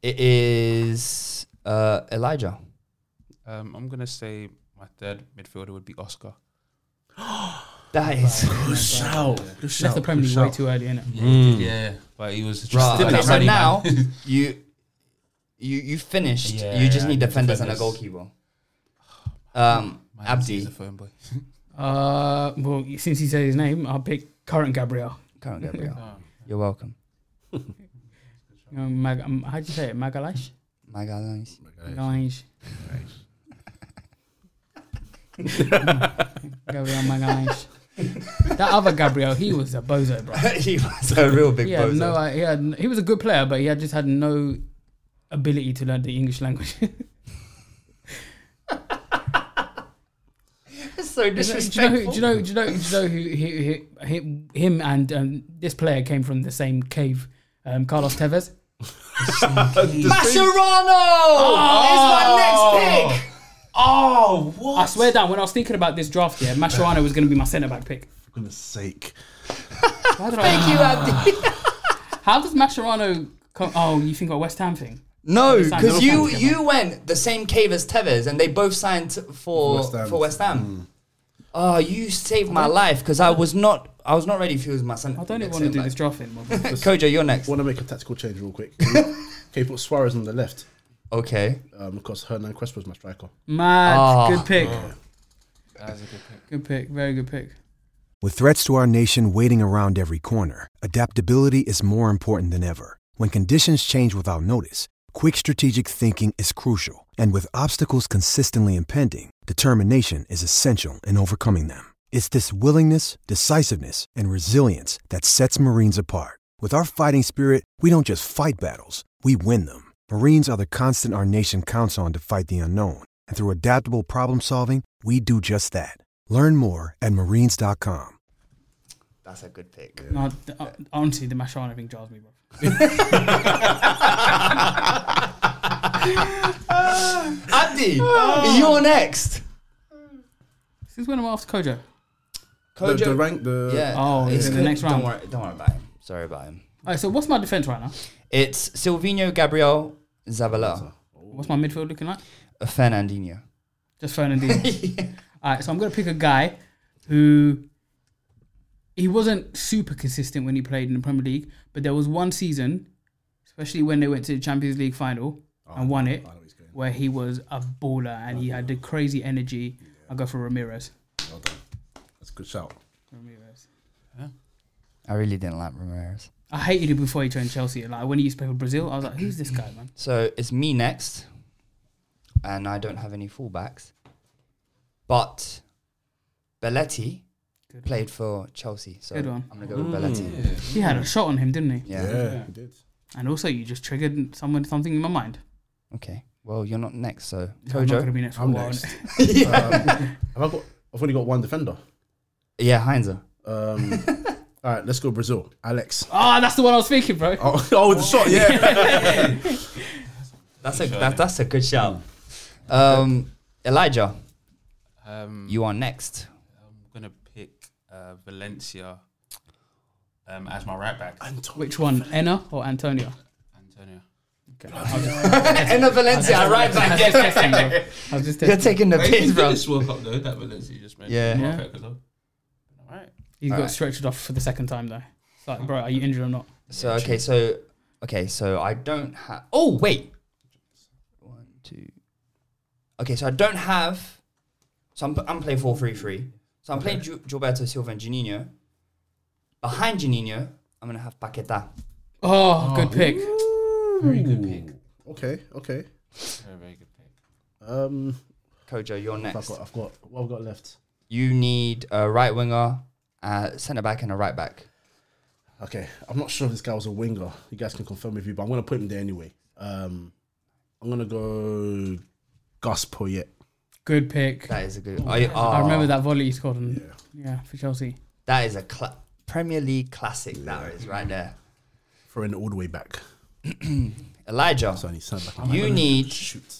Speaker 2: It is uh, Elijah.
Speaker 5: Um, I'm gonna say my third midfielder would be Oscar.
Speaker 2: That is
Speaker 4: Good shout. Good
Speaker 3: That's
Speaker 4: shout.
Speaker 3: the Premier League way too early, innit?
Speaker 5: Yeah, but he was
Speaker 2: right.
Speaker 5: still
Speaker 2: Okay,
Speaker 5: that
Speaker 2: so
Speaker 5: running
Speaker 2: now
Speaker 5: man.
Speaker 2: you you you finished.
Speaker 5: Yeah,
Speaker 2: you just
Speaker 5: I
Speaker 2: need
Speaker 5: need
Speaker 2: defenders, and a
Speaker 5: defenders.
Speaker 2: goalkeeper. Um,
Speaker 5: <laughs> My
Speaker 2: Abdi.
Speaker 5: Abdi's a phone boy.
Speaker 3: Uh, well, since he said his name, I'll pick current Gabriel.
Speaker 2: Can't get real. You're welcome.
Speaker 3: You know, Mag- um, how do you say it? Magalash?
Speaker 2: My God,
Speaker 3: Magalash. <laughs> Gabriel Magalash. that other Gabriel, he was a bozo,
Speaker 2: <laughs>
Speaker 3: bro.
Speaker 2: he was a real big
Speaker 3: He
Speaker 2: yeah,
Speaker 3: had no, I- he had, he was a good player, but he had just had no ability to learn the English language. <laughs>
Speaker 2: so
Speaker 3: Do you know? who- Do you know? Do you know? Do you know who? who, who hi- him and um, this player came from the same cave. Um, Carlos Tevez.
Speaker 2: Mascherano is my next pick.
Speaker 5: Oh, what?
Speaker 3: I swear down. When I was thinking about this draft, yeah, Mascherano was going to be my centre back pick.
Speaker 4: For goodness sake.
Speaker 3: Why did I,
Speaker 2: Thank you, Abdi.
Speaker 3: how does Mascherano? Come, oh, you think about West Ham thing?
Speaker 2: No,
Speaker 3: They signed
Speaker 2: because
Speaker 3: North
Speaker 2: you
Speaker 3: Ham together.
Speaker 2: you went the same cave as Tevez, and they both signed for
Speaker 4: West Ham. Mm.
Speaker 2: for West Ham. Oh, you saved my life because I was not I was not ready if he was my son.
Speaker 3: I don't even want to do this draft anymore.
Speaker 2: Koja, you're next.
Speaker 4: want to make a tactical change real quick. Can you put Suarez on the left?
Speaker 2: Okay.
Speaker 4: Um, because Hernan Crespo is my striker.
Speaker 3: Mad.
Speaker 2: Oh.
Speaker 3: Good pick.
Speaker 5: That was a good pick.
Speaker 3: Good pick. Very good pick.
Speaker 7: With threats to our nation waiting around every corner, adaptability is more important than ever. When conditions change without notice, quick strategic thinking is crucial. And with obstacles consistently impending, determination is essential in overcoming them. It's this willingness, decisiveness, and resilience that sets Marines apart. With our fighting spirit, we don't just fight battles, we win them. Marines are the constant our nation counts on to fight the unknown. And through adaptable problem solving, we do just that. Learn more at marines.com.
Speaker 2: That's a good pick.
Speaker 3: No, th- uh, honestly, the Mascherano thing drives me, bro. <laughs>
Speaker 2: Abdi, <laughs> you're next.
Speaker 3: Since when am I after Kojo?
Speaker 4: The,
Speaker 2: Koja-
Speaker 4: the rank, the
Speaker 2: Yeah.
Speaker 3: Oh,
Speaker 2: it's
Speaker 3: in the
Speaker 2: good.
Speaker 3: next
Speaker 2: don't
Speaker 3: round.
Speaker 2: Worry, don't worry about him. Sorry about him.
Speaker 3: Alright, so what's my defense right now?
Speaker 2: It's Silvino, Gabriel, Zavala,
Speaker 3: What's my midfield looking like?
Speaker 2: Fernandinho.
Speaker 3: Just Fernandinho. All right, so I'm gonna pick a guy who he wasn't super consistent when he played in the Premier League, but there was one season, especially when they went to the Champions League final and won it, where he was a baller and he had the crazy energy. I go for Ramirez.
Speaker 4: that's a good shout.
Speaker 3: Ramirez.
Speaker 2: I really didn't like Ramirez.
Speaker 3: I hated him before he joined Chelsea. Like when he used to play for Brazil, I was like, "Who's this guy, man?"
Speaker 2: So it's me next, and I don't have any fullbacks. But Belletti
Speaker 3: Good
Speaker 2: played for Chelsea, so
Speaker 3: Good one.
Speaker 2: I'm gonna go with Belletti. Yeah.
Speaker 3: He had a shot on him, didn't he?
Speaker 4: Yeah, he did.
Speaker 3: And also, you just triggered someone something in my mind.
Speaker 2: Okay. Well, you're not next, so
Speaker 3: I'm not gonna
Speaker 2: Kojo.
Speaker 3: be next for a
Speaker 4: I'm
Speaker 3: while. <laughs>
Speaker 4: next. Have I got? I've only got one defender.
Speaker 2: Yeah, Heinzer.
Speaker 4: Um, all right, let's go Brazil. Alex.
Speaker 3: Oh, that's the one I was thinking, bro.
Speaker 4: Oh, <laughs> oh the shot. Yeah.
Speaker 2: That's a that, that's a good shout. Um, Elijah,
Speaker 5: <laughs> Um,
Speaker 2: you are <laughs> next.
Speaker 5: I'm gonna pick uh, Valencia um, as my right back.
Speaker 3: Which one, Enna or Antonio?
Speaker 5: Antonio.
Speaker 2: Enna Valencia, right
Speaker 3: I was
Speaker 2: back.
Speaker 3: just testing, bro. I was just
Speaker 2: You're
Speaker 3: testing.
Speaker 2: taking the
Speaker 5: They did
Speaker 2: piss, bro.
Speaker 5: this World Cup though. That Valencia you just mentioned.
Speaker 2: Yeah.
Speaker 5: Well,
Speaker 3: Yeah.
Speaker 5: fair good though. All right.
Speaker 3: He's got
Speaker 2: Alright.
Speaker 3: stretched off for the second time though. It's like, bro, are you injured or not?
Speaker 2: So okay, so okay, so I don't have. Oh wait, one two. Okay, so I don't have. So I'm, I'm playing four three three. So I'm playing Ju- Gilberto Silva and Janino. Behind Janino, I'm gonna have Paqueta.
Speaker 3: Oh, good pick.
Speaker 5: Very good pick.
Speaker 4: okay. Okay.
Speaker 5: Very very good
Speaker 4: <laughs>
Speaker 5: pick.
Speaker 4: Um,
Speaker 2: Kojo, you're
Speaker 4: I've
Speaker 2: next.
Speaker 4: got. I've got. What I've got left.
Speaker 2: You need a right winger, a centre back, and a right back.
Speaker 4: Okay, I'm not sure if this guy was a winger. You guys can confirm with you, but I'm gonna put him there anyway. Um, I'm gonna go Gus Poyet.
Speaker 3: Good pick.
Speaker 2: That is a good. I, oh,
Speaker 3: I remember that volley he scored. On, yeah. for Chelsea.
Speaker 2: That is a cla Premier League classic. That is right there.
Speaker 4: Throwing it all the way back.
Speaker 2: Elijah,
Speaker 4: So I need to stand back.
Speaker 2: you need
Speaker 4: shoot.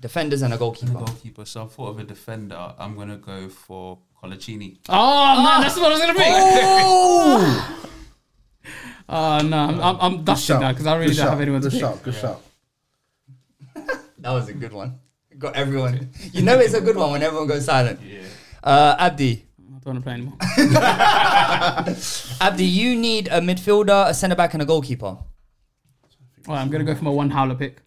Speaker 2: defenders and a goalkeeper.
Speaker 5: Goalkeeper, so I thought of a defender. I'm gonna go for Colaccini.
Speaker 3: Oh, man, that's what I was gonna pick. <laughs> Oh no, I'm, I'm, I'm dusting now because I really
Speaker 4: Good
Speaker 3: don't
Speaker 4: shout.
Speaker 3: have anyone to
Speaker 4: Good
Speaker 3: pick.
Speaker 4: shout. Good shout.
Speaker 2: That was a good one. Got everyone. You know it's a good one when everyone goes silent. Yeah. Uh, Abdi,
Speaker 3: I don't want to play anymore.
Speaker 2: Abdi, you need a midfielder, a centre back, and a goalkeeper.
Speaker 3: All right, I'm gonna go for my one
Speaker 2: <laughs>
Speaker 3: howler pick.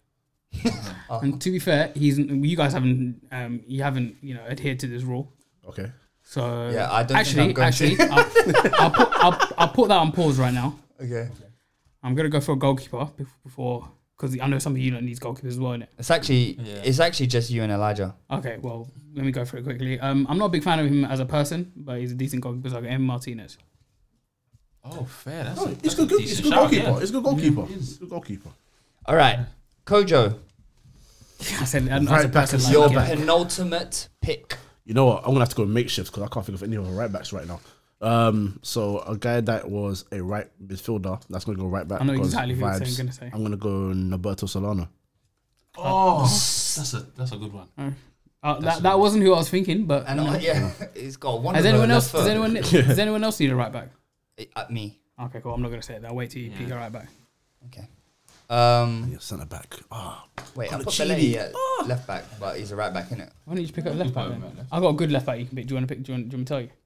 Speaker 3: And to be fair, he's you guys haven't um, you haven't you know adhered to this rule.
Speaker 4: Okay.
Speaker 3: So
Speaker 2: Yeah, I don't think
Speaker 3: actually
Speaker 2: I'm going
Speaker 3: actually
Speaker 2: to.
Speaker 3: I'll, I'll, put, I'll, I'll put that on pause right now.
Speaker 2: Okay.
Speaker 3: I'm gonna go for a goalkeeper bef- before because I know some of you don't need goalkeepers as well, innit?
Speaker 2: It's actually it's actually just you and Elijah.
Speaker 3: Okay, well let me go for it quickly. Um, I'm not a big fan of him as a person, but he's a decent goalkeeper. So I got Em Martinez. <laughs>
Speaker 5: Oh, fair. That's
Speaker 4: No,
Speaker 5: a,
Speaker 4: it's
Speaker 5: that's
Speaker 4: good.
Speaker 5: a
Speaker 4: good it's
Speaker 5: decent
Speaker 4: good
Speaker 5: shout,
Speaker 4: goalkeeper.
Speaker 5: yeah.
Speaker 4: It's good goalkeeper. It's good goalkeeper.
Speaker 2: All right, Kojo,
Speaker 3: I said I don't know,
Speaker 4: Right
Speaker 3: as a
Speaker 4: back
Speaker 3: person,
Speaker 4: is
Speaker 3: like,
Speaker 2: your
Speaker 3: yeah.
Speaker 2: penultimate pick.
Speaker 4: You know what? I'm gonna have to go makeshifts because I can't think of any other right backs right now. Um, so a guy that was a right midfielder that's gonna go right back.
Speaker 3: I know
Speaker 4: because
Speaker 3: exactly who you're saying- gonna say.
Speaker 4: I'm gonna go Roberto Solano.
Speaker 5: Oh, that's a that's a good one.
Speaker 3: Uh, that, that wasn't who I was thinking, but
Speaker 2: And uh, yeah, <laughs> it's got one.
Speaker 3: Has
Speaker 2: of
Speaker 3: anyone
Speaker 2: the-
Speaker 3: else?
Speaker 2: the
Speaker 3: Does
Speaker 2: third. <laughs>
Speaker 3: anyone? Does anyone else need a right back?
Speaker 2: Uh, me.
Speaker 3: Okay, cool. I'm not gonna say it. I'll wait till you pick a right back.
Speaker 2: Okay. Um.
Speaker 4: Yeah, centre back. Ah,
Speaker 2: Wait, I put
Speaker 4: Colaccini.
Speaker 2: Belletti at left back, but he's a right back, isn't it?
Speaker 3: Why don't you pick up a left back then? I got a good left back. You can pick. Do you want to pick? Do you want, do you want me to tell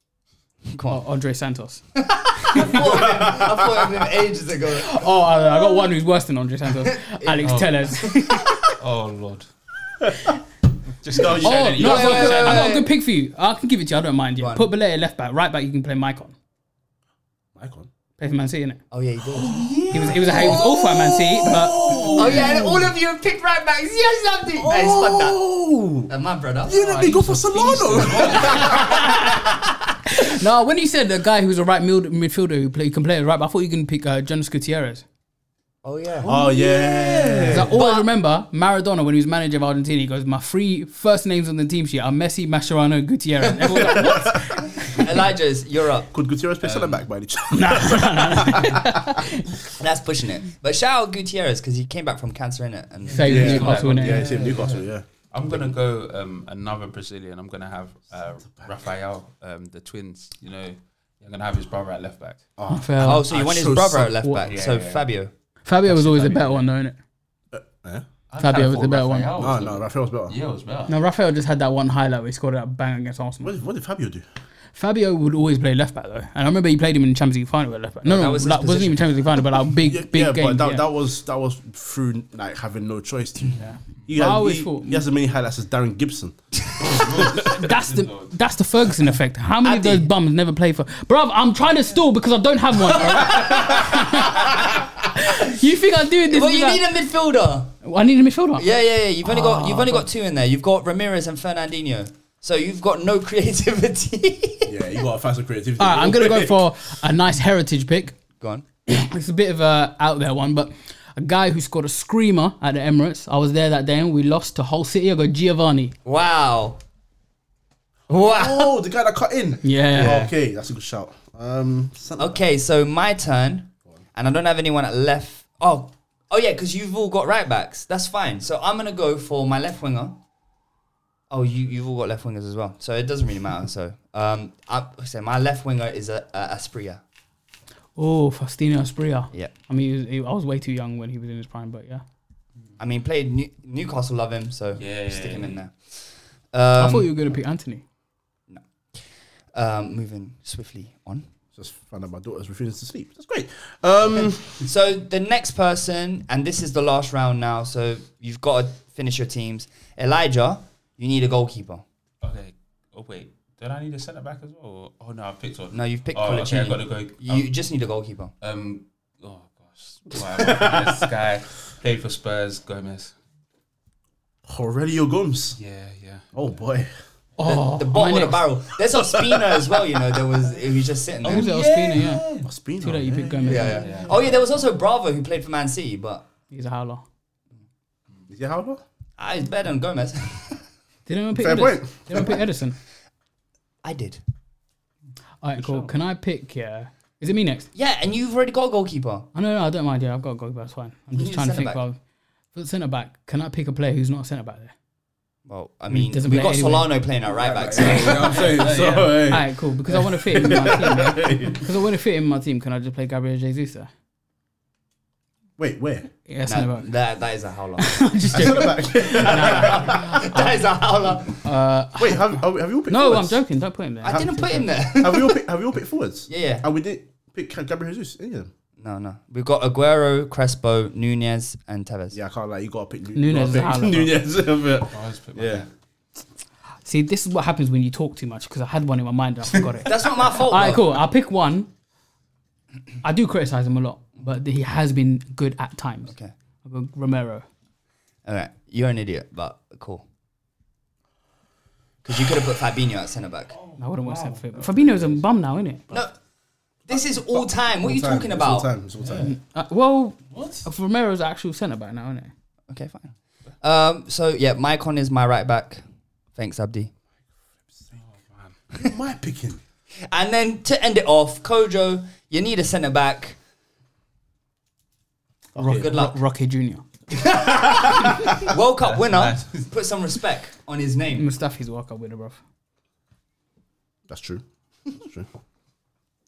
Speaker 3: you? <laughs>
Speaker 2: Come on.
Speaker 3: Oh, Andre Santos.
Speaker 2: <laughs> I thought of him ages ago.
Speaker 3: Oh, I, I got one who's worse than Andre <laughs> Santos. Alex <laughs> Tellez.
Speaker 5: Oh
Speaker 3: <laughs>
Speaker 5: lord.
Speaker 4: just no,
Speaker 3: Oh, no,
Speaker 2: you-
Speaker 3: I got-
Speaker 2: wait, wait,
Speaker 3: I got a
Speaker 2: wait.
Speaker 3: good pick for you. I can give it to you. I don't mind.
Speaker 2: Go
Speaker 3: Yeah.
Speaker 2: on.
Speaker 3: Put Belay left back. Right back, you can play Mycon.
Speaker 4: icon.
Speaker 3: Play for Man City, innit?
Speaker 2: Oh yeah, he did.
Speaker 3: He was, he was, he was awful at Man City, but
Speaker 2: Oh yeah, and all of you have picked right backs. Yes, Abdi. Oh. Hey, spot that.
Speaker 4: Oh,
Speaker 2: Uh, my brother.
Speaker 4: you let me go for Solano.
Speaker 3: no. When you said a guy who's a right mid- midfielder who play, can play right, back, I thought you can pick uh, Jonas Gutierrez.
Speaker 2: Oh yeah.
Speaker 4: Oh yeah.
Speaker 3: 'Cause I always remember Maradona when he was manager of Argentina. He goes, "My three first names on the team sheet are Messi, Mascherano, and
Speaker 2: <laughs>
Speaker 3: Gutierrez." And everyone's like, "What?"
Speaker 2: Elijah's, you're up.
Speaker 4: Could Gutierrez play
Speaker 3: Um,
Speaker 4: centre back by any chance?
Speaker 2: That's pushing it. But shout out Gutierrez because he came back from cancer in it. And
Speaker 3: Same
Speaker 4: <laughs> yeah,
Speaker 3: Newcastle, innit?
Speaker 4: yeah, same Newcastle. Yeah.
Speaker 5: I'm gonna go um, another Brazilian. I'm gonna have uh, Rafael, um, the twins. You know, I'm gonna have his brother at left back.
Speaker 3: Not fair.
Speaker 2: oh, so you want his
Speaker 4: so
Speaker 2: brother
Speaker 4: sad.
Speaker 2: at left back?
Speaker 5: Yeah,
Speaker 2: so
Speaker 5: yeah, yeah.
Speaker 2: Fabio.
Speaker 3: Fabio was always a better one, though, innit?
Speaker 4: Yeah.
Speaker 5: I
Speaker 3: Fabio
Speaker 5: kinda
Speaker 3: was the
Speaker 5: thought
Speaker 3: better one. Oh.
Speaker 4: No,
Speaker 5: Raphael was
Speaker 4: no,
Speaker 5: the-
Speaker 4: Raphael's better.
Speaker 5: Yeah, it was better.
Speaker 3: No, Rafael just had that one highlight where he scored a bang against
Speaker 4: What
Speaker 3: Arsenal.
Speaker 4: did, what did Fabio do?
Speaker 3: Fabio would always play left back though, and I remember he played him in the Champions League final at left back. No,
Speaker 2: that
Speaker 3: no,
Speaker 2: was
Speaker 3: was
Speaker 2: his
Speaker 3: like, wasn't
Speaker 2: position.
Speaker 3: even Champions League final, but like big,
Speaker 4: <laughs> Yeah,
Speaker 3: big
Speaker 4: yeah
Speaker 3: game.
Speaker 4: but that,
Speaker 3: yeah.
Speaker 4: that was that was through like having no choice to. Yeah. He,
Speaker 3: But I
Speaker 4: had-
Speaker 3: always
Speaker 4: he,
Speaker 3: thought-
Speaker 4: he has as many highlights as Darren Gibson.
Speaker 3: that's the that's the
Speaker 4: <laughs>
Speaker 3: Ferguson effect. How many of
Speaker 2: Addy.
Speaker 3: those bums never play for? Bruv, I'm trying to stall because I don't have one.
Speaker 4: <laughs>
Speaker 3: alright? you think I'm doing this?
Speaker 2: Well, you
Speaker 3: without-
Speaker 2: need a midfielder.
Speaker 3: I need a midfielder.
Speaker 2: Yeah, yeah, yeah. You've only got you've only
Speaker 4: Ah.
Speaker 2: got two in there. You've got Ramirez and Fernandinho. So you've got no <laughs> creativity.
Speaker 4: Yeah, you got a faster creativity.
Speaker 3: All right, I'm gonna go for a nice heritage pick. <clears throat>
Speaker 2: go on.
Speaker 3: It's a bit of a out there one, but a guy who scored a screamer at the Emirates. I was there that day and we lost to Hull City. I got Giovanni.
Speaker 2: Wow. Wow.
Speaker 4: Oh, the guy that cut in.
Speaker 3: Yeah.
Speaker 4: Okay, that's a good shout. Um, centre back.
Speaker 2: Okay, so my turn, and I don't have anyone at left. Oh, oh yeah, because you've all got right backs. That's fine. So I'm gonna go for my left winger. Oh, you you've all got left wingers as well, so it doesn't really matter. So um, I so my left winger is uh, a, a Aspria.
Speaker 3: Oh, Faustino Asprilla.
Speaker 2: Yeah.
Speaker 3: I mean, he was, he, I was way too young when he was in his prime, but yeah.
Speaker 2: I mean, played New, Newcastle, love him, so
Speaker 5: Yeah,
Speaker 2: stick
Speaker 5: yeah,
Speaker 2: him in there.
Speaker 3: I thought you were gonna pick Anthony.
Speaker 2: Um, moving swiftly on.
Speaker 4: Just found out my daughter's refusing to sleep. That's great. Um,
Speaker 2: So the next person, and this is the last round now. So you've got to finish your teams. Elijah, you need a goalkeeper.
Speaker 5: Okay. Oh wait, did I need a centre back as well? or- Oh no, I picked one.
Speaker 2: No, you've picked
Speaker 5: Oh, okay, I
Speaker 2: Colaccini.
Speaker 5: gotta go.
Speaker 2: You just need a goalkeeper.
Speaker 5: Um. Oh gosh. Why am I picking
Speaker 3: <laughs>
Speaker 5: this guy played for Spurs. Gomez.
Speaker 4: Aurelio Gomes.
Speaker 5: Yeah, yeah.
Speaker 4: Oh boy.
Speaker 3: Oh,
Speaker 2: the bottom
Speaker 3: my
Speaker 2: of the
Speaker 3: next-
Speaker 2: barrel. There's Ospina as well, you know. There was he was just sitting
Speaker 4: Oh.
Speaker 2: there.
Speaker 3: Who's it? Ospina, yeah.
Speaker 4: Must be
Speaker 3: Too
Speaker 4: now,
Speaker 3: late, you
Speaker 4: yeah.
Speaker 3: picked Gomez.
Speaker 2: yeah, yeah. Oh yeah, there was also Bravo who played for Man City, but
Speaker 3: He's a howler.
Speaker 4: Is he Howler?
Speaker 2: Ah, it's better than Gomez.
Speaker 3: Did anyone pick
Speaker 4: Fair
Speaker 3: Edison?
Speaker 4: point.
Speaker 3: Did anyone pick Edison?
Speaker 2: I did.
Speaker 3: All right, cool. Can I pick? Yeah. Is it me next?
Speaker 2: Yeah, and you've already got a goalkeeper.
Speaker 3: I know, no, I don't mind. Yeah, I've got a goalkeeper. That's fine. I'm
Speaker 2: need
Speaker 3: just
Speaker 2: a
Speaker 3: trying to think
Speaker 2: centre-back.
Speaker 3: about for the centre back. Can I pick a player who's not a centre back there?
Speaker 2: Well, I mean,
Speaker 3: doesn't
Speaker 2: we've
Speaker 3: play
Speaker 2: got
Speaker 3: anyway.
Speaker 2: Solano playing at right back. So.
Speaker 4: You know what I'm <laughs> saying? So, hey.
Speaker 3: All right, cool. Because I want to fit in my team. Because I want to fit in my team. Can I just play Gabriel Jesus there?
Speaker 4: Wait, where?
Speaker 3: Yeah, centre
Speaker 2: Nah,
Speaker 3: <laughs> back.
Speaker 2: that, that is a howler. <laughs>
Speaker 3: Just joking.
Speaker 2: that is a howler.
Speaker 4: Wait, have, have we all picked
Speaker 3: No, I'm
Speaker 4: forwards?
Speaker 3: joking. Don't put him there.
Speaker 2: I didn't put him there.
Speaker 4: Have we all picked, have we all picked forwards?
Speaker 2: Yeah, yeah.
Speaker 4: And we didn't pick Gabriel Jesus, any of them?
Speaker 2: No, no. We've got Aguero, Crespo, Nunez, and Tevez.
Speaker 4: Yeah, I can't lie. You gotta pick
Speaker 3: Nunes
Speaker 4: You gotta
Speaker 3: is
Speaker 4: pick Nunes. but-
Speaker 5: I was put my
Speaker 4: yeah.
Speaker 3: See, this is what happens when you talk too much. Because I had one in my mind and I forgot
Speaker 4: <laughs>
Speaker 3: it.
Speaker 2: That's not my fault.
Speaker 3: All right,
Speaker 2: though.
Speaker 3: cool. I'll pick one. I do criticize him a lot, but he has been good at times.
Speaker 2: Okay.
Speaker 3: I'll go Romero.
Speaker 2: All right. You're an idiot, but cool. Because you could have put Fabinho at centre back.
Speaker 3: I wouldn't want to send Fabinho. Fabinho's a bum now, isn't it?
Speaker 2: No, this is all time. What are you
Speaker 4: Time.
Speaker 2: talking
Speaker 4: It's all
Speaker 2: about?
Speaker 4: time. It's all time.
Speaker 3: Uh, well, Romero's actual centre back now, isn't it?
Speaker 2: Okay, fine. Um, so yeah, Mycon is my right back. Thanks, Abdi.
Speaker 4: Who am I picking?
Speaker 2: And then to end it off, Kojo, you need a centre back. Good luck.
Speaker 3: Ro- Rocky Junior.
Speaker 2: World Cup winner. Put some respect on his name.
Speaker 3: Mustafi's World Cup winner, bruv.
Speaker 4: That's true. That's true.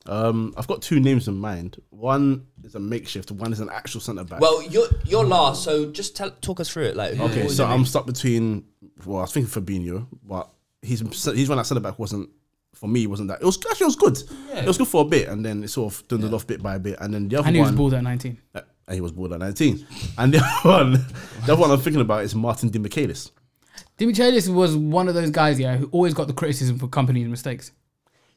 Speaker 4: Um, I've got two names in mind. One is a makeshift. One is an actual centre back.
Speaker 2: Well, you're you're last, so just tell, talk us through it. Like,
Speaker 4: okay.
Speaker 2: what was
Speaker 4: So
Speaker 2: your
Speaker 4: I'm
Speaker 2: name?
Speaker 4: stuck between. Well, I was thinking Fabinho, but he's he's one that centre back wasn't for me. Wasn't that? It was actually it was good. It was good for a bit, and then it sort of dwindled off bit by bit, and then the other
Speaker 3: And he
Speaker 4: one.
Speaker 3: was bald at 19.
Speaker 4: Uh, and he was born at 19. And the <laughs> other one, the other one I'm thinking about is Martin Demichelis.
Speaker 3: Dimitriadis was one of those guys, yeah, who always got the criticism for company's mistakes.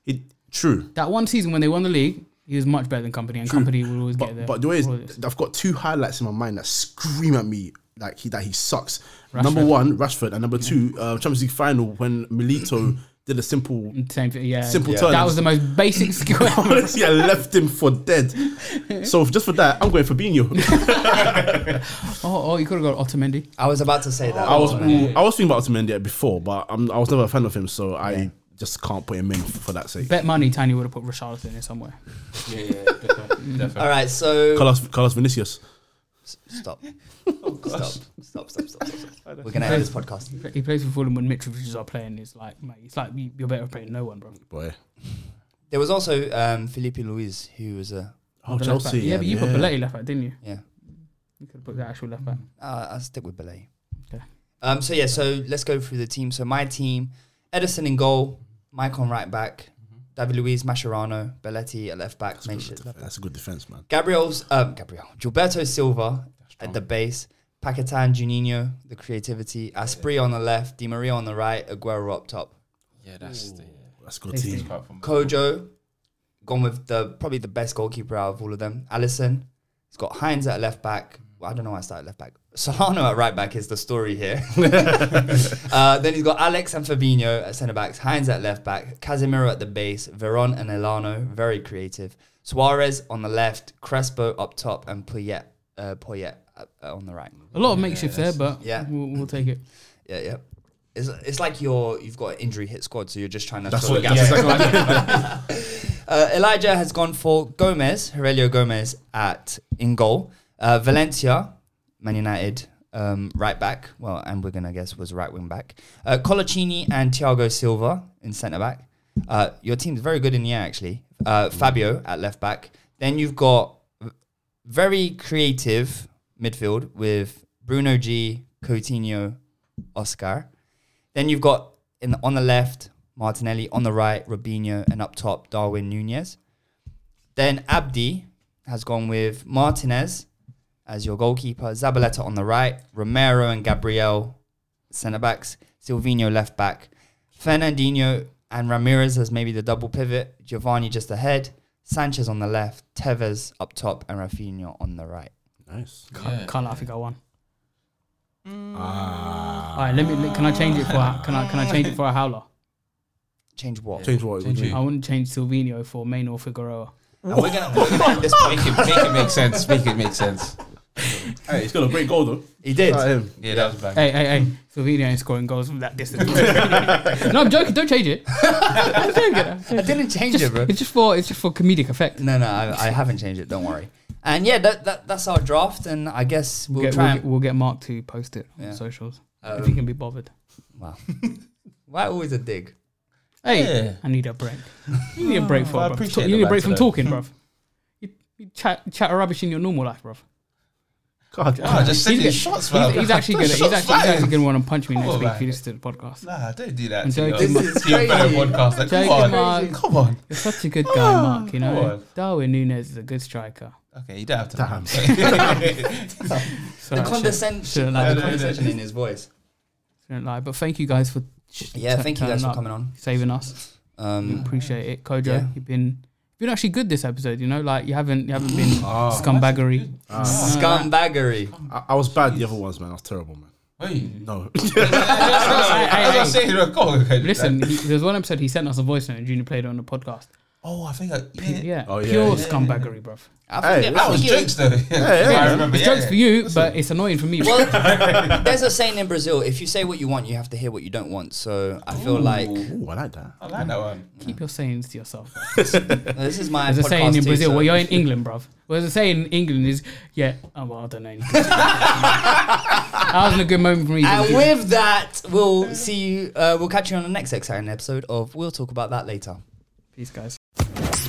Speaker 4: It true,
Speaker 3: That one season when they won the league, he was much better than company, and company would always get
Speaker 4: but
Speaker 3: there.
Speaker 4: but the way is,
Speaker 3: always.
Speaker 4: I've got two highlights in my mind that scream at me like he that he sucks. Number one, Rashford, and number two, uh, Champions League final when
Speaker 3: <coughs>
Speaker 4: Milito did a simple.
Speaker 3: Same thing, yeah.
Speaker 4: Simple
Speaker 3: yeah.
Speaker 4: turn.
Speaker 3: That was the most
Speaker 4: <laughs>
Speaker 3: basic skill. ever.
Speaker 4: Honestly, I left him for dead. So just for that, I'm going for <laughs> Fabinho.
Speaker 3: oh, oh, you could have got Otamendi.
Speaker 2: I was about to say that.
Speaker 4: I was I was thinking about Otamendi before, but I'm, I was never a fan of him, so I just can't put him in for that sake.
Speaker 3: Bet money Tiny would have put Richarlison in somewhere.
Speaker 5: Yeah, yeah, definitely.
Speaker 3: <laughs>
Speaker 2: all right. So
Speaker 4: Carlos Carlos Vinicius. <laughs>
Speaker 2: stop.
Speaker 4: Oh,
Speaker 2: stop. Stop. Stop. Stop. Stop. stop. We're gonna end this podcast.
Speaker 3: He plays for Fulham when Mitrovic is our playing. It's like, mate, it's like you- you're better off playing no one, bro.
Speaker 4: Boy.
Speaker 2: There was also um, Felipe Luis, who was a
Speaker 4: Oh,
Speaker 3: The left
Speaker 4: Chelsea.
Speaker 3: back. Yeah, but you put Belletti left back, didn't you?
Speaker 2: yeah.
Speaker 3: You could have put the actual left back.
Speaker 2: Uh, I'll stick with Belay.
Speaker 3: Okay.
Speaker 2: Um, so yeah, so let's go through the team. So my team: Edison in goal, Mike on right back, David Luiz, Mascherano, Belletti at left back, makeshift left back.
Speaker 4: That's a good defense, man.
Speaker 2: Gabriel's um, Gabriel, Gilberto Silva at the base, Paquetan, Juninho, the creativity, Asprey on the left, Di Maria on the right, Aguero up top,
Speaker 5: yeah, that's the
Speaker 4: That's a good team.
Speaker 5: apart from
Speaker 2: Kojo, gone with the probably the best goalkeeper out of all of them. Allison, he's got Hines at left back. Well, I don't know why I started left back. Solano at right back is the story
Speaker 4: <laughs>
Speaker 2: here. uh, then he's got Alex and Fabinho at centre backs, Hines at left back, Casemiro at the base, Veron and Elano, very creative. Suarez on the left, Crespo up top, and Poyet, uh, Poyet uh, uh, on the right.
Speaker 3: A lot of makeshift there, but
Speaker 2: Yeah.
Speaker 3: we'll, we'll take it.
Speaker 2: Yeah, yeah. It's, it's like you're you've got an injury hit squad, so you're just trying to.
Speaker 4: That's
Speaker 2: fill the
Speaker 4: what-
Speaker 2: gaps.
Speaker 4: yeah, <laughs>
Speaker 2: Uh, Elijah has gone for Gomez, Aurelio Gomez at in goal. Uh, Valencia, Man United, um, right back. Well, and we're gonna guess was right wing back. Uh, Colaccini and Thiago Silva in centre back. Uh, your team's very good in the air, actually. Uh, Fabio at left back. Then you've got very creative midfield with Bruno G, Coutinho, Oscar. Then you've got in on the left Martinelli, on the right Robinho, and up top Darwin Nunez. Then Abdi has gone with Martinez as your goalkeeper, Zabaleta on the right, Romero and Gabriel centre backs, Silvino left back, Fernandinho and Ramirez as maybe the double pivot, Giovanni just ahead, Sanchez on the left, Tevez up top, and Rafinha on the right.
Speaker 4: Nice.
Speaker 3: Can't, can't lie, I think I won.
Speaker 2: Ah.
Speaker 3: All right, let me. let- Can I change it for? a- Can I? Can I change it for a howler?
Speaker 2: Change what?
Speaker 4: Change what? Change
Speaker 3: I wouldn't change Silvino for Main or Figueroa.
Speaker 5: we're gonna, we're gonna at this point make it, make it make sense. Make it make sense.
Speaker 4: Hey, he's got a great goal though.
Speaker 2: He did.
Speaker 4: Shout out him.
Speaker 5: Yeah, that was bad.
Speaker 3: Hey, hey, hey. Slovenia ain't scoring goals from that distance.
Speaker 2: <laughs>
Speaker 3: no, I'm joking. Don't change it. Don't change it.
Speaker 2: I didn't change
Speaker 3: Just-
Speaker 2: it, bro.
Speaker 3: It's just for it's just for comedic effect.
Speaker 2: No, no, I, I haven't changed it. Don't worry. And yeah, that, that that's our draft, and I guess we'll
Speaker 3: Get-
Speaker 2: try.
Speaker 3: we'll,
Speaker 2: and-
Speaker 3: get, we'll get Mark to post it on
Speaker 2: Yeah. Um,
Speaker 3: socials if he can be bothered.
Speaker 2: Wow. Why always a dig?
Speaker 3: Hey,
Speaker 5: Yeah.
Speaker 3: I need a break. <laughs> You need a break for
Speaker 5: I
Speaker 3: bruv.
Speaker 5: appreciate
Speaker 3: You
Speaker 5: the
Speaker 3: need a break
Speaker 5: banter
Speaker 3: from
Speaker 5: though.
Speaker 3: talking, bruv. You, you chat chat rubbish in your normal life, bruv.
Speaker 4: God,
Speaker 5: <laughs> Ah, just send
Speaker 3: get-
Speaker 5: his shots,
Speaker 3: He's,
Speaker 5: man.
Speaker 3: he's
Speaker 5: <laughs>
Speaker 3: actually gonna
Speaker 5: Those
Speaker 3: he's
Speaker 5: shots
Speaker 3: actually, he's actually
Speaker 5: flying.
Speaker 3: gonna want to punch me next
Speaker 5: Come on,
Speaker 3: week
Speaker 5: man.
Speaker 3: if you listen to the podcast.
Speaker 5: Nah, don't do that.
Speaker 3: I'm
Speaker 5: to your-
Speaker 3: joking,
Speaker 2: This is
Speaker 5: to your fellow
Speaker 2: crazy.
Speaker 5: podcaster. Come
Speaker 3: Joking, Mark.
Speaker 5: on, come on.
Speaker 3: You're such a good guy, Mark. You know,
Speaker 5: Oh, on.
Speaker 3: Darwin Nunes is a good striker.
Speaker 5: Okay, you don't have to.
Speaker 4: Damn.
Speaker 3: So I
Speaker 2: the
Speaker 3: shouldn't-
Speaker 2: condescension,
Speaker 3: shouldn't
Speaker 2: like
Speaker 3: lie,
Speaker 2: the
Speaker 5: no, no, no.
Speaker 2: condescension in his voice.
Speaker 3: shouldn't lie. But thank you guys for sh-
Speaker 2: Yeah,
Speaker 3: tu-
Speaker 2: thank you guys
Speaker 3: turning
Speaker 2: for
Speaker 3: up,
Speaker 2: coming on.
Speaker 3: saving us. We
Speaker 2: Um,
Speaker 3: appreciate it, Kojo.
Speaker 2: Yeah.
Speaker 3: You've been you've been actually good this episode. You know, like you haven't you haven't been
Speaker 5: <clears throat> Oh,
Speaker 3: scumbaggery.
Speaker 2: scumbaggery.
Speaker 4: I, I was bad. The other ones, man, I was terrible, man.
Speaker 5: <laughs> Wait.
Speaker 4: No,
Speaker 5: As I say, look, go on.
Speaker 3: Listen, he, there's one episode he sent us a voice note and Junior played it on the podcast.
Speaker 5: Oh, I think I. Yeah.
Speaker 3: Yeah,
Speaker 4: Oh, yeah,
Speaker 3: pure
Speaker 4: yeah.
Speaker 3: scumbaggery, bruv.
Speaker 2: I think
Speaker 4: Hey,
Speaker 2: I
Speaker 5: That was
Speaker 2: think it-
Speaker 5: jokes, though. <laughs> Yeah, I remember.
Speaker 3: It's
Speaker 5: yeah,
Speaker 3: jokes
Speaker 5: yeah.
Speaker 3: for you, but it's annoying for me.
Speaker 2: Well, there's a saying in Brazil: if you say what you want, you have to hear what you don't want. So I feel like
Speaker 4: <laughs> Ooh, I like that.
Speaker 5: I like that one.
Speaker 3: Keep your sayings to yourself. bruv.
Speaker 2: this is my.
Speaker 3: There's a
Speaker 2: podcast
Speaker 3: saying in
Speaker 2: too,
Speaker 3: Brazil.
Speaker 2: so-
Speaker 3: Well, you're in England, bruv. Well, there's a saying in England is, yeah, oh, well, I don't
Speaker 4: <laughs>
Speaker 3: know. that wasn't a good moment for me.
Speaker 2: And with that, we'll see you. Uh, we'll catch you on the next exciting episode of. We'll talk about that later.
Speaker 3: Peace, guys.